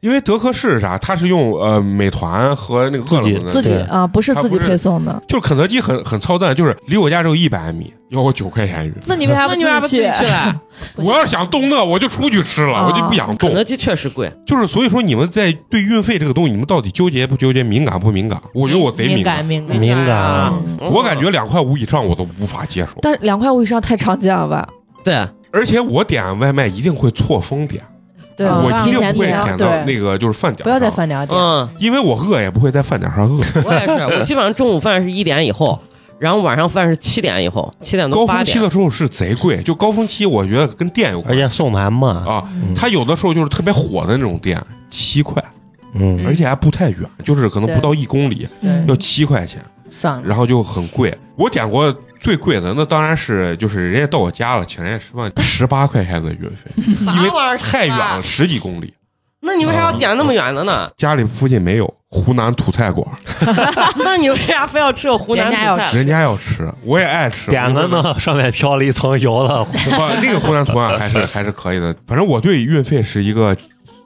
Speaker 1: 因为德克士是啥？它是用呃美团和那个饿了么的
Speaker 4: 自己
Speaker 5: 对
Speaker 4: 啊，不是
Speaker 1: 它
Speaker 4: 自己
Speaker 1: 不是
Speaker 4: 配送的。
Speaker 1: 就是肯德基很很操蛋，就是离我家只有一百米，要我九块钱一个。
Speaker 4: 那你为啥
Speaker 2: 那你为啥不自己去嘞？
Speaker 4: 不行
Speaker 1: 我要是想动那，我就出去吃了，
Speaker 4: 啊
Speaker 1: 我就不想
Speaker 2: 肯
Speaker 1: 动
Speaker 2: 德。基确实贵，
Speaker 1: 就是所以说，你们在对运费这个东西，你们到底纠结不纠结，敏感不敏感？我觉得我贼
Speaker 3: 敏
Speaker 1: 感，
Speaker 3: 敏
Speaker 5: 敏感啊
Speaker 4: 嗯
Speaker 1: 我感觉两块五以上我都无法接受。
Speaker 4: 但是两块五以上太常见了吧？
Speaker 2: 对，
Speaker 1: 而且我点外卖一定会错峰点，
Speaker 3: 对，
Speaker 4: 啊
Speaker 1: 我一定
Speaker 4: 提前
Speaker 1: 会
Speaker 4: 点
Speaker 1: 点到
Speaker 3: 对
Speaker 1: 那个就是饭点
Speaker 3: 不要在
Speaker 1: 上，
Speaker 3: 饭点点。
Speaker 2: 嗯。
Speaker 1: 因为我饿也不会在饭点上饿。
Speaker 2: 我也是，我基本上中午饭是一点以后，然后晚上饭是七点以后，七点到
Speaker 1: 高
Speaker 2: 八
Speaker 1: 峰期
Speaker 2: 点。
Speaker 1: 的时候是贼贵，就高峰期我觉得跟店有
Speaker 5: 而
Speaker 1: 关
Speaker 5: 且送的还慢，
Speaker 1: 啊，
Speaker 5: 嗯
Speaker 1: 它有的时候就是特别火的那种店，七块，
Speaker 5: 嗯，
Speaker 1: 而且还不太远，就是可能
Speaker 3: 对
Speaker 1: 不到一公里，
Speaker 4: 嗯
Speaker 3: 对
Speaker 1: 要七块钱，
Speaker 3: 算了，
Speaker 1: 然后就很贵。我点过最贵的，那当然是就是人家到我家了，请人家吃饭，十八块钱的运费，
Speaker 2: 啥
Speaker 1: 因为
Speaker 2: 玩意儿？
Speaker 1: 太远了，。十几公里，
Speaker 2: 那你为啥要点那么远的呢？
Speaker 1: 家里附近没有湖南土菜馆，
Speaker 2: 那你为啥非要吃个湖南
Speaker 3: 人家要
Speaker 2: 土菜？
Speaker 1: 人家要吃，我也爱吃，
Speaker 5: 点
Speaker 1: 我
Speaker 5: 个
Speaker 1: 说
Speaker 5: 呢，上面飘了一层油的，
Speaker 1: 不，那个湖南图啊案还是还是可以的。反正我对运费是一个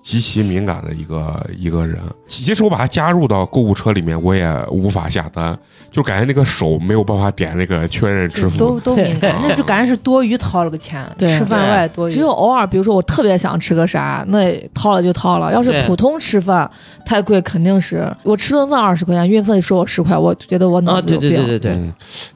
Speaker 1: 极其敏感的一个一个人。其实我把它加入到购物车里面，我也无法下单，就感觉那个手没有办法点那个确认支付
Speaker 3: 都。都敏感，那就感觉是多余掏了个钱，
Speaker 4: 对
Speaker 3: 吃饭外多余。
Speaker 4: 只有偶尔，比如说我特别想吃个啥，那掏了就掏了。要是
Speaker 2: 对
Speaker 4: 普通吃饭太贵，肯定是我吃顿饭二十块钱，运费收我十块，我觉得我脑
Speaker 2: 啊，
Speaker 4: 子
Speaker 2: 对对
Speaker 4: 有病。
Speaker 2: 对对对，
Speaker 1: 嗯，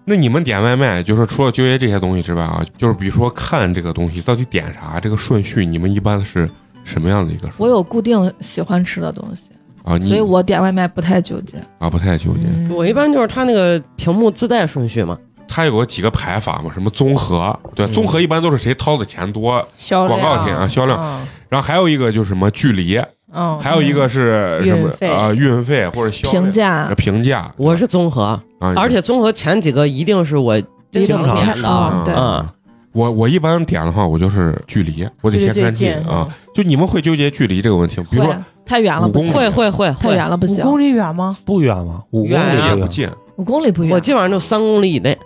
Speaker 1: 那你们点外卖，就是除了纠结这些东西之外啊，就是比如说看这个东西到底点啥，这个顺序，你们一般是什么样的一个顺序？
Speaker 4: 我有固定喜欢吃的东西，
Speaker 1: 啊，你
Speaker 4: 所以我点外卖不太纠结。
Speaker 1: 啊不太纠结。
Speaker 4: 嗯
Speaker 2: 我一般就是它那个屏幕自带顺序嘛。
Speaker 1: 它有几个排法嘛，什么综合，对，
Speaker 5: 嗯
Speaker 1: 综合一般都是谁掏的钱多，
Speaker 3: 销量
Speaker 1: 广告钱啊销量
Speaker 3: 嗯
Speaker 1: 然后还有一个就是什么距离，
Speaker 3: 嗯，
Speaker 1: 还有一个是什么
Speaker 3: 运费
Speaker 1: 呃运费或者销量
Speaker 4: 评价
Speaker 1: 呃评价，
Speaker 2: 我是综合，
Speaker 1: 啊，
Speaker 2: 而且综合前几个一定是我经
Speaker 4: 一定
Speaker 2: 常
Speaker 5: 不
Speaker 2: 点
Speaker 4: 看
Speaker 2: 的。
Speaker 4: 啊对
Speaker 2: 啊，
Speaker 1: 我我一般点的话，我就是距离，我得
Speaker 3: 距离
Speaker 1: 先
Speaker 3: 最
Speaker 1: 看
Speaker 3: 近
Speaker 1: 啊。，就你们会纠结距离这个问题吗，比如
Speaker 4: 会啊
Speaker 1: 说
Speaker 4: 太远了不
Speaker 1: 五
Speaker 4: 行
Speaker 1: 公，
Speaker 2: 会会会
Speaker 4: 太
Speaker 2: 会
Speaker 4: 远，了不
Speaker 3: 嗯五
Speaker 4: 行，
Speaker 3: 公里远吗？
Speaker 5: 不远吗？五公
Speaker 2: 远啊
Speaker 1: 也
Speaker 5: 里
Speaker 1: 不近，
Speaker 4: 五公里不远。
Speaker 2: 我基本上就三公里以内。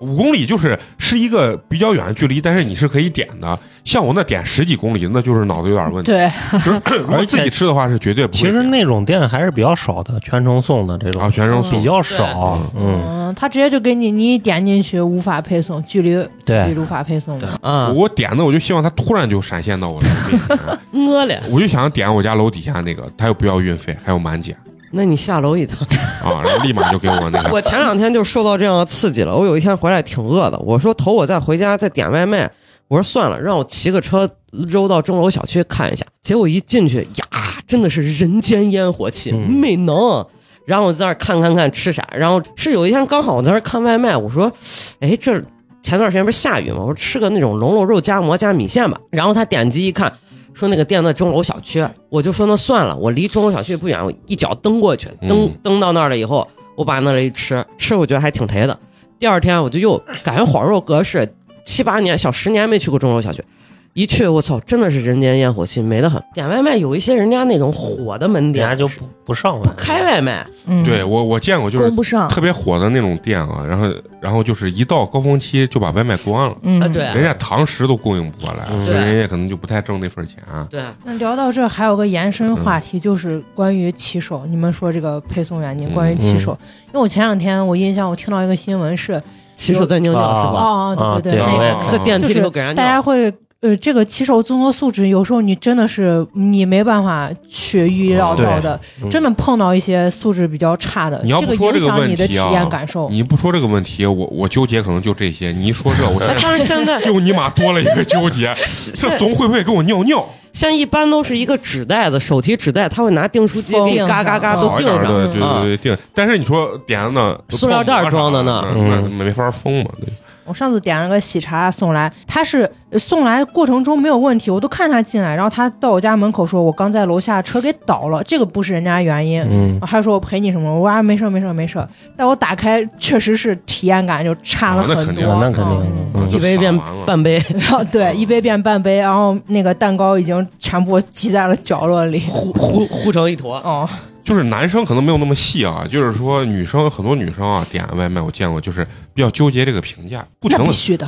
Speaker 1: 五公里就是是一个比较远的距离，但是你是可以点的。像我那点十几公里，那就是脑子有点问题。
Speaker 3: 对，
Speaker 1: 就是如果
Speaker 5: 而且
Speaker 1: 自己吃的话，是绝对不会
Speaker 5: 其
Speaker 1: 点
Speaker 5: 实
Speaker 1: 的。
Speaker 5: 那种店还是比较少的，全程送的这
Speaker 1: 啊，
Speaker 5: 种
Speaker 1: 全程送
Speaker 5: 比较少。嗯，
Speaker 3: 嗯，他直接就给你，你一点进去无法配送，距离
Speaker 5: 对
Speaker 3: 自己无法配送的。
Speaker 2: 啊，
Speaker 1: 我点的，我就希望它突然就闪现到我的面前，
Speaker 2: 我嘞，
Speaker 1: 我就想点我家楼底下那个，它又不要运费，还有满减。
Speaker 2: 那你下楼一趟。
Speaker 1: 啊，然后立马就给我那个
Speaker 2: 我前两天就受到这样的刺激了。我有一天回来挺饿的，我说头我再回家再点外卖，我说算了，让我骑个车溜到钟楼小区看一下。结果一进去呀，真的是人间烟火气，
Speaker 5: 嗯
Speaker 2: 没能。然后我在那儿看看看吃啥，然后是有一天刚好我在那儿看外卖，我说，哎，这前段时间不是下雨吗？我说吃个那种龙肉肉夹馍加米线吧。然后他点击一看，说那个店在钟楼小区，啊我就说那算了，我离钟楼小区不远，我一脚蹬过去，蹬
Speaker 1: 嗯
Speaker 2: 蹬到那儿了以后，我把那儿一吃，吃我觉得还挺忒的。第二天我就又感觉恍若隔世，七八年小十年没去过钟楼小区，一去我操，真的是人间烟火气，美得很。点外卖有一些人家那种火的门
Speaker 5: 人
Speaker 2: 店，
Speaker 5: 家就不不上
Speaker 2: 不
Speaker 5: 了。
Speaker 2: 开外卖，
Speaker 4: 嗯，
Speaker 1: 对，我我见过，就是
Speaker 4: 供不 上，
Speaker 1: 特别火的那种店啊，然后然后就是一到高峰期就把外卖关了，
Speaker 4: 嗯，
Speaker 2: 啊对
Speaker 1: 人家堂食都供应不过来，
Speaker 5: 嗯
Speaker 1: 所以
Speaker 2: 对
Speaker 1: 人家可能就不太挣那份钱啊。
Speaker 2: 对，
Speaker 3: 那聊到这儿还有个延伸话题，就是关于骑手。你们说这个配送员，你
Speaker 1: 嗯
Speaker 3: 关于骑手，因为我前两天我印象我听到一个新闻是，
Speaker 2: 骑手在尿尿是吧？
Speaker 3: 哦
Speaker 5: 啊
Speaker 3: 哦对
Speaker 5: 对
Speaker 3: 那
Speaker 5: 我也
Speaker 3: 个
Speaker 5: 看
Speaker 2: 在电梯里头给人
Speaker 3: 大
Speaker 2: 家
Speaker 3: 家
Speaker 2: 尿，
Speaker 3: 会呃，这个骑手综合素质，有时候你真的是嗯你没办法去预料到的，
Speaker 5: 对嗯
Speaker 3: 真的碰到一些素质比较差的，
Speaker 1: 你要不说
Speaker 3: 这
Speaker 1: 这
Speaker 3: 个
Speaker 1: 个
Speaker 3: 影响你的体
Speaker 1: 问题啊
Speaker 3: 验感
Speaker 2: 哦
Speaker 3: 受。
Speaker 1: 你不说这个问题，我我纠结可能就这些。你一说这，我现
Speaker 2: 哎
Speaker 1: 在
Speaker 2: 但是现在
Speaker 1: 又尼玛多了一个纠 结，这
Speaker 2: 现
Speaker 1: 总会不会给我尿尿？
Speaker 2: 现在一般都是一个纸袋子，手提纸袋，他会拿订书机给你
Speaker 4: 封
Speaker 2: 嘎嘎嘎都
Speaker 1: 好
Speaker 2: 订
Speaker 1: 点儿
Speaker 2: 上，
Speaker 1: 哦的，对
Speaker 2: 啊
Speaker 1: 对对，定。但是你说点呢，
Speaker 2: 塑料袋儿装的呢
Speaker 1: 那
Speaker 5: 嗯
Speaker 1: 那没法封嘛。对
Speaker 3: 我上次点了个喜茶送来，他是呃送来过程中没有问题，我都看他进来，然后他到我家门口说，我刚在楼下车给倒了，这个不是人家原因。
Speaker 5: 嗯，
Speaker 3: 还说我赔你什么？我说啊，没事儿没事儿没事儿。但我打开确实是体验感就差了
Speaker 1: 啊那肯
Speaker 3: 很多
Speaker 1: 定，
Speaker 5: 那肯定
Speaker 3: 嗯
Speaker 5: 嗯
Speaker 1: 嗯就
Speaker 2: 一杯变
Speaker 1: 撒完了
Speaker 2: 半杯，
Speaker 3: 然后对，一杯变半杯，然后那个蛋糕已经全部挤在了角落里。
Speaker 1: 哦
Speaker 2: 糊糊糊成一坨。
Speaker 3: 哦，
Speaker 1: 就是男生可能没有那么细啊，就是说女生很多女生啊点外卖，我见过就是比较纠结这个评价，不停
Speaker 3: 那
Speaker 1: 的
Speaker 3: 必须的。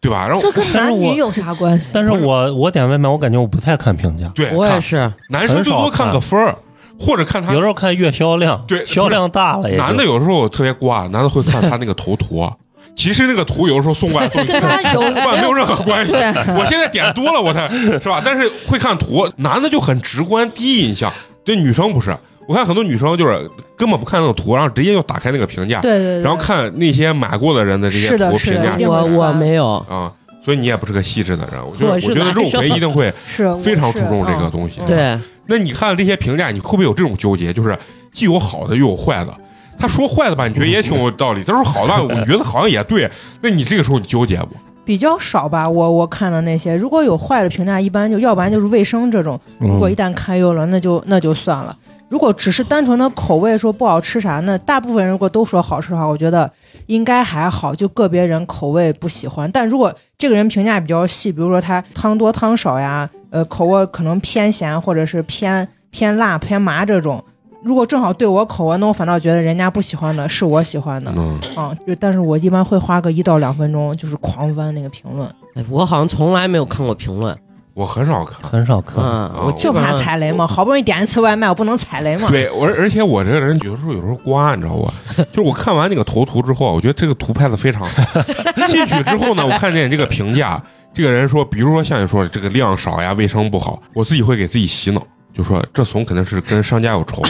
Speaker 1: 对吧？然后
Speaker 4: 这跟 男
Speaker 5: 但
Speaker 4: 女
Speaker 5: 是
Speaker 4: 有啥关 系？
Speaker 5: 但是我我点外卖，我感觉我不太看评价，
Speaker 1: 对，
Speaker 2: 我也
Speaker 1: 看
Speaker 2: 是，
Speaker 1: 男生最多
Speaker 5: 很少
Speaker 1: 看
Speaker 5: 看
Speaker 1: 个分儿，或者看他
Speaker 5: 有时候看月销量，
Speaker 1: 对
Speaker 5: 销量大了也哎就
Speaker 1: 男的，有时候特别瓜，男的会看他那个头图啊。其实那个图有时候送过来跟
Speaker 4: 跟他有
Speaker 1: 没有任何关系。我现在点多了，我才是吧？但是会看图，男的就很直观，第一印象。对女生不是，我看很多女生就是根本不看那个图，然后直接就打开那个评价，
Speaker 4: 对对
Speaker 1: 然后看那些买过的人的这些
Speaker 3: 是的
Speaker 1: 图
Speaker 3: 是的
Speaker 1: 评价
Speaker 3: 一定
Speaker 2: 我
Speaker 3: 会
Speaker 2: 我
Speaker 3: 翻
Speaker 2: 没有，
Speaker 1: 啊。所以你也不是个细致的人，我觉得
Speaker 2: 我
Speaker 1: 我
Speaker 2: 是
Speaker 1: 觉得
Speaker 2: 男
Speaker 1: 肉魁
Speaker 2: 生
Speaker 1: 一定会
Speaker 3: 是我
Speaker 1: 非常
Speaker 3: 是
Speaker 1: 注重这个
Speaker 3: 嗯
Speaker 1: 东西。
Speaker 2: 对，
Speaker 1: 那你看这些评价，你会不会有这种纠结？就是既有好的又有坏的。他说坏的吧，你觉得也挺有道理；他说好的，我觉得好像也对。那你这个时候你纠结不？
Speaker 3: 比较少吧。我我看的那些，如果有坏的评价，一般就要不然就是卫生这种。如果一
Speaker 5: 嗯
Speaker 3: 旦堪忧了，那就那就算了。如果只是单纯的口味说不好吃啥，那大部分人如果都说好吃的话，我觉得应该还好，就个别人口味不喜欢。但如果这个人评价比较细，比如说他汤多汤少呀，呃，口味可能偏咸或者是偏偏辣偏麻这种，如果正好对我口味，那我反倒觉得人家不喜欢的是我喜欢的，
Speaker 1: 嗯，
Speaker 3: 啊、就但是我一般会花个一到两分钟，就是狂翻那个评
Speaker 1: 哦
Speaker 3: 论，
Speaker 2: 哎我好像从来没有看过评论
Speaker 1: 我很少看。
Speaker 5: 很少看，
Speaker 2: 啊，
Speaker 1: 哦
Speaker 2: 我基
Speaker 3: 就
Speaker 2: 本
Speaker 3: 怕
Speaker 2: 上
Speaker 3: 踩雷嘛。好不容易点一次外卖，我不能踩雷嘛。
Speaker 1: 对，我而且我这个人有时候有时候瓜，你知道吧？就是我看完那个头图之后啊，我觉得这个图拍的非常好。进去之后呢，我看见这个评价，这个人说，比如说像你说的这个量少呀，卫生不好，我自己会给自己洗脑，就说这怂肯定是跟商家有仇，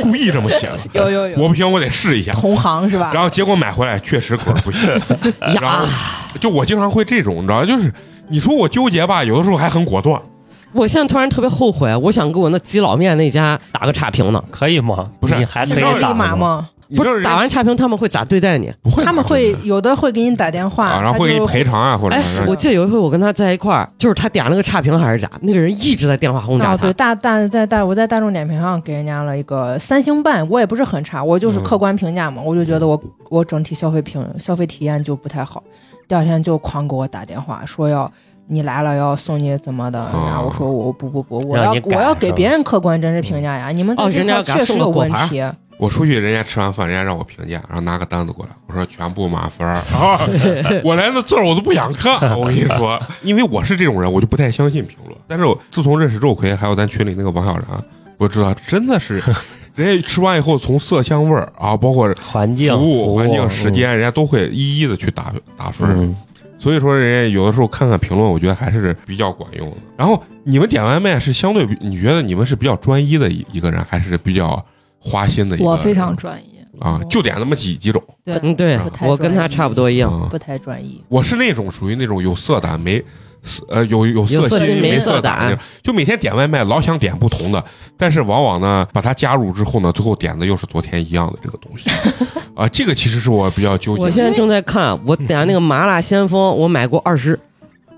Speaker 1: 故意这么写的。
Speaker 4: 有有有
Speaker 1: 我不行，我得试一下。
Speaker 3: 同行是吧？
Speaker 1: 然后结果买回来确实口儿不行，然
Speaker 2: 呀
Speaker 1: 后，就我经常会这种，你知道，就是你说我纠结吧，有的时候还很果断，
Speaker 2: 我现在突然特别后悔，啊我想给我那鸡老面那家打个差评呢。
Speaker 5: 可以吗？
Speaker 1: 不是
Speaker 5: 你还
Speaker 3: 你
Speaker 5: 可
Speaker 3: 知
Speaker 5: 以
Speaker 3: 道立
Speaker 5: 打
Speaker 3: 马
Speaker 5: 吗？
Speaker 3: 吗？
Speaker 1: 你
Speaker 2: 不
Speaker 1: 知道
Speaker 2: 是
Speaker 1: 人家
Speaker 2: 打完差评他们会咋对待你？
Speaker 1: 不会
Speaker 3: 他们
Speaker 1: 打
Speaker 3: 会
Speaker 1: 的
Speaker 3: 有的会给你打电话，
Speaker 1: 啊，然后会给你
Speaker 3: 他就
Speaker 1: 赔偿啊，或者
Speaker 2: 哎
Speaker 1: 啥的
Speaker 2: 我记得有一回我跟他在一块儿，就是他点了个差评还是咋，那个人一直在电话轰炸
Speaker 3: 啊，对大
Speaker 2: 他。
Speaker 3: 大在大我在大众点评上给人家了一个三星半，我也不是很差，我就是
Speaker 2: 嗯
Speaker 3: 客观评价嘛，我就觉得我我整体消费评消费体验就不太好，第二天就狂给我打电话说要你来了要送你怎么的，
Speaker 1: 哦
Speaker 3: 然后我说我不不不，我
Speaker 5: 让
Speaker 3: 要
Speaker 5: 你
Speaker 3: 我
Speaker 5: 改
Speaker 3: 要
Speaker 5: 是
Speaker 3: 给
Speaker 5: 吧
Speaker 3: 别人客观真实评价呀，你们在
Speaker 2: 哦
Speaker 3: 这
Speaker 2: 人家
Speaker 3: 块
Speaker 2: 要给他
Speaker 3: 确实
Speaker 2: 送个
Speaker 3: 有
Speaker 2: 果
Speaker 3: 问
Speaker 2: 盘
Speaker 3: 题，嗯
Speaker 1: 我出去，人家吃完饭，人家让我评价，然后拿个单子过来，我说全部满分儿。啊，我连那字儿我都不想看，我跟你说，因为我是这种人，我就不太相信评论。但是我自从认识周奎，还有咱群里那个王小然，我知道真的是，人家吃完以后从色香味儿啊，包括
Speaker 5: 环境、
Speaker 1: 服务、环境、
Speaker 5: 嗯
Speaker 1: 时，间，人家都会一一的去打打分儿。
Speaker 5: 嗯，
Speaker 1: 所以说，人家有的时候看看评论，我觉得还是比较管用的。然后你们点外卖是相对比，你觉得你们是比较专一的一一个人，还是比较花心的一个人？
Speaker 4: 我非常专业，
Speaker 1: 啊，就点那么几几种。
Speaker 3: 对
Speaker 2: 嗯，对
Speaker 1: 不
Speaker 3: 太
Speaker 2: 我跟他差不多一样。
Speaker 1: 嗯
Speaker 3: 不太专一。
Speaker 1: 我是那种属于那种有色胆没色呃有有
Speaker 2: 有色
Speaker 1: 心
Speaker 2: 心
Speaker 1: 没
Speaker 2: 没
Speaker 1: 色
Speaker 2: 色
Speaker 1: 胆
Speaker 2: 胆
Speaker 1: 那种，就每天点外卖老想点不同的，但是往往呢把它加入之后呢，最后点的又是昨天一样的这个东西 啊，这个其实是我比较纠结的。
Speaker 2: 我现在正在看，我点那个麻辣先锋，我买过二十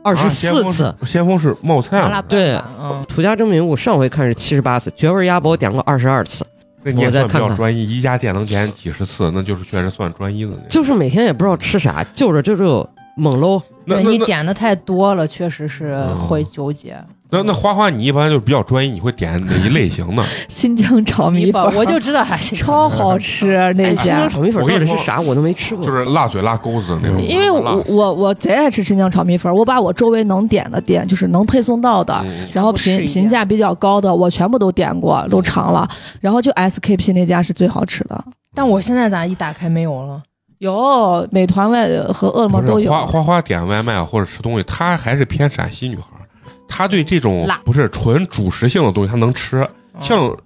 Speaker 2: 二十四次。
Speaker 1: 啊先锋是先锋是冒菜嘛
Speaker 3: 麻辣，
Speaker 2: 对
Speaker 3: 拌饭嗯，
Speaker 2: 土家蒸饼，我上回看是七十八次，绝味鸭脖点过二十二次，
Speaker 1: 那你也
Speaker 2: 我再
Speaker 1: 算比
Speaker 2: 看
Speaker 1: 较
Speaker 2: 看
Speaker 1: 专一，一家店能点几十次，那就是确实算专一的那种。
Speaker 2: 就是每天也不知道吃啥，就着就着猛搂，
Speaker 1: 那
Speaker 3: 对
Speaker 1: 那
Speaker 3: 你
Speaker 1: 那
Speaker 3: 点的太多了，确实是
Speaker 2: 哦
Speaker 3: 会纠结。
Speaker 1: 那那花花，你一般就是比较专一，你会点哪一类 型呢？
Speaker 4: 新疆
Speaker 2: 哦
Speaker 4: 炒米粉，
Speaker 3: 我就知道还是
Speaker 4: 超好 吃那
Speaker 2: 哎，新疆
Speaker 4: 家。
Speaker 2: 炒米粉
Speaker 1: 我跟
Speaker 2: 到
Speaker 1: 你
Speaker 2: 底是
Speaker 1: 说
Speaker 2: 啥？我都没吃过。
Speaker 1: 就是辣嘴辣钩子的那种。
Speaker 4: 因为
Speaker 1: 辣
Speaker 4: 我我我贼爱吃新疆炒米粉，我把我周围能点的店，就是能配送到的，
Speaker 1: 嗯
Speaker 4: 然后
Speaker 3: 我试
Speaker 4: 评
Speaker 3: 一遍
Speaker 4: 评价比较高的，我全部都点过，都尝了。然后就 SKP 那家是最好吃的，
Speaker 3: 但我现在咋一打开没有了？
Speaker 4: 有美团外和饿了么
Speaker 1: 不
Speaker 4: 都
Speaker 1: 是
Speaker 4: 有。
Speaker 1: 花花花点外卖啊或者吃东西，她还是偏陕西女孩儿，她对这种
Speaker 2: 辣
Speaker 1: 不是纯主食性的东西她能吃，
Speaker 3: 嗯
Speaker 1: 像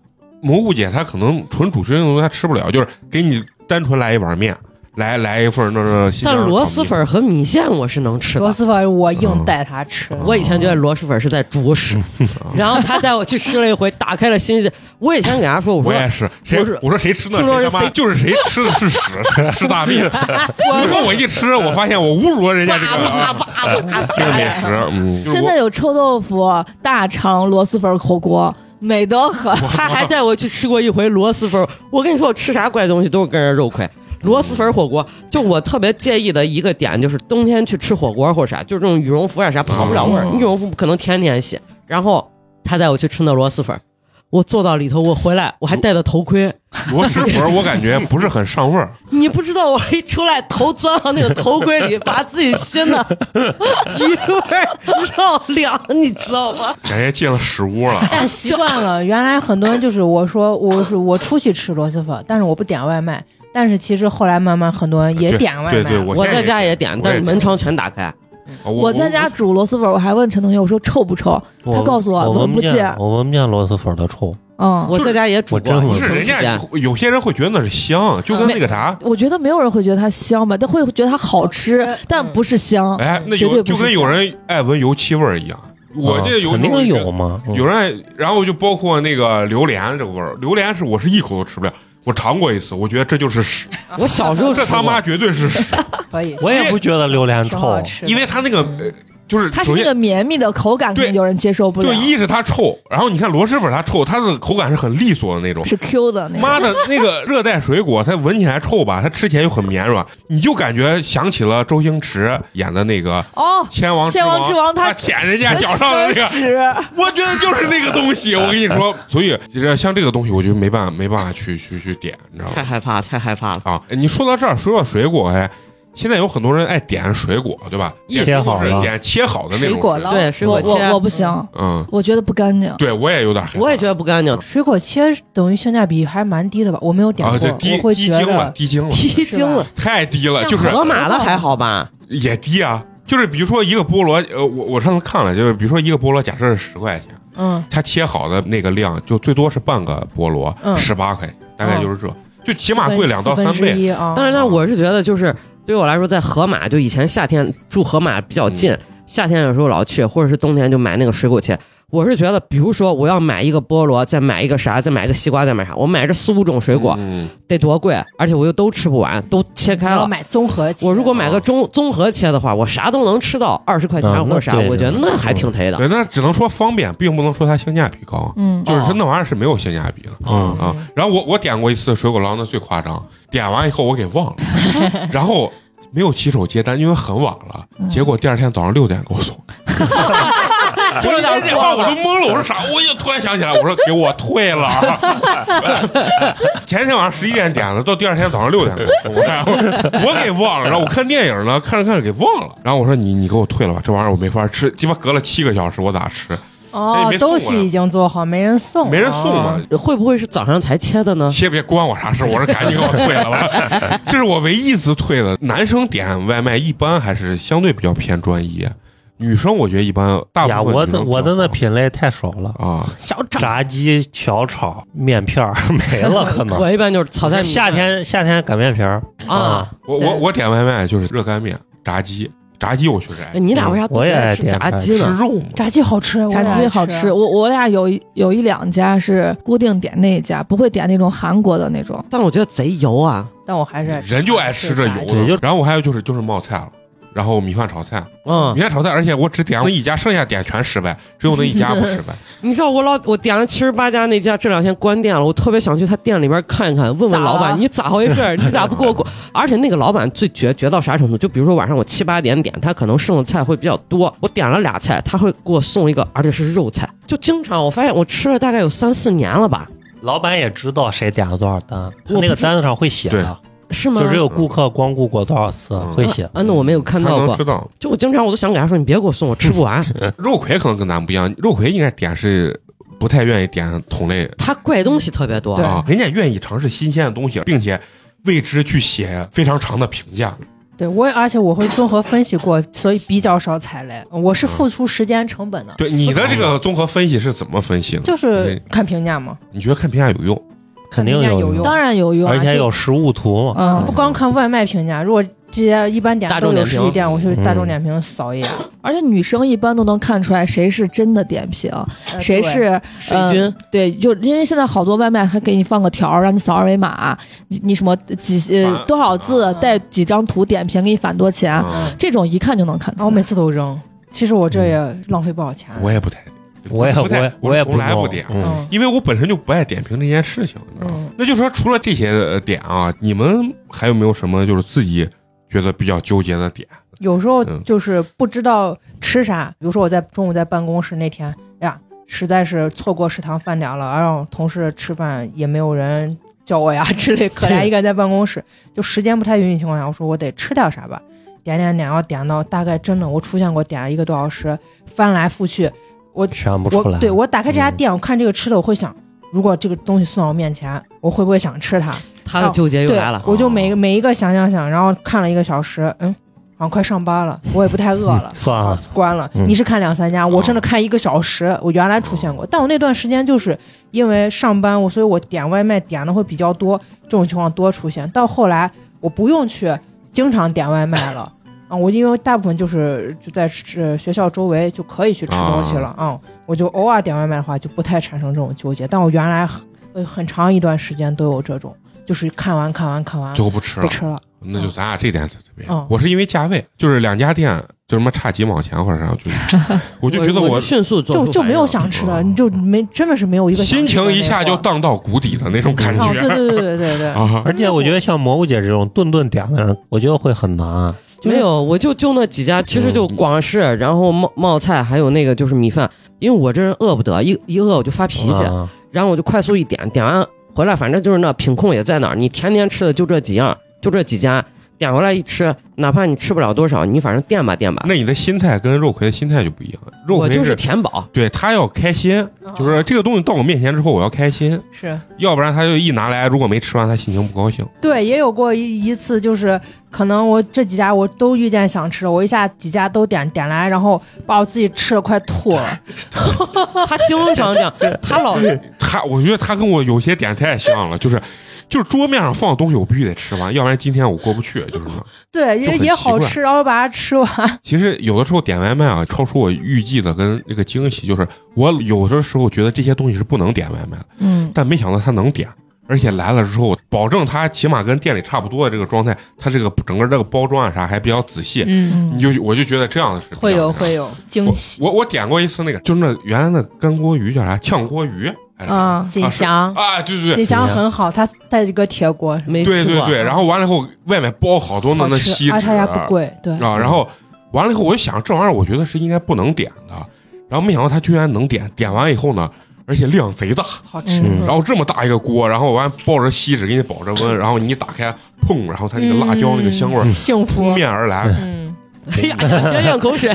Speaker 1: 蘑菇姐她可能纯主食性的东西她吃不了，就是给你单纯来一碗面，来来一份儿那那新疆
Speaker 2: 但
Speaker 1: 炒米
Speaker 2: 螺蛳粉儿和米线我是能吃
Speaker 3: 螺
Speaker 2: 的。
Speaker 3: 蛳粉我硬带他吃，
Speaker 2: 我以前觉得螺蛳粉儿是在主食，
Speaker 1: 嗯
Speaker 2: 然后他带我去吃了一回，打开了新世界。我以前给他说，我
Speaker 1: 我
Speaker 2: 说
Speaker 1: 也是，谁
Speaker 2: 我是
Speaker 1: 我说谁吃那
Speaker 2: 听说
Speaker 1: 谁
Speaker 2: 是
Speaker 1: 他妈
Speaker 2: 谁
Speaker 1: 就是谁吃的是屎是大便。你说我一吃，我发现我侮辱了人家这个啊这个美食，嗯，就是
Speaker 4: 现
Speaker 1: 我
Speaker 4: 在有臭豆腐、大肠、螺蛳粉、火锅，美得很。
Speaker 2: 他还带我去吃过一回螺蛳粉儿。我跟你说，我吃啥怪东西都是跟人肉块。螺蛳粉儿火锅，就我特别介意的一个点，就是冬天去吃火锅或者啥，就是这种羽绒服啊啥跑不了味儿，
Speaker 4: 嗯
Speaker 2: 羽绒服不可能天天洗。然后他带我去吃那螺蛳粉儿，我坐到里头，我回来我还戴着头盔，
Speaker 1: 螺蛳粉儿我感觉不是很上味儿。
Speaker 2: 你不知道我一出来头钻到那个头盔里，把自己熏的一味儿绕凉，你知道吗？
Speaker 1: 感觉进了屎屋了。
Speaker 3: 但习惯了。原来很多人就是我说我是我出去吃螺蛳粉，但是我不点外卖。但是其实后来慢慢很多人也点外卖，
Speaker 1: 对对，我
Speaker 2: 我
Speaker 1: 现
Speaker 2: 在家也点，但是门窗全打开。
Speaker 1: 我
Speaker 4: 我在家煮螺蛳粉，我还问陈同学，我说臭不臭？
Speaker 5: 我
Speaker 4: 他告诉我
Speaker 5: 我
Speaker 4: 闻
Speaker 5: 闻
Speaker 4: 不见
Speaker 5: 见，我闻不见螺蛳粉的臭。
Speaker 4: 嗯，
Speaker 2: 我在家也煮
Speaker 5: 我
Speaker 2: 过，
Speaker 5: 真
Speaker 1: 不
Speaker 5: 闻
Speaker 2: 疫
Speaker 1: 是
Speaker 2: 情
Speaker 1: 人
Speaker 2: 期
Speaker 1: 家
Speaker 2: 间。
Speaker 1: 有些人会觉得那是香，就跟那个啥，
Speaker 4: 我觉得没有人会觉得它香吧，但会觉得它好吃
Speaker 3: 嗯，
Speaker 4: 但不是香。
Speaker 1: 哎，那
Speaker 4: 绝
Speaker 1: 有
Speaker 4: 对不
Speaker 1: 就是跟有人爱闻油漆味儿一样。我这有
Speaker 5: 啊肯
Speaker 1: 那
Speaker 5: 定
Speaker 1: 种
Speaker 5: 有嘛，嗯
Speaker 1: 有人爱，然后就包括那个榴莲这个味儿，榴莲是我是一口都吃不了。我尝过一次，我觉得这就是屎，
Speaker 2: 我小时候
Speaker 1: 这
Speaker 2: 吃
Speaker 1: 他
Speaker 2: 过
Speaker 1: 妈。绝对是屎，
Speaker 3: 可以，
Speaker 5: 我也不觉得榴莲
Speaker 3: 挺
Speaker 5: 臭
Speaker 3: 好，吃的。
Speaker 1: 因为它那个呃就是
Speaker 4: 它是
Speaker 1: 首
Speaker 4: 那
Speaker 1: 先
Speaker 4: 个绵密的口感，可能
Speaker 1: 对
Speaker 4: 有人接受不了
Speaker 1: 就，一是它臭，然后你看螺蛳粉它臭，它的口感是很利索的那种，
Speaker 4: 是 Q 的那种。
Speaker 1: 妈的，那个热带水果，它闻起来臭吧，它吃起来又很绵软，你就感觉想起了周星驰演的那个
Speaker 4: 哦
Speaker 1: 《天王
Speaker 4: 天王之王
Speaker 1: 他
Speaker 4: 他
Speaker 1: 舔人家脚上的那个，
Speaker 4: 屎，
Speaker 1: 我觉得就是那个东西。我跟你 说，所以这像这个东西，我就没办法没办法去去去点，你知道
Speaker 2: 太
Speaker 1: 吗？
Speaker 2: 害怕，太害怕了！
Speaker 1: 啊，你说到这儿，说到水果，哎，现在有很多人爱点水果，对吧？点
Speaker 5: 切好
Speaker 1: 是
Speaker 5: 了
Speaker 1: 点切好的那种
Speaker 3: 水果捞，
Speaker 2: 对水
Speaker 4: 我
Speaker 2: 果切
Speaker 4: 我我不行，
Speaker 1: 嗯，
Speaker 4: 我觉得不干净。
Speaker 1: 对我也有点害怕，
Speaker 2: 我也觉得不干净，
Speaker 3: 水果切等于性价比还蛮低的吧？我没有点
Speaker 1: 啊，
Speaker 3: 过，
Speaker 1: 这
Speaker 3: 我
Speaker 1: 低
Speaker 3: 会
Speaker 1: 低
Speaker 3: 觉
Speaker 1: 精了，
Speaker 3: 得
Speaker 1: 低精了，
Speaker 2: 踢
Speaker 3: 精了。
Speaker 1: 太低了，
Speaker 2: 那
Speaker 1: 就是
Speaker 2: 河马的还好吧？
Speaker 1: 也低啊。就是比如说一个菠萝，呃，我我上次看了，就是比如说一个菠萝，假设是十块钱，
Speaker 3: 嗯，
Speaker 1: 它切好的那个量就最多是半个菠萝，
Speaker 3: 嗯
Speaker 1: 十八块，大概就是这，就起码
Speaker 3: 四分
Speaker 1: 贵两到
Speaker 3: 四
Speaker 1: 三
Speaker 3: 分之
Speaker 1: 倍。
Speaker 3: 一啊。
Speaker 2: 但是呢，我是觉得就是对我来说，在河马就以前夏天住河马比较近，夏天有时候老去，或者是冬天就买那个水果切。我是觉得，比如说我要买一个菠萝，再买一个啥，再买一个西瓜，再买啥，我买这四五种水果、
Speaker 1: 嗯，
Speaker 2: 得多贵？而且我又都吃不完，都切开
Speaker 3: 然后
Speaker 2: 了。
Speaker 3: 买综合切，
Speaker 2: 我如果买个综综合切的话，我啥都能吃到，二十块钱
Speaker 5: 嗯
Speaker 2: 或者啥，
Speaker 5: 那对
Speaker 2: 我觉得那还挺忒的。
Speaker 1: 对，那只能说方便，并不能说它性价比高，
Speaker 4: 嗯，
Speaker 1: 就是它那玩意儿是没有性价比的。
Speaker 2: 嗯
Speaker 1: 啊，然后我我点过一次水果捞，那最夸张，点完以后我给忘了，然后没有起手接单，因为很晚了，结果第二天早上六点给我送。我一接电话我都懵了，我说啥？我又突然想起来，我说给我退了啊。前天晚上十一点点的，到第二天早上六点给我送，我我给忘了。然后我看电影呢，看着看着给忘了。然后我说你你给我退了吧，这玩意儿我没法吃，鸡巴隔了七个小时我咋吃？人家
Speaker 3: 哦
Speaker 1: 哎没，送
Speaker 3: 东
Speaker 1: 过来
Speaker 3: 西已经做好，没人送，
Speaker 1: 没人送嘛
Speaker 3: 哦。，
Speaker 2: 会不会是早上才切的呢？
Speaker 1: 切别关我啥事，我说赶紧给我退了 吧。这是我唯一一次退的。男生点外卖一般还是相对比较偏专一，女生我觉得一般大
Speaker 5: 呀，
Speaker 1: 部分
Speaker 5: 我
Speaker 1: 女生
Speaker 5: 的
Speaker 1: 比较
Speaker 5: 我的那
Speaker 1: 好
Speaker 5: 品类太少了，
Speaker 1: 啊，
Speaker 2: 小炒
Speaker 5: 炸鸡、小炒、面片儿 没了，可 能
Speaker 2: 我一般就是炒菜米饭
Speaker 5: 夏天夏天擀面皮儿
Speaker 2: 啊，
Speaker 1: 我
Speaker 3: 对
Speaker 1: 我我点外卖就是热干面、炸鸡，炸鸡我确实爱
Speaker 2: 哎你俩为啥都
Speaker 5: 我也
Speaker 2: 在
Speaker 5: 爱
Speaker 2: 吃
Speaker 5: 点
Speaker 2: 炸
Speaker 5: 炸
Speaker 2: 鸡
Speaker 1: 吃
Speaker 2: 呢？
Speaker 1: 肉嘛。
Speaker 3: 炸鸡好吃，
Speaker 4: 炸
Speaker 3: 我
Speaker 4: 鸡
Speaker 3: 也
Speaker 4: 好吃。我我俩有一有一两家是固定点那一家，不会点那种韩国的那种。
Speaker 2: 但我觉得贼油啊！
Speaker 3: 但我还是爱吃
Speaker 1: 人就爱吃这油
Speaker 3: 炸鸡
Speaker 5: 也就
Speaker 1: 的，然后我还有就是就是冒菜了，然后米饭炒菜，
Speaker 2: 嗯
Speaker 1: 米，饭炒菜，而且我只点了一家，剩下点全失败，只有那一家不失败。
Speaker 2: 你知道我老我点了七十八家那家，这两天关店了，我特别想去他店里边看一看，问
Speaker 3: 咋
Speaker 2: 问
Speaker 3: 了
Speaker 2: 老板你咋回事儿，你咋不给我过？而且那个老板最绝绝到啥程度？就比如说晚上我七八点点，他可能剩的菜会比较多，我点了俩菜，他会给我送一个，而且是肉菜。就经常我发现我吃了大概有三四年了吧，
Speaker 5: 老板也知道谁点了多少单，他
Speaker 2: 我
Speaker 5: 那
Speaker 2: 不
Speaker 5: 个
Speaker 2: 知
Speaker 5: 单子上会写
Speaker 1: 对
Speaker 5: 的，
Speaker 2: 是吗？啊
Speaker 5: 就这个顾客光顾过多少次
Speaker 1: 嗯
Speaker 5: 会写的。
Speaker 2: 啊，那我没有看
Speaker 1: 他
Speaker 2: 到
Speaker 1: 能
Speaker 2: 过
Speaker 1: 知。道，
Speaker 2: 就我经常我都想给他说，你别给我送，我吃 不完。
Speaker 1: 肉葵可能跟咱不一样，肉葵应该点是不太愿意点同类
Speaker 2: 他怪东西特别多，
Speaker 1: 啊，人家愿意尝试新鲜的东西，并且为之去写非常长的评价。
Speaker 3: 对我也，而且我会综合分析过，所以比较少踩雷。我是付出时间成本的。
Speaker 1: 对你的这个综合分析是怎么分析的？
Speaker 3: 就是看评价嘛，
Speaker 1: 你觉得看评价有用？
Speaker 5: 肯定
Speaker 3: 看评价有
Speaker 5: 用，
Speaker 4: 当然有用啊，
Speaker 5: 而且
Speaker 4: 就
Speaker 5: 有实物图嘛。
Speaker 4: 嗯
Speaker 3: 不光看外卖评价，如果这些一般点
Speaker 2: 大
Speaker 3: 都
Speaker 2: 众
Speaker 3: 有
Speaker 2: 点
Speaker 3: 实
Speaker 2: 评
Speaker 3: 体店，我去大众
Speaker 5: 嗯
Speaker 3: 点评扫一眼，
Speaker 4: 而且女生一般都能看出来谁是真的点评，
Speaker 3: 呃
Speaker 4: 谁
Speaker 3: 对
Speaker 4: 是
Speaker 2: 水军
Speaker 3: 嗯
Speaker 4: 呃。对，就因为现在好多外卖还给你放个条儿，让你扫二维码，你你什么几呃
Speaker 1: 反
Speaker 4: 多少字
Speaker 3: 啊
Speaker 4: 带几张图点评，给你返多钱，
Speaker 1: 啊，
Speaker 4: 这种一看就能看
Speaker 3: 啊，
Speaker 4: 出
Speaker 3: 嗯我
Speaker 4: 来。
Speaker 3: 每次都扔。其实我这也浪费不少钱。
Speaker 1: 我也不太，
Speaker 5: 我也
Speaker 1: 不太
Speaker 5: 也
Speaker 1: 我
Speaker 5: 我也
Speaker 1: 从来
Speaker 5: 不
Speaker 1: 不
Speaker 5: 弄
Speaker 1: 点，
Speaker 5: 嗯
Speaker 3: 嗯
Speaker 1: 因为我本身就不爱点评这件事情，你知道吗？
Speaker 3: 嗯，
Speaker 1: 那就说除了这些呃点啊，你们还有没有什么就是自己觉得比较纠结的点？
Speaker 3: 有时候
Speaker 1: 嗯
Speaker 3: 就是不知道吃啥，比如说我在中午在办公室那天，哎呀，实在是错过食堂饭点了，然后同事吃饭也没有人叫我呀之类，可怜一个人在办公室，就时间不太允许情况下，我说我得吃点啥吧，点点点，要点到大概真的我出现过点了一个多小时，翻来覆去，
Speaker 5: 选不出
Speaker 3: 我
Speaker 5: 来。
Speaker 3: 对我打开这家
Speaker 5: 嗯。
Speaker 3: 店，我看这个吃的，我会想，如果这个东西送到我面前，我会不会想吃它？
Speaker 2: 他的纠哎结又
Speaker 3: 对，
Speaker 2: 来了。
Speaker 3: 我就每每一个想想想，然后看了一个小时，嗯，好像快上班了，我也不太饿了
Speaker 5: 算了，
Speaker 3: 啊关了，
Speaker 5: 嗯
Speaker 3: 你是看两三家，我真的看一个小时。我原来出现过，但我那段时间就是因为上班，我所以我点外卖点的会比较多，这种情况多出现。到后来我不用去经常点外卖了啊，我因为大部分就是就在吃、呃学校周围就可以去吃东西了啊、我就偶尔点外卖的话就不太产生这种纠结。但我原来很呃很长一段时间都有这种，就是看完看完看完
Speaker 1: 最后不吃
Speaker 3: 不
Speaker 1: 了，
Speaker 3: 吃了，
Speaker 1: 那就咱俩这点特别
Speaker 3: 啊嗯。
Speaker 1: 我是因为价位，就是两家店就什么差几毛钱或者啥，就是我就觉得
Speaker 2: 我迅速做
Speaker 3: 就
Speaker 2: 出
Speaker 3: 就没有
Speaker 2: 反应
Speaker 3: 想吃的，
Speaker 1: 哦
Speaker 3: 你就没真的是没有一个想
Speaker 1: 心
Speaker 3: 吃的
Speaker 1: 情一下
Speaker 3: 那
Speaker 1: 就
Speaker 3: 会儿
Speaker 1: 荡到谷底的那种感
Speaker 3: 哦，对
Speaker 1: 觉
Speaker 3: 对对对对对。
Speaker 1: 啊。
Speaker 5: 而且我觉得像蘑菇姐这种顿顿点的人，我觉得会很难啊。
Speaker 2: 没有，我就就那几家，其实
Speaker 1: 嗯
Speaker 2: 就广式，然后冒冒菜，还有那个就是米饭。因为我这人饿不得，一一饿我就发脾气，
Speaker 5: 啊
Speaker 2: 然后我就快速一点，点完回来反正就是那品控也在那儿，你天天吃的就这几样，就这几家，点回来一吃，哪怕你吃不了多少，你反正垫吧垫吧。
Speaker 1: 那你的心态跟肉葵的心态就不一样，肉
Speaker 2: 我
Speaker 1: 葵
Speaker 2: 就是
Speaker 1: 是
Speaker 2: 填饱，
Speaker 1: 对他要开心，
Speaker 3: 哦
Speaker 1: 就是这个东西到我面前之后我要开心，
Speaker 3: 是
Speaker 1: 要不然他就一拿来，如果没吃完他心情不高兴。
Speaker 3: 对，也有过一一次，就是可能我这几家我都遇见想吃的，我一下几家都点点来，然后把我自己吃的快吐了。
Speaker 2: 他经常 这样，他老
Speaker 1: 他，我觉得他跟我有些点太像了，就是。就是桌面上放的东西，我必须得吃完，要不然今天我过不去。就是说，
Speaker 3: 对，
Speaker 1: 就
Speaker 3: 也
Speaker 1: 很奇怪
Speaker 3: 也好吃，然后把它吃完。
Speaker 1: 其实有的时候点外卖啊，超出我预计的跟那个惊喜，就是我有的时候觉得这些东西是不能点外卖的，
Speaker 4: 嗯，
Speaker 1: 但没想到他能点，而且来了之后，保证他起码跟店里差不多的这个状态，他这个整个这个包装啊啥还比较仔细，
Speaker 3: 嗯，
Speaker 1: 你就我就觉得这样的是比较
Speaker 3: 会有
Speaker 1: 那啥
Speaker 3: 会有惊喜。
Speaker 1: 我我点过一次那个，就是那原来那干锅鱼叫啥炝锅鱼还是啥
Speaker 4: 啊，
Speaker 3: 嗯锦祥，
Speaker 1: 哦啊，对对对
Speaker 3: 锦祥很好，它带着个铁锅，
Speaker 2: 没
Speaker 1: 对
Speaker 2: 吃
Speaker 1: 对
Speaker 2: 过。
Speaker 1: 对，然后完了以后外面包好多那
Speaker 3: 嗯好
Speaker 1: 那锡
Speaker 3: 吃，
Speaker 1: 纸，
Speaker 3: 而且它也不贵。对，
Speaker 1: 啊，然后完了以后，我就想这玩意儿，我觉得是应该不能点的，然后没想到他居然能点，点完以后呢，而且量贼大，
Speaker 3: 好吃。
Speaker 5: 嗯
Speaker 1: 然后这么大一个锅，然后完抱着锡纸给你保着
Speaker 2: 嗯
Speaker 1: 温，然后你一打开，砰，然后它那个辣椒那个香味儿
Speaker 3: 幸
Speaker 1: 扑
Speaker 3: 福。
Speaker 1: 面而来，
Speaker 3: 嗯，
Speaker 2: 哎呀，别咽口 水。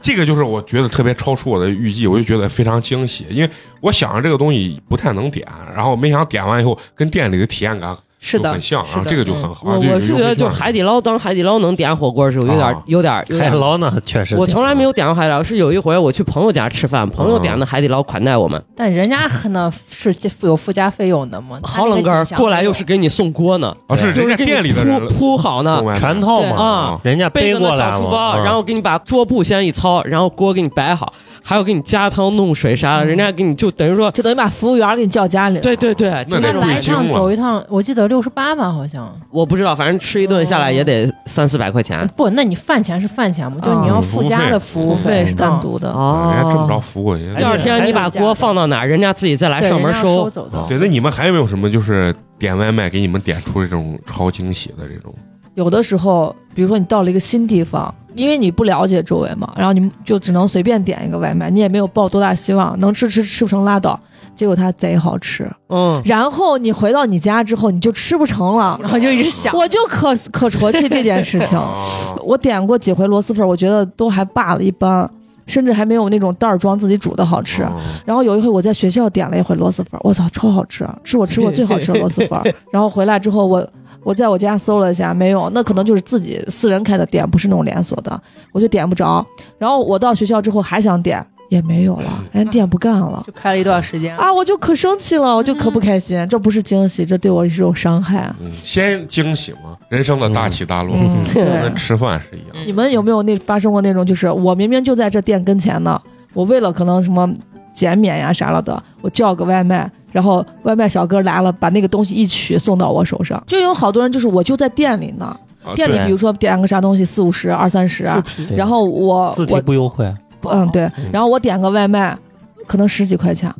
Speaker 1: 这个就是我觉得特别超出我的预计，我就觉得非常惊喜，因为我想着这个东西不太能点，然后没想到点完以后跟店里的体验感
Speaker 3: 是
Speaker 1: 就
Speaker 3: 的
Speaker 1: 很，像，
Speaker 3: 是
Speaker 1: 然后
Speaker 3: 的嗯
Speaker 1: 这个就很好。
Speaker 2: 我
Speaker 1: 就啊有
Speaker 2: 嗯我是觉得，就海底捞当海底捞能点火锅的时候，有点儿
Speaker 1: 啊
Speaker 2: 有点儿有
Speaker 5: 海
Speaker 2: 点
Speaker 5: 底
Speaker 2: 儿
Speaker 5: 捞呢，确实
Speaker 2: 我从来没有点过海底捞，是有一回我去朋友家吃饭，朋友
Speaker 1: 啊
Speaker 2: 点的海底捞款待我们，
Speaker 3: 但人家那是有附加费用的嘛。
Speaker 2: 好冷根儿过来又是给你送锅呢，
Speaker 1: 啊，是
Speaker 2: 就
Speaker 1: 人家
Speaker 2: 是给你
Speaker 1: 店里的
Speaker 2: 铺
Speaker 1: 人
Speaker 2: 铺好呢，
Speaker 5: 全套
Speaker 3: 对
Speaker 5: 嘛，
Speaker 2: 啊，
Speaker 5: 人家
Speaker 2: 背个
Speaker 5: 过
Speaker 2: 那
Speaker 5: 来
Speaker 2: 小
Speaker 5: 嘛
Speaker 2: 书包，
Speaker 5: 嗯
Speaker 2: 然后给你把桌布先一操，然后锅给你摆好，还要给你加汤弄水啥的，人家给你就等于说，
Speaker 4: 就等于把服务员给你叫家里了。
Speaker 2: 对对对，
Speaker 1: 那
Speaker 2: 就
Speaker 1: 得
Speaker 2: 那
Speaker 1: 那
Speaker 2: 种
Speaker 1: 来一
Speaker 3: 来一
Speaker 1: 趟
Speaker 3: 趟
Speaker 1: 走
Speaker 3: 走一趟，我记得六十八吧，好像。
Speaker 2: 我不知道，反正吃一顿下来也得三四百块钱。
Speaker 3: 不，那你饭钱是饭钱嘛，就你要附加的服务
Speaker 4: 服务费是单
Speaker 3: 嗯
Speaker 4: 独的。
Speaker 2: 哦，
Speaker 1: 哎人家挣不着服务，人
Speaker 2: 第
Speaker 1: 家
Speaker 2: 二天你把锅放到哪儿，人家自己再来
Speaker 3: 对
Speaker 2: 上门
Speaker 3: 人家要收
Speaker 2: 收。
Speaker 3: 走的。
Speaker 1: 对，那你们还有没有什么就是点外卖给你们点出这种超惊喜的这种？
Speaker 4: 有的时候，比如说你到了一个新地方，因为你不了解周围嘛，然后你就只能随便点一个外卖，你也没有抱多大希望，能吃吃吃不成拉倒。结果它贼好吃，
Speaker 2: 嗯，
Speaker 4: 然后你回到你家之后你就吃不成了，
Speaker 3: 然后就一直想，
Speaker 4: 我就可可啜泣这件事情。我点过几回螺蛳粉，我觉得都还罢了，一般，甚至还没有那种袋儿装自己煮的好吃。
Speaker 2: 啊
Speaker 1: 哦
Speaker 4: 然后有一回我在学校点了一回螺蛳粉，我操，超好吃，啊是我吃过最好吃的螺蛳粉。然后回来之后我，我在我家搜了一下，没有，那可能就是自己私人开的店，不是那种连锁的，我就点不着。然后我到学校之后还想点，也没有了，人店不干了。
Speaker 3: 就开了一段时间。
Speaker 4: 啊，我就可生气了，我就可不开心，这不是惊喜，这对我是一种伤害。啊
Speaker 1: 嗯，先惊喜嘛，人生的大起大落，
Speaker 4: 嗯，对
Speaker 1: 跟。吃饭是一样。
Speaker 4: 你们有没有那发生过那种，就是我明明就在这店跟前呢，我为了可能什么减免呀啥了的，我叫个外卖，然后外卖小哥来了，把那个东西一取送到我手上，就有好多人就是我就在店里呢，
Speaker 1: 啊
Speaker 4: 店里
Speaker 5: 对
Speaker 4: 比如说点个啥东西四五十、二三十，啊
Speaker 3: 题
Speaker 5: 对
Speaker 4: 然后我
Speaker 5: 啊字体
Speaker 4: 我
Speaker 5: 不优惠，
Speaker 4: 嗯对
Speaker 5: 嗯，
Speaker 4: 然后我点个外卖，可能十几块钱，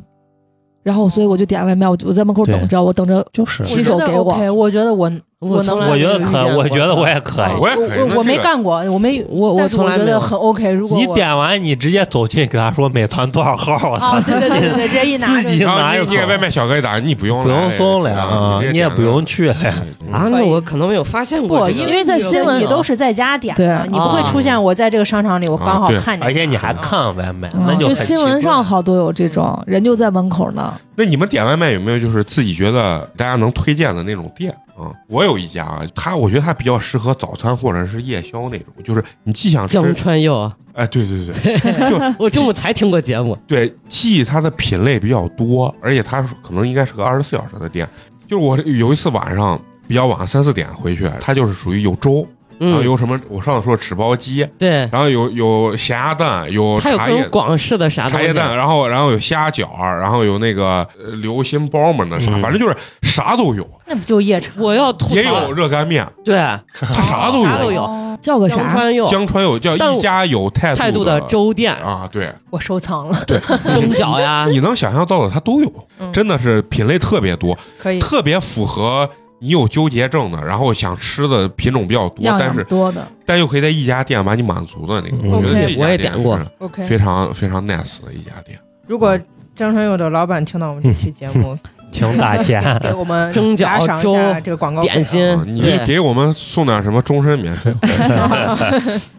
Speaker 4: 然后所以我就点外卖，我就我在门口等着，我等着
Speaker 5: 就是
Speaker 4: 洗手给我
Speaker 3: OK，我觉得我
Speaker 2: 我
Speaker 3: 能
Speaker 2: 从
Speaker 3: 来
Speaker 2: 来
Speaker 5: 我觉得
Speaker 3: 没有遇
Speaker 5: 可，
Speaker 3: 见
Speaker 5: 我
Speaker 3: 过
Speaker 5: 觉得我也可
Speaker 1: 啊
Speaker 5: 以。
Speaker 1: 我也可以
Speaker 3: 我我没。
Speaker 1: 那这个
Speaker 3: 干过，我没
Speaker 2: 我
Speaker 3: 但
Speaker 2: 我
Speaker 3: 是
Speaker 2: 从来
Speaker 3: 觉
Speaker 2: 没
Speaker 3: 得
Speaker 2: 有。
Speaker 3: 很 OK。如果
Speaker 5: 你
Speaker 3: 我
Speaker 5: 点完，你直接走进给他说美团多少号，我操
Speaker 3: 啊，！对对对对对，这一拿
Speaker 5: 自己
Speaker 3: 就
Speaker 1: 然后
Speaker 5: 拿一
Speaker 1: 你你给
Speaker 5: 口啊
Speaker 1: 外卖小哥一打，你不用
Speaker 5: 不用送了
Speaker 1: 了
Speaker 5: 呀，啊你也不用去了呀。
Speaker 1: 嗯
Speaker 2: 啊，那我可能没有发现过
Speaker 3: 不，
Speaker 2: 这个，
Speaker 3: 因
Speaker 4: 因为在新闻
Speaker 3: 你
Speaker 2: 啊
Speaker 3: 都是在家点的，
Speaker 4: 对
Speaker 3: 你不会出现我在这个商场里，我刚好看见，
Speaker 5: 而且你还看外卖，
Speaker 4: 嗯
Speaker 5: 那就
Speaker 4: 就
Speaker 5: 很
Speaker 4: 新闻
Speaker 5: 奇怪
Speaker 4: 上好多有这种人就在门口呢，
Speaker 1: 那你们点外卖有没有就是自己觉得大家能推荐的那种店啊？我有一家啊，它我觉得它比较适合早餐或者是夜宵那种，就是你既想吃
Speaker 2: 江，川佑啊，
Speaker 1: 哎，对对 对
Speaker 2: 我中午才听过节目，
Speaker 1: 对，既它的品类比较多，而且它可能应该是个二十四小时的店。就是我有一次晚上比较晚三四点回去，它就是属于有粥，然后
Speaker 2: 嗯，
Speaker 1: 有什么我上次说纸包鸡，
Speaker 2: 对，
Speaker 1: 然后有有咸鸭蛋，有
Speaker 2: 他有
Speaker 1: 茶
Speaker 2: 各
Speaker 1: 叶
Speaker 2: 种广式的啥东
Speaker 1: 茶
Speaker 2: 西
Speaker 1: 叶，蛋，然后然后有虾饺，然后有那个呃流心包嘛，那啥，
Speaker 5: 嗯
Speaker 1: 反正就是啥都有，
Speaker 3: 那不就夜场？
Speaker 2: 我要吐槽，
Speaker 1: 也有热干面，
Speaker 2: 对
Speaker 1: 它啥都
Speaker 2: 啥都
Speaker 1: 有。
Speaker 2: 有
Speaker 3: 哦
Speaker 4: 叫个
Speaker 2: 江
Speaker 4: 啥？
Speaker 2: 川佑
Speaker 1: 江川有叫
Speaker 2: 但
Speaker 1: 一
Speaker 2: 我
Speaker 1: 家有态
Speaker 2: 态度
Speaker 1: 的
Speaker 2: 的粥店、
Speaker 1: 啊，对
Speaker 3: 我收藏了，
Speaker 1: 对，
Speaker 2: 蒸饺呀，
Speaker 1: 你能想象到的它都有，
Speaker 3: 嗯
Speaker 1: 真的是品类特别多，
Speaker 3: 可以。
Speaker 1: 特别符合你有纠结症的，然后想吃的品种比较多，
Speaker 4: 样
Speaker 1: 但
Speaker 4: 样
Speaker 1: 是
Speaker 4: 多的，
Speaker 1: 但又可以在一家店把你满足的那个，
Speaker 5: 嗯
Speaker 1: 我觉得
Speaker 3: OK，
Speaker 1: 这家
Speaker 2: 我也
Speaker 1: 店
Speaker 2: 点过
Speaker 1: 是
Speaker 3: OK，
Speaker 1: 非常非常 nice 的一家店。
Speaker 3: 如果张传友的老板听到我们这期节目，
Speaker 5: 请打
Speaker 2: 嗯
Speaker 5: 钱。
Speaker 3: 给我 们
Speaker 2: 蒸饺
Speaker 3: 打赏一下这个广告费啊
Speaker 2: 点
Speaker 4: 嗯
Speaker 2: 心
Speaker 1: 啊，你就
Speaker 2: 对
Speaker 1: 给我们送点什么终身免 税。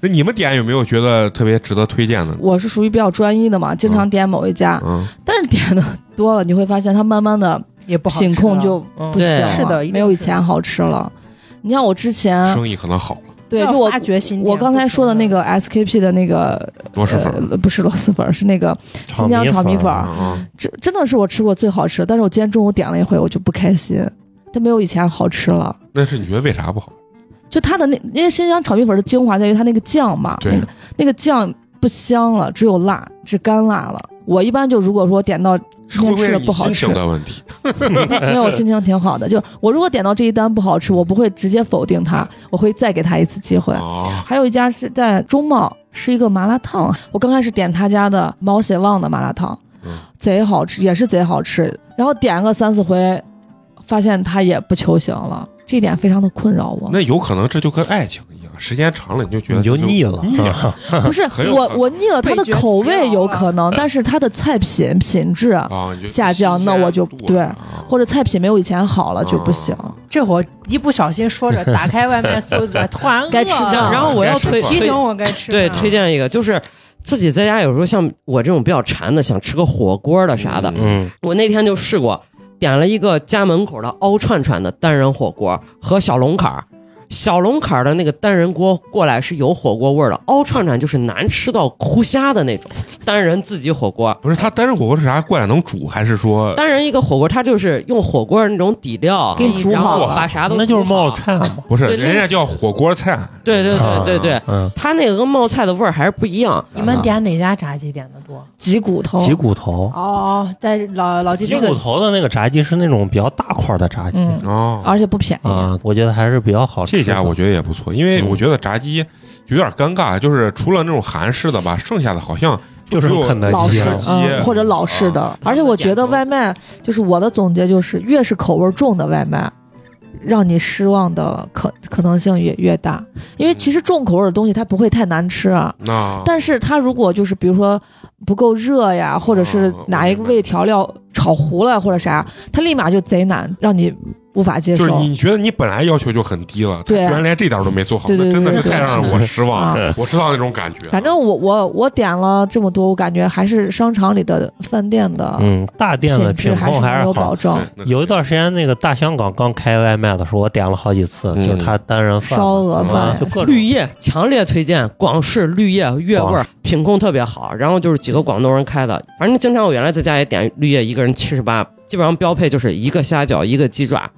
Speaker 1: 那你们点有没有觉得特别值得推荐的？
Speaker 4: 我是属于比较专一的嘛，经常点某一家，
Speaker 1: 嗯，
Speaker 4: 但是点的多了，你会发现它慢慢的
Speaker 3: 也不好吃了，
Speaker 4: 品控就
Speaker 3: 嗯
Speaker 4: 不行
Speaker 2: 对
Speaker 4: 了，
Speaker 3: 是的，一定
Speaker 4: 没有以
Speaker 3: 是
Speaker 4: 前好吃了。你像我之前，
Speaker 1: 生意可能好了，
Speaker 4: 对，
Speaker 3: 要
Speaker 4: 就我
Speaker 3: 发掘新店
Speaker 4: 我刚才说的
Speaker 3: 啊
Speaker 4: 那个 SKP 的那个，
Speaker 1: 螺蛳粉。
Speaker 4: 呃，不是螺蛳粉，是那个 新疆炒米粉儿，
Speaker 1: 啊，
Speaker 4: 这真的是我吃过最好吃的。但是我今天中午点了一回，我就不开心，它没有以前好吃了。
Speaker 1: 那是你觉得为啥不好？
Speaker 4: 就它的那，因为新疆炒米粉的精华在于它那个酱嘛，
Speaker 1: 对
Speaker 4: 那个那个酱不香了，只有辣，是干辣了。我一般就如果说点到今
Speaker 1: 会
Speaker 4: 天
Speaker 1: 不会
Speaker 4: 吃
Speaker 1: 是
Speaker 4: 的
Speaker 1: 你
Speaker 4: 不好
Speaker 1: 心
Speaker 4: 吃
Speaker 1: 情，的问题？
Speaker 4: 没有，我心情挺好的。就是我如果点到这一单不好吃，我不会直接否定它，我会再给他一次机会。
Speaker 1: 啊，
Speaker 4: 还有一家是在中贸，是一个麻辣烫。我刚开始点他家的毛血旺的麻辣烫
Speaker 1: 嗯，
Speaker 4: 贼好吃，也是贼好吃。然后点个三四回，发现他也不求行了，这一点非常的困扰我。
Speaker 1: 那有可能这就跟爱情一样，时间长了你就觉得
Speaker 5: 你就腻了，
Speaker 1: 腻 了。
Speaker 4: 不是
Speaker 1: 很有
Speaker 4: 我
Speaker 1: 可哎能
Speaker 4: 我腻了他的口味有可能，但是他的菜品品质
Speaker 1: 啊，你就
Speaker 4: 下降那我就
Speaker 1: 新鲜度
Speaker 4: 对
Speaker 1: 啊
Speaker 4: 或者菜品没有以前好了就不行。
Speaker 3: 这会儿一不小心 说着，打开外卖搜一下，突然饿了
Speaker 4: 该吃
Speaker 2: 然
Speaker 4: 饭
Speaker 2: 然后我要推
Speaker 1: 该吃
Speaker 3: 提
Speaker 2: 推
Speaker 3: 醒我啊该吃饭
Speaker 2: 对
Speaker 3: 了，
Speaker 2: 推荐一个就是。自己在家有时候像我这种比较馋的，想吃个火锅的啥的，
Speaker 1: 嗯
Speaker 5: 嗯，
Speaker 2: 我那天就试过，点了一个家门口的凹串串的单人火锅和小龙坎儿，小龙坎儿的那个单人锅过来是有火锅味儿的，凹串串就是难吃到哭瞎的那种单人自己火锅。
Speaker 1: 不是他单人火锅是啥？过来能煮还是说
Speaker 2: 单人一个火锅，它就是用火锅那种底料啊
Speaker 4: 给你煮
Speaker 2: 然
Speaker 4: 好
Speaker 2: 后
Speaker 4: 了
Speaker 2: 把啥都
Speaker 5: 那就是
Speaker 2: 煮好
Speaker 5: 冒。菜嘛。
Speaker 1: 不是？
Speaker 2: 对
Speaker 1: 人
Speaker 2: 类
Speaker 1: 家
Speaker 2: 似
Speaker 1: 叫火锅菜，
Speaker 2: 对对对对对
Speaker 5: 啊，，嗯，
Speaker 2: 它那个跟冒菜的味儿还是不一样。啊
Speaker 3: 你们点哪家炸鸡点的多？
Speaker 4: 挤骨头，
Speaker 5: 脊骨头
Speaker 3: 哦，哦，在老老季
Speaker 5: 脊
Speaker 3: 那
Speaker 5: 骨
Speaker 3: 个
Speaker 5: 头的那个炸鸡是那种比较大块的炸鸡
Speaker 4: 嗯，
Speaker 1: 哦，
Speaker 4: 而且不便宜。
Speaker 5: 啊，我觉得还是比较好吃
Speaker 1: 这
Speaker 5: 的。
Speaker 1: 家我觉得也不错，因为
Speaker 5: 嗯
Speaker 1: 我觉得炸鸡有点尴尬，就是除了那种韩式的吧，剩下的好像
Speaker 5: 就是
Speaker 1: 只有
Speaker 5: 肯德
Speaker 4: 老
Speaker 5: 基
Speaker 4: 式
Speaker 1: 肯
Speaker 5: 啊
Speaker 1: 德，基
Speaker 4: 嗯，或者老式的，而且我觉得外卖就是我的总结就是，越是口味重的外卖，让你失望的可可能性也越大。因为其实重口味的东西它不会太难吃啊，
Speaker 1: 那
Speaker 4: 但是它如果就是比如说不够热呀，或者是哪一个味调料炒糊了或者啥，它立马就贼难，让你无法接
Speaker 1: 就是
Speaker 4: 受。
Speaker 1: 你觉得你本来要求就很低了，他居
Speaker 4: 对啊
Speaker 1: 然连这点儿都没做好，
Speaker 4: 对对
Speaker 1: 那真的是
Speaker 4: 对对
Speaker 1: 太让我失望
Speaker 4: 啊
Speaker 1: 了，我知道那种感觉。啊
Speaker 4: 反正我我我点了这么多，我感觉还是商场里的饭店的
Speaker 5: 嗯，大店的
Speaker 4: 品质
Speaker 5: 品
Speaker 4: 还
Speaker 5: 控
Speaker 4: 是
Speaker 5: 还
Speaker 4: 没
Speaker 5: 是
Speaker 4: 有
Speaker 5: 好
Speaker 4: 保。证。
Speaker 1: 对
Speaker 5: 有一段时间，那个大香港刚开外卖的时候，我点了好几次，
Speaker 1: 嗯
Speaker 5: 就是他单人饭
Speaker 4: 烧鹅
Speaker 5: 啊
Speaker 4: 饭
Speaker 5: 就各种
Speaker 2: 绿叶强烈推荐，广式绿叶越味儿，品控特别好。然后就是几个广东人开的，反正经常我原来在家也点绿叶，一个人七十八，基本上标配就是一个虾饺，一个鸡爪。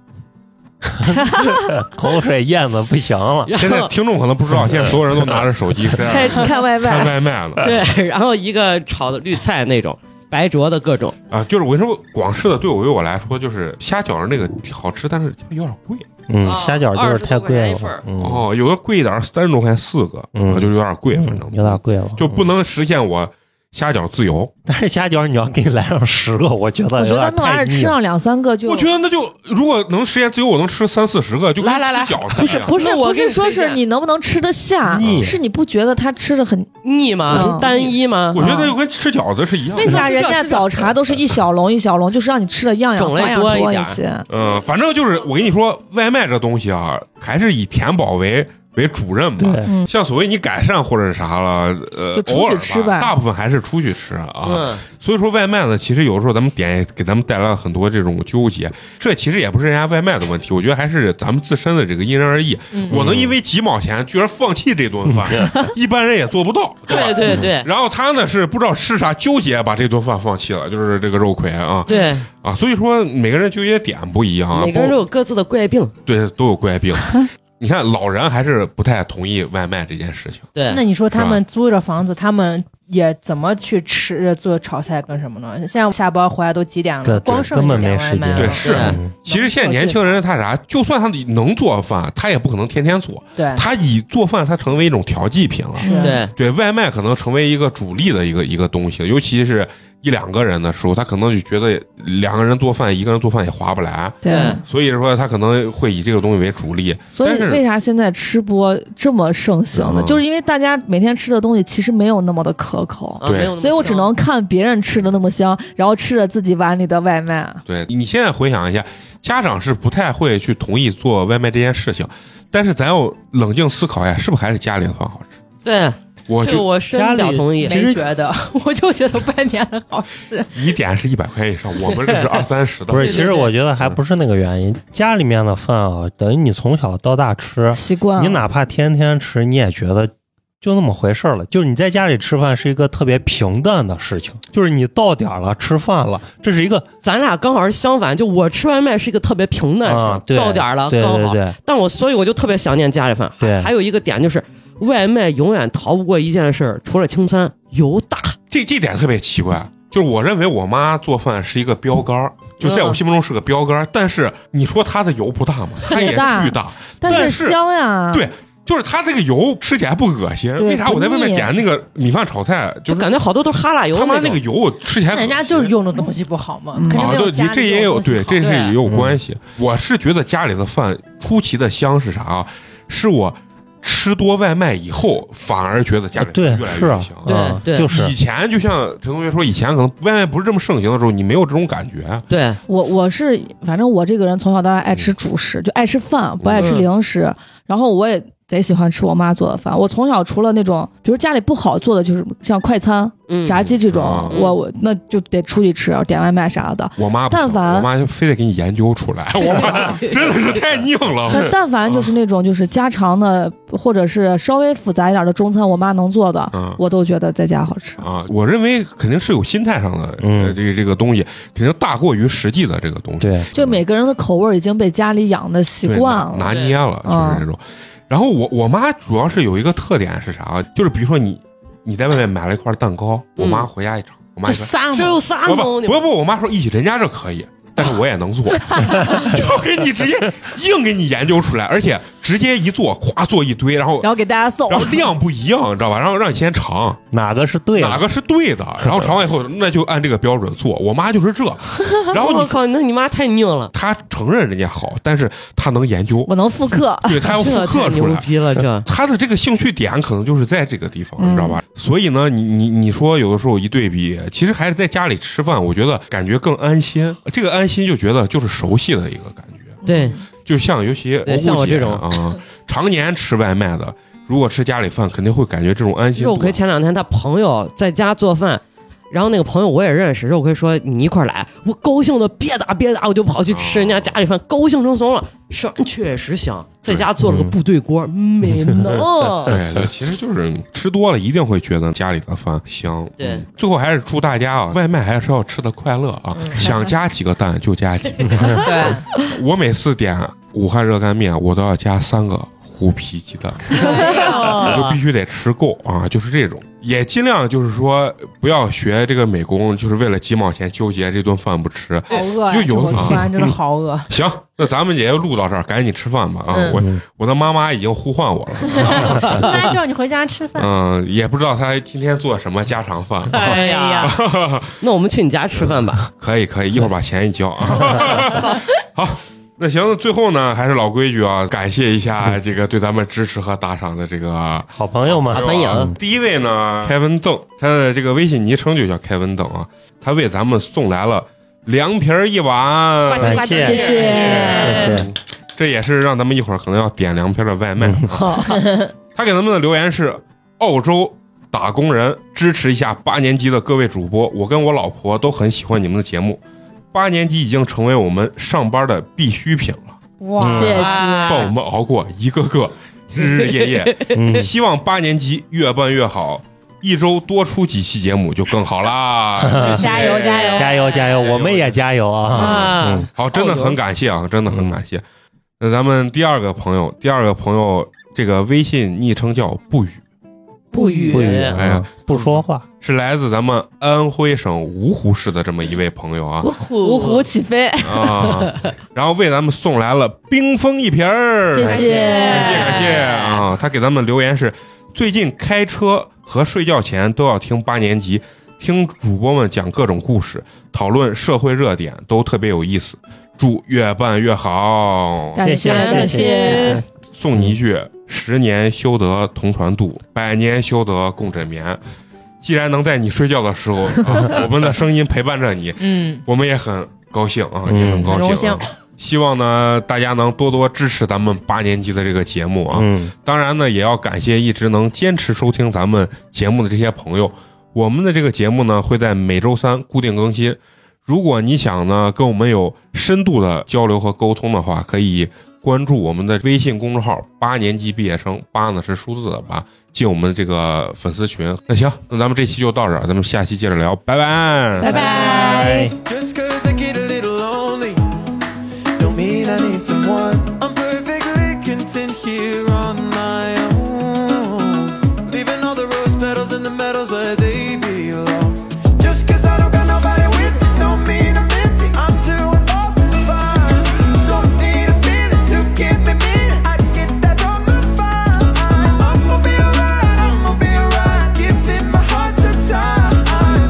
Speaker 5: 口水咽的不行了。
Speaker 2: 然
Speaker 1: 现在
Speaker 2: 后
Speaker 1: 听众可能不知 道，现在所有人都拿着手机
Speaker 4: 开
Speaker 1: 在
Speaker 4: 始
Speaker 5: 嗯
Speaker 4: 看外
Speaker 1: 看
Speaker 4: 卖，
Speaker 1: 外卖了
Speaker 2: 对，然后一个炒的绿菜那种，白灼的各种。
Speaker 1: 啊！就是我跟你说，广式的对我对我来说，就是虾饺儿那个好吃，但是有点贵
Speaker 5: 嗯，
Speaker 2: 啊
Speaker 5: 虾饺就是太贵
Speaker 2: 20多块钱一份儿
Speaker 5: 了，嗯，
Speaker 1: 哦，有的贵一点儿三十多块钱四个，
Speaker 5: 嗯
Speaker 1: 啊就有点贵，反正
Speaker 5: 有点贵了，
Speaker 1: 就不
Speaker 5: 嗯。
Speaker 1: 能实现我虾饺自由。
Speaker 5: 但是虾饺你要给你来上十 个，我觉
Speaker 4: 我
Speaker 5: 得
Speaker 4: 觉
Speaker 5: 有
Speaker 4: 得
Speaker 5: 点
Speaker 4: 那玩意
Speaker 5: 太
Speaker 4: 儿吃
Speaker 5: 腻了。
Speaker 4: 上两三个就
Speaker 1: 我觉得那就如果能实现自由，我能吃三四十个，就跟
Speaker 2: 来来来
Speaker 1: 吃饺子
Speaker 4: 不是
Speaker 1: 一样
Speaker 4: 不是
Speaker 2: 那我
Speaker 4: 不
Speaker 2: 给
Speaker 4: 是
Speaker 2: 你
Speaker 4: 说
Speaker 2: 推
Speaker 4: 是
Speaker 2: 荐
Speaker 4: 你能不能吃得下
Speaker 5: 腻，
Speaker 4: 是你不觉得他吃的 很？
Speaker 2: 腻吗
Speaker 4: 嗯？
Speaker 2: 单一吗
Speaker 1: 我？觉得就跟吃饺子是一样的。
Speaker 4: 为啥
Speaker 2: 是
Speaker 4: 人
Speaker 2: 这
Speaker 4: 家
Speaker 2: 样是这
Speaker 4: 早茶都是一小笼一小笼，就是让你吃的样样
Speaker 2: 种类
Speaker 4: 花样
Speaker 2: 多一
Speaker 4: 多
Speaker 2: 点儿
Speaker 4: 些？
Speaker 1: 嗯，反正就是我跟你说，外卖这东西啊，还是以填饱为为主任吧。
Speaker 5: 对，
Speaker 4: 嗯
Speaker 1: 像所谓你改善或者是啥了，呃，
Speaker 4: 就出去
Speaker 1: 偶尔
Speaker 4: 吃
Speaker 1: 吧，
Speaker 4: 吧
Speaker 1: 大部分还是出去吃啊。
Speaker 2: 嗯，
Speaker 1: 所以说外卖呢，其实有的时候咱们点也给咱们带来了很多这种纠结。这其实也不是人家外卖的问题，我觉得还是咱们自身的这个因人而异。
Speaker 4: 嗯
Speaker 1: 我能因为几毛钱居然放弃这顿饭，一般人也做不到，吧
Speaker 2: 对对对
Speaker 1: 然后他呢是不知道吃啥，纠结把这顿饭放弃了，就是这个肉葵啊
Speaker 2: 对，
Speaker 1: 啊，所以说每个人纠结点不一样啊，
Speaker 2: 每个人都有各自的怪病。
Speaker 1: 包对都有怪病。 你看老人还是不太同意外卖这件事情，
Speaker 3: 那
Speaker 2: 对，
Speaker 3: 你说他们租着房子，他们也怎么去吃做炒菜跟什么呢？现在下班回来都几点
Speaker 5: 对
Speaker 3: 了，
Speaker 5: 对
Speaker 3: 光剩
Speaker 5: 根本
Speaker 3: 一点
Speaker 5: 没
Speaker 3: 外
Speaker 5: 时
Speaker 3: 卖
Speaker 5: 间
Speaker 3: 了。
Speaker 1: 对是
Speaker 2: 对
Speaker 5: 嗯
Speaker 1: 其实现在年轻人他啥，就算他能做饭，他也不可能天天做，
Speaker 3: 对
Speaker 1: 他以做饭他成为一种调剂品了。
Speaker 4: 是
Speaker 2: 对，
Speaker 1: 对外卖可能成为一个主力的一个一个东西，尤其是一两个人的时候，他可能就觉得两个人做饭，一个人做饭也划不来，
Speaker 4: 对
Speaker 2: 对，
Speaker 1: 所以说他可能会以这个东西为主力。
Speaker 4: 所
Speaker 1: 但
Speaker 4: 以
Speaker 1: 是
Speaker 4: 为啥现在吃播这么盛行呢？
Speaker 1: 嗯
Speaker 4: 就是因为大家每天吃的东西其实没有那么的可口，
Speaker 2: 啊
Speaker 1: 对
Speaker 2: 没有那么
Speaker 4: 所以我只
Speaker 2: 香
Speaker 4: 能看别人吃的那么香，然后吃着自己碗里的外卖。
Speaker 1: 对你现在回想一下，家长是不太会去同意做外卖这件事情，但是咱要冷静思考一下，是不是还是家里的饭好吃？
Speaker 2: 对，
Speaker 1: 我
Speaker 2: 这个
Speaker 1: 就
Speaker 2: 我深表同意。
Speaker 3: 没觉得， 我就觉得外面的好吃。
Speaker 1: 你点是一百块钱以上，我们这是二三十的，
Speaker 5: 不是，
Speaker 2: 对
Speaker 5: 其实我觉得还不是那个原因。家里面的饭啊，等于你从小到大吃，
Speaker 4: 习惯了
Speaker 5: 你哪怕天天吃，你也觉得就那么回事儿了。就是你在家里吃饭是一个特别平淡的事情，就是你到点儿了吃饭了，这是一个
Speaker 2: 咱俩刚好是相反，就我吃外卖是一个特别平淡的，
Speaker 5: 啊
Speaker 2: 事儿，
Speaker 5: 对
Speaker 2: 到点儿了
Speaker 5: 对
Speaker 2: 刚
Speaker 5: 对
Speaker 2: 好。
Speaker 5: 对
Speaker 2: 但我所以我就特别想念家里饭。
Speaker 5: 对
Speaker 2: 还有一个点就是，外卖永远逃不过一件事儿，除了清餐，油大。
Speaker 1: 这这点特别奇怪。就是我认为我妈做饭是一个标杆儿，就在我
Speaker 2: 嗯
Speaker 1: 心目中是个标杆儿。但是你说她的油不大吗？她也
Speaker 4: 油大
Speaker 1: 巨大，
Speaker 4: 但
Speaker 1: 但是
Speaker 4: 是香呀，
Speaker 1: 对就是她这个油吃起来不恶心。
Speaker 4: 对
Speaker 1: 为啥我在外面
Speaker 4: 不腻
Speaker 1: 点那个米饭炒菜，
Speaker 2: 就是感觉好多都是哈喇油
Speaker 1: 他妈
Speaker 2: 那
Speaker 1: 那个
Speaker 2: 种
Speaker 1: 油我吃起来恶
Speaker 3: 那
Speaker 1: 心，
Speaker 3: 人家就是用的东西不好嘛，
Speaker 4: 嗯
Speaker 3: 肯定
Speaker 1: 啊，
Speaker 3: 没有
Speaker 1: 对，
Speaker 3: 家
Speaker 1: 你
Speaker 3: 里
Speaker 1: 这也
Speaker 3: 用
Speaker 1: 有
Speaker 3: 的东西
Speaker 1: 对，
Speaker 3: 好
Speaker 1: 这是
Speaker 2: 对
Speaker 1: 也有关系。我是觉得家里的饭出奇的香是啥啊？是我吃多外卖以后，反而觉得家里
Speaker 5: 啊对
Speaker 1: 越来
Speaker 5: 是
Speaker 1: 越
Speaker 5: 啊
Speaker 1: 香。
Speaker 2: 对
Speaker 5: 啊
Speaker 2: 对
Speaker 5: 就是
Speaker 1: 以前就像陈同学说，以前可能外卖不是这么盛行的时候，你没有这种感觉。
Speaker 2: 对，
Speaker 4: 我我
Speaker 1: 嗯
Speaker 4: 是反正我这个人从小到大爱吃主食，就爱吃饭，不爱吃零食。然后我也贼喜欢吃我妈做的饭。我从小除了那种，比如家里不好做的，就是像快餐、
Speaker 2: 嗯
Speaker 4: 炸鸡这种，
Speaker 1: 啊
Speaker 4: 我我那就得出去吃，点外卖啥的。
Speaker 1: 我妈不
Speaker 4: 但
Speaker 1: 行
Speaker 4: 凡
Speaker 1: 我妈就非得给你研究出 来，我妈真的是太拧
Speaker 4: 但
Speaker 1: 了。
Speaker 4: 但凡
Speaker 1: 嗯
Speaker 4: 就是那种就是家常的，或者是稍微复杂一点的中餐，我妈能做的，
Speaker 1: 嗯
Speaker 4: 我都觉得在家好吃。
Speaker 1: 啊，我认为肯定是有心态上的，
Speaker 5: 嗯
Speaker 1: 呃这个这个东西肯定大过于实际的这个东西。
Speaker 5: 对，
Speaker 4: 就每个人的口味已经被家里养的习
Speaker 1: 对，
Speaker 4: 惯
Speaker 1: 拿
Speaker 4: 了。
Speaker 1: 拿
Speaker 4: 嗯
Speaker 1: 捏了，就是这种。然后我我妈主要是有一个特点是啥？啊就是比如说你你在外面买了一块蛋糕，我
Speaker 4: 嗯
Speaker 1: 妈回家一尝，我妈
Speaker 2: 这
Speaker 1: 一说
Speaker 2: 啥只有啥
Speaker 1: 不
Speaker 2: 呢
Speaker 1: 不？不不，我妈说咦，人家这可以，但是我也能 做，就给你直接硬给你研究出来，而且直接一做，咵做一堆，然后
Speaker 4: 然后给大家送
Speaker 1: 然，后量不一样，你知道吧？然后让你先尝，
Speaker 5: 哪个是对的？
Speaker 1: 哪个是对的，然后尝完以后那就按这个标准做。我妈就是 这，然后
Speaker 2: 我
Speaker 1: 你
Speaker 2: 靠，那你妈太拧了，
Speaker 1: 她承认人家好，但是她能研究，
Speaker 4: 我能复刻。
Speaker 1: 对她要
Speaker 2: 这
Speaker 1: 复刻
Speaker 2: 太
Speaker 1: 出
Speaker 2: 牛
Speaker 1: 来。
Speaker 2: 逼了，这
Speaker 1: 他的这个兴趣点可能就是在这个地方，
Speaker 4: 嗯
Speaker 1: 你知道吧？所以呢，你你你说有的时候一对比，其实还是在家里吃饭，我觉得感觉更安心。这个安心就觉得就是熟悉的一个感觉，
Speaker 2: 对
Speaker 1: 就像尤其
Speaker 2: 对像我
Speaker 1: 姑姐
Speaker 2: 这种
Speaker 1: 啊、 常年吃外卖的，如果吃家里饭，肯定会感觉这种安心
Speaker 2: 肉
Speaker 1: 度。
Speaker 2: 葵前两天他朋友在家做饭。然后那个朋友我也认识，肉葵说你一块儿来，我高兴的憋打憋打，我就跑去吃
Speaker 4: 哦
Speaker 2: 人家家里饭，高兴成怂了。吃完确实香，在家做了
Speaker 4: 嗯
Speaker 2: 个部队锅， 美呢。
Speaker 1: 对对，其实就是吃多了，一定会觉得家里的饭香。
Speaker 2: 对
Speaker 1: 嗯，最后还是祝大家啊，外卖还是要吃的快乐啊，
Speaker 2: 嗯
Speaker 1: 想加几个蛋就加几个。
Speaker 3: 对，
Speaker 1: 我每次点武汉热干面，我都要加三个虎皮鸡蛋，
Speaker 4: 哎
Speaker 1: 我
Speaker 2: 啊
Speaker 1: 就必须得吃够啊！就是这种，也尽量就是说不要学这个美工，就是为了几毛钱纠结这顿饭不吃。
Speaker 3: 好饿呀！
Speaker 1: 就有
Speaker 3: 我
Speaker 1: 的
Speaker 3: 突然真的好饿，
Speaker 1: 行，那咱们也就录到这儿，赶紧吃饭吧啊！
Speaker 3: 嗯
Speaker 1: 我我的妈妈已经呼唤我了，
Speaker 3: 妈叫你回家吃饭。
Speaker 1: 嗯，也不知道她今天做什么家常饭。啊
Speaker 2: 哎 呀，那我们去你家吃饭吧。
Speaker 1: 可以可以，一会儿把钱一交啊。 好，那行，最后呢，还是老规矩啊，感谢一下这个对咱们支持和打赏的这个
Speaker 5: 好朋友
Speaker 2: 好
Speaker 5: 们，
Speaker 2: 朋友
Speaker 1: 第一位呢，凯文邓，嗯他的这个微信昵称就叫凯文邓啊，他为咱们送来了凉皮儿一碗，
Speaker 5: 感谢
Speaker 4: 谢谢
Speaker 5: 谢谢。
Speaker 1: 这也是让咱们一会儿可能要点凉皮儿的外卖。啊他给咱们的留言是：澳洲打工人支持一下八年级的各位主播，我跟我老婆都很喜欢你们的节目，八年级已经成为我们上班的必需品了，
Speaker 3: 哇，
Speaker 4: 谢谢。
Speaker 2: 啊
Speaker 1: 帮我们熬过一个个日日夜夜。
Speaker 5: 嗯，
Speaker 1: 希望八年级越办越好，一周多出几期节目就更好啦。谢谢
Speaker 3: 加油加油！
Speaker 5: 加油加油，我们也加油啊！
Speaker 2: 啊
Speaker 5: 嗯，
Speaker 1: 好，真的很感谢啊，真的很感
Speaker 3: 哦
Speaker 1: 谢。那咱们第二个朋友，第二个朋友这个微信昵称叫不语，
Speaker 2: 不语
Speaker 5: 不语，
Speaker 1: 哎呀
Speaker 5: 嗯不说话，
Speaker 1: 是来自咱们安徽省芜湖市的这么一位朋友啊
Speaker 2: 芜
Speaker 4: 芜湖起飞，
Speaker 1: 啊，然后为咱们送来了冰封一瓶儿，
Speaker 4: 谢
Speaker 1: 谢
Speaker 4: 谢。
Speaker 1: 感谢啊！他给咱们留言是：最近开车和睡觉前都要听八年级，听主播们讲各种故事，讨论社会热点，都特别有意思。祝越办越好！
Speaker 4: 感谢感谢，
Speaker 1: 送你一句：十年修得同船渡，百年修得共枕眠。既然能在你睡觉的时候，啊我们的声音陪伴着你，
Speaker 3: 嗯，
Speaker 1: 我们也很高兴啊，
Speaker 5: 嗯
Speaker 1: 也很高
Speaker 3: 很荣
Speaker 1: 兴、啊
Speaker 3: 幸。
Speaker 1: 希望呢，大家能多多支持咱们八年级的这个节目啊。
Speaker 5: 嗯，
Speaker 1: 当然呢，也要感谢一直能坚持收听咱们节目的这些朋友。我们的这个节目呢，会在每周三固定更新。如果你想呢跟我们有深度的交流和沟通的话，可以关注我们的微信公众号“八年级毕业生”，八呢是数字的八，进我们这个粉丝群。那行，那咱们这期就到这儿，咱们下期接着聊，拜拜，
Speaker 4: 拜拜。
Speaker 6: Just cause I get a little lonely Don't mean I need someone I'm perfectly content here on my own Leaving all the rose petals and the medals where they belong Just cause I don't got nobody with me Don't mean I'm empty I'm doing more than fine Don't need a feeling to give me meaning I get that from the vibe I'm gonna be alright, I'm gonna be alright Giving my heart some time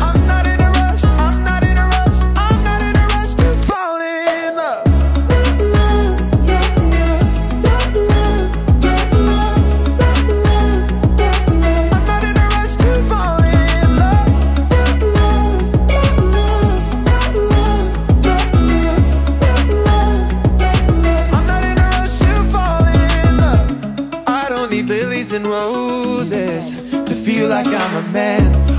Speaker 6: I'm not in a rush, I'm not in a rush I'm not in a rush to fall in love roses to feel like I'm a man.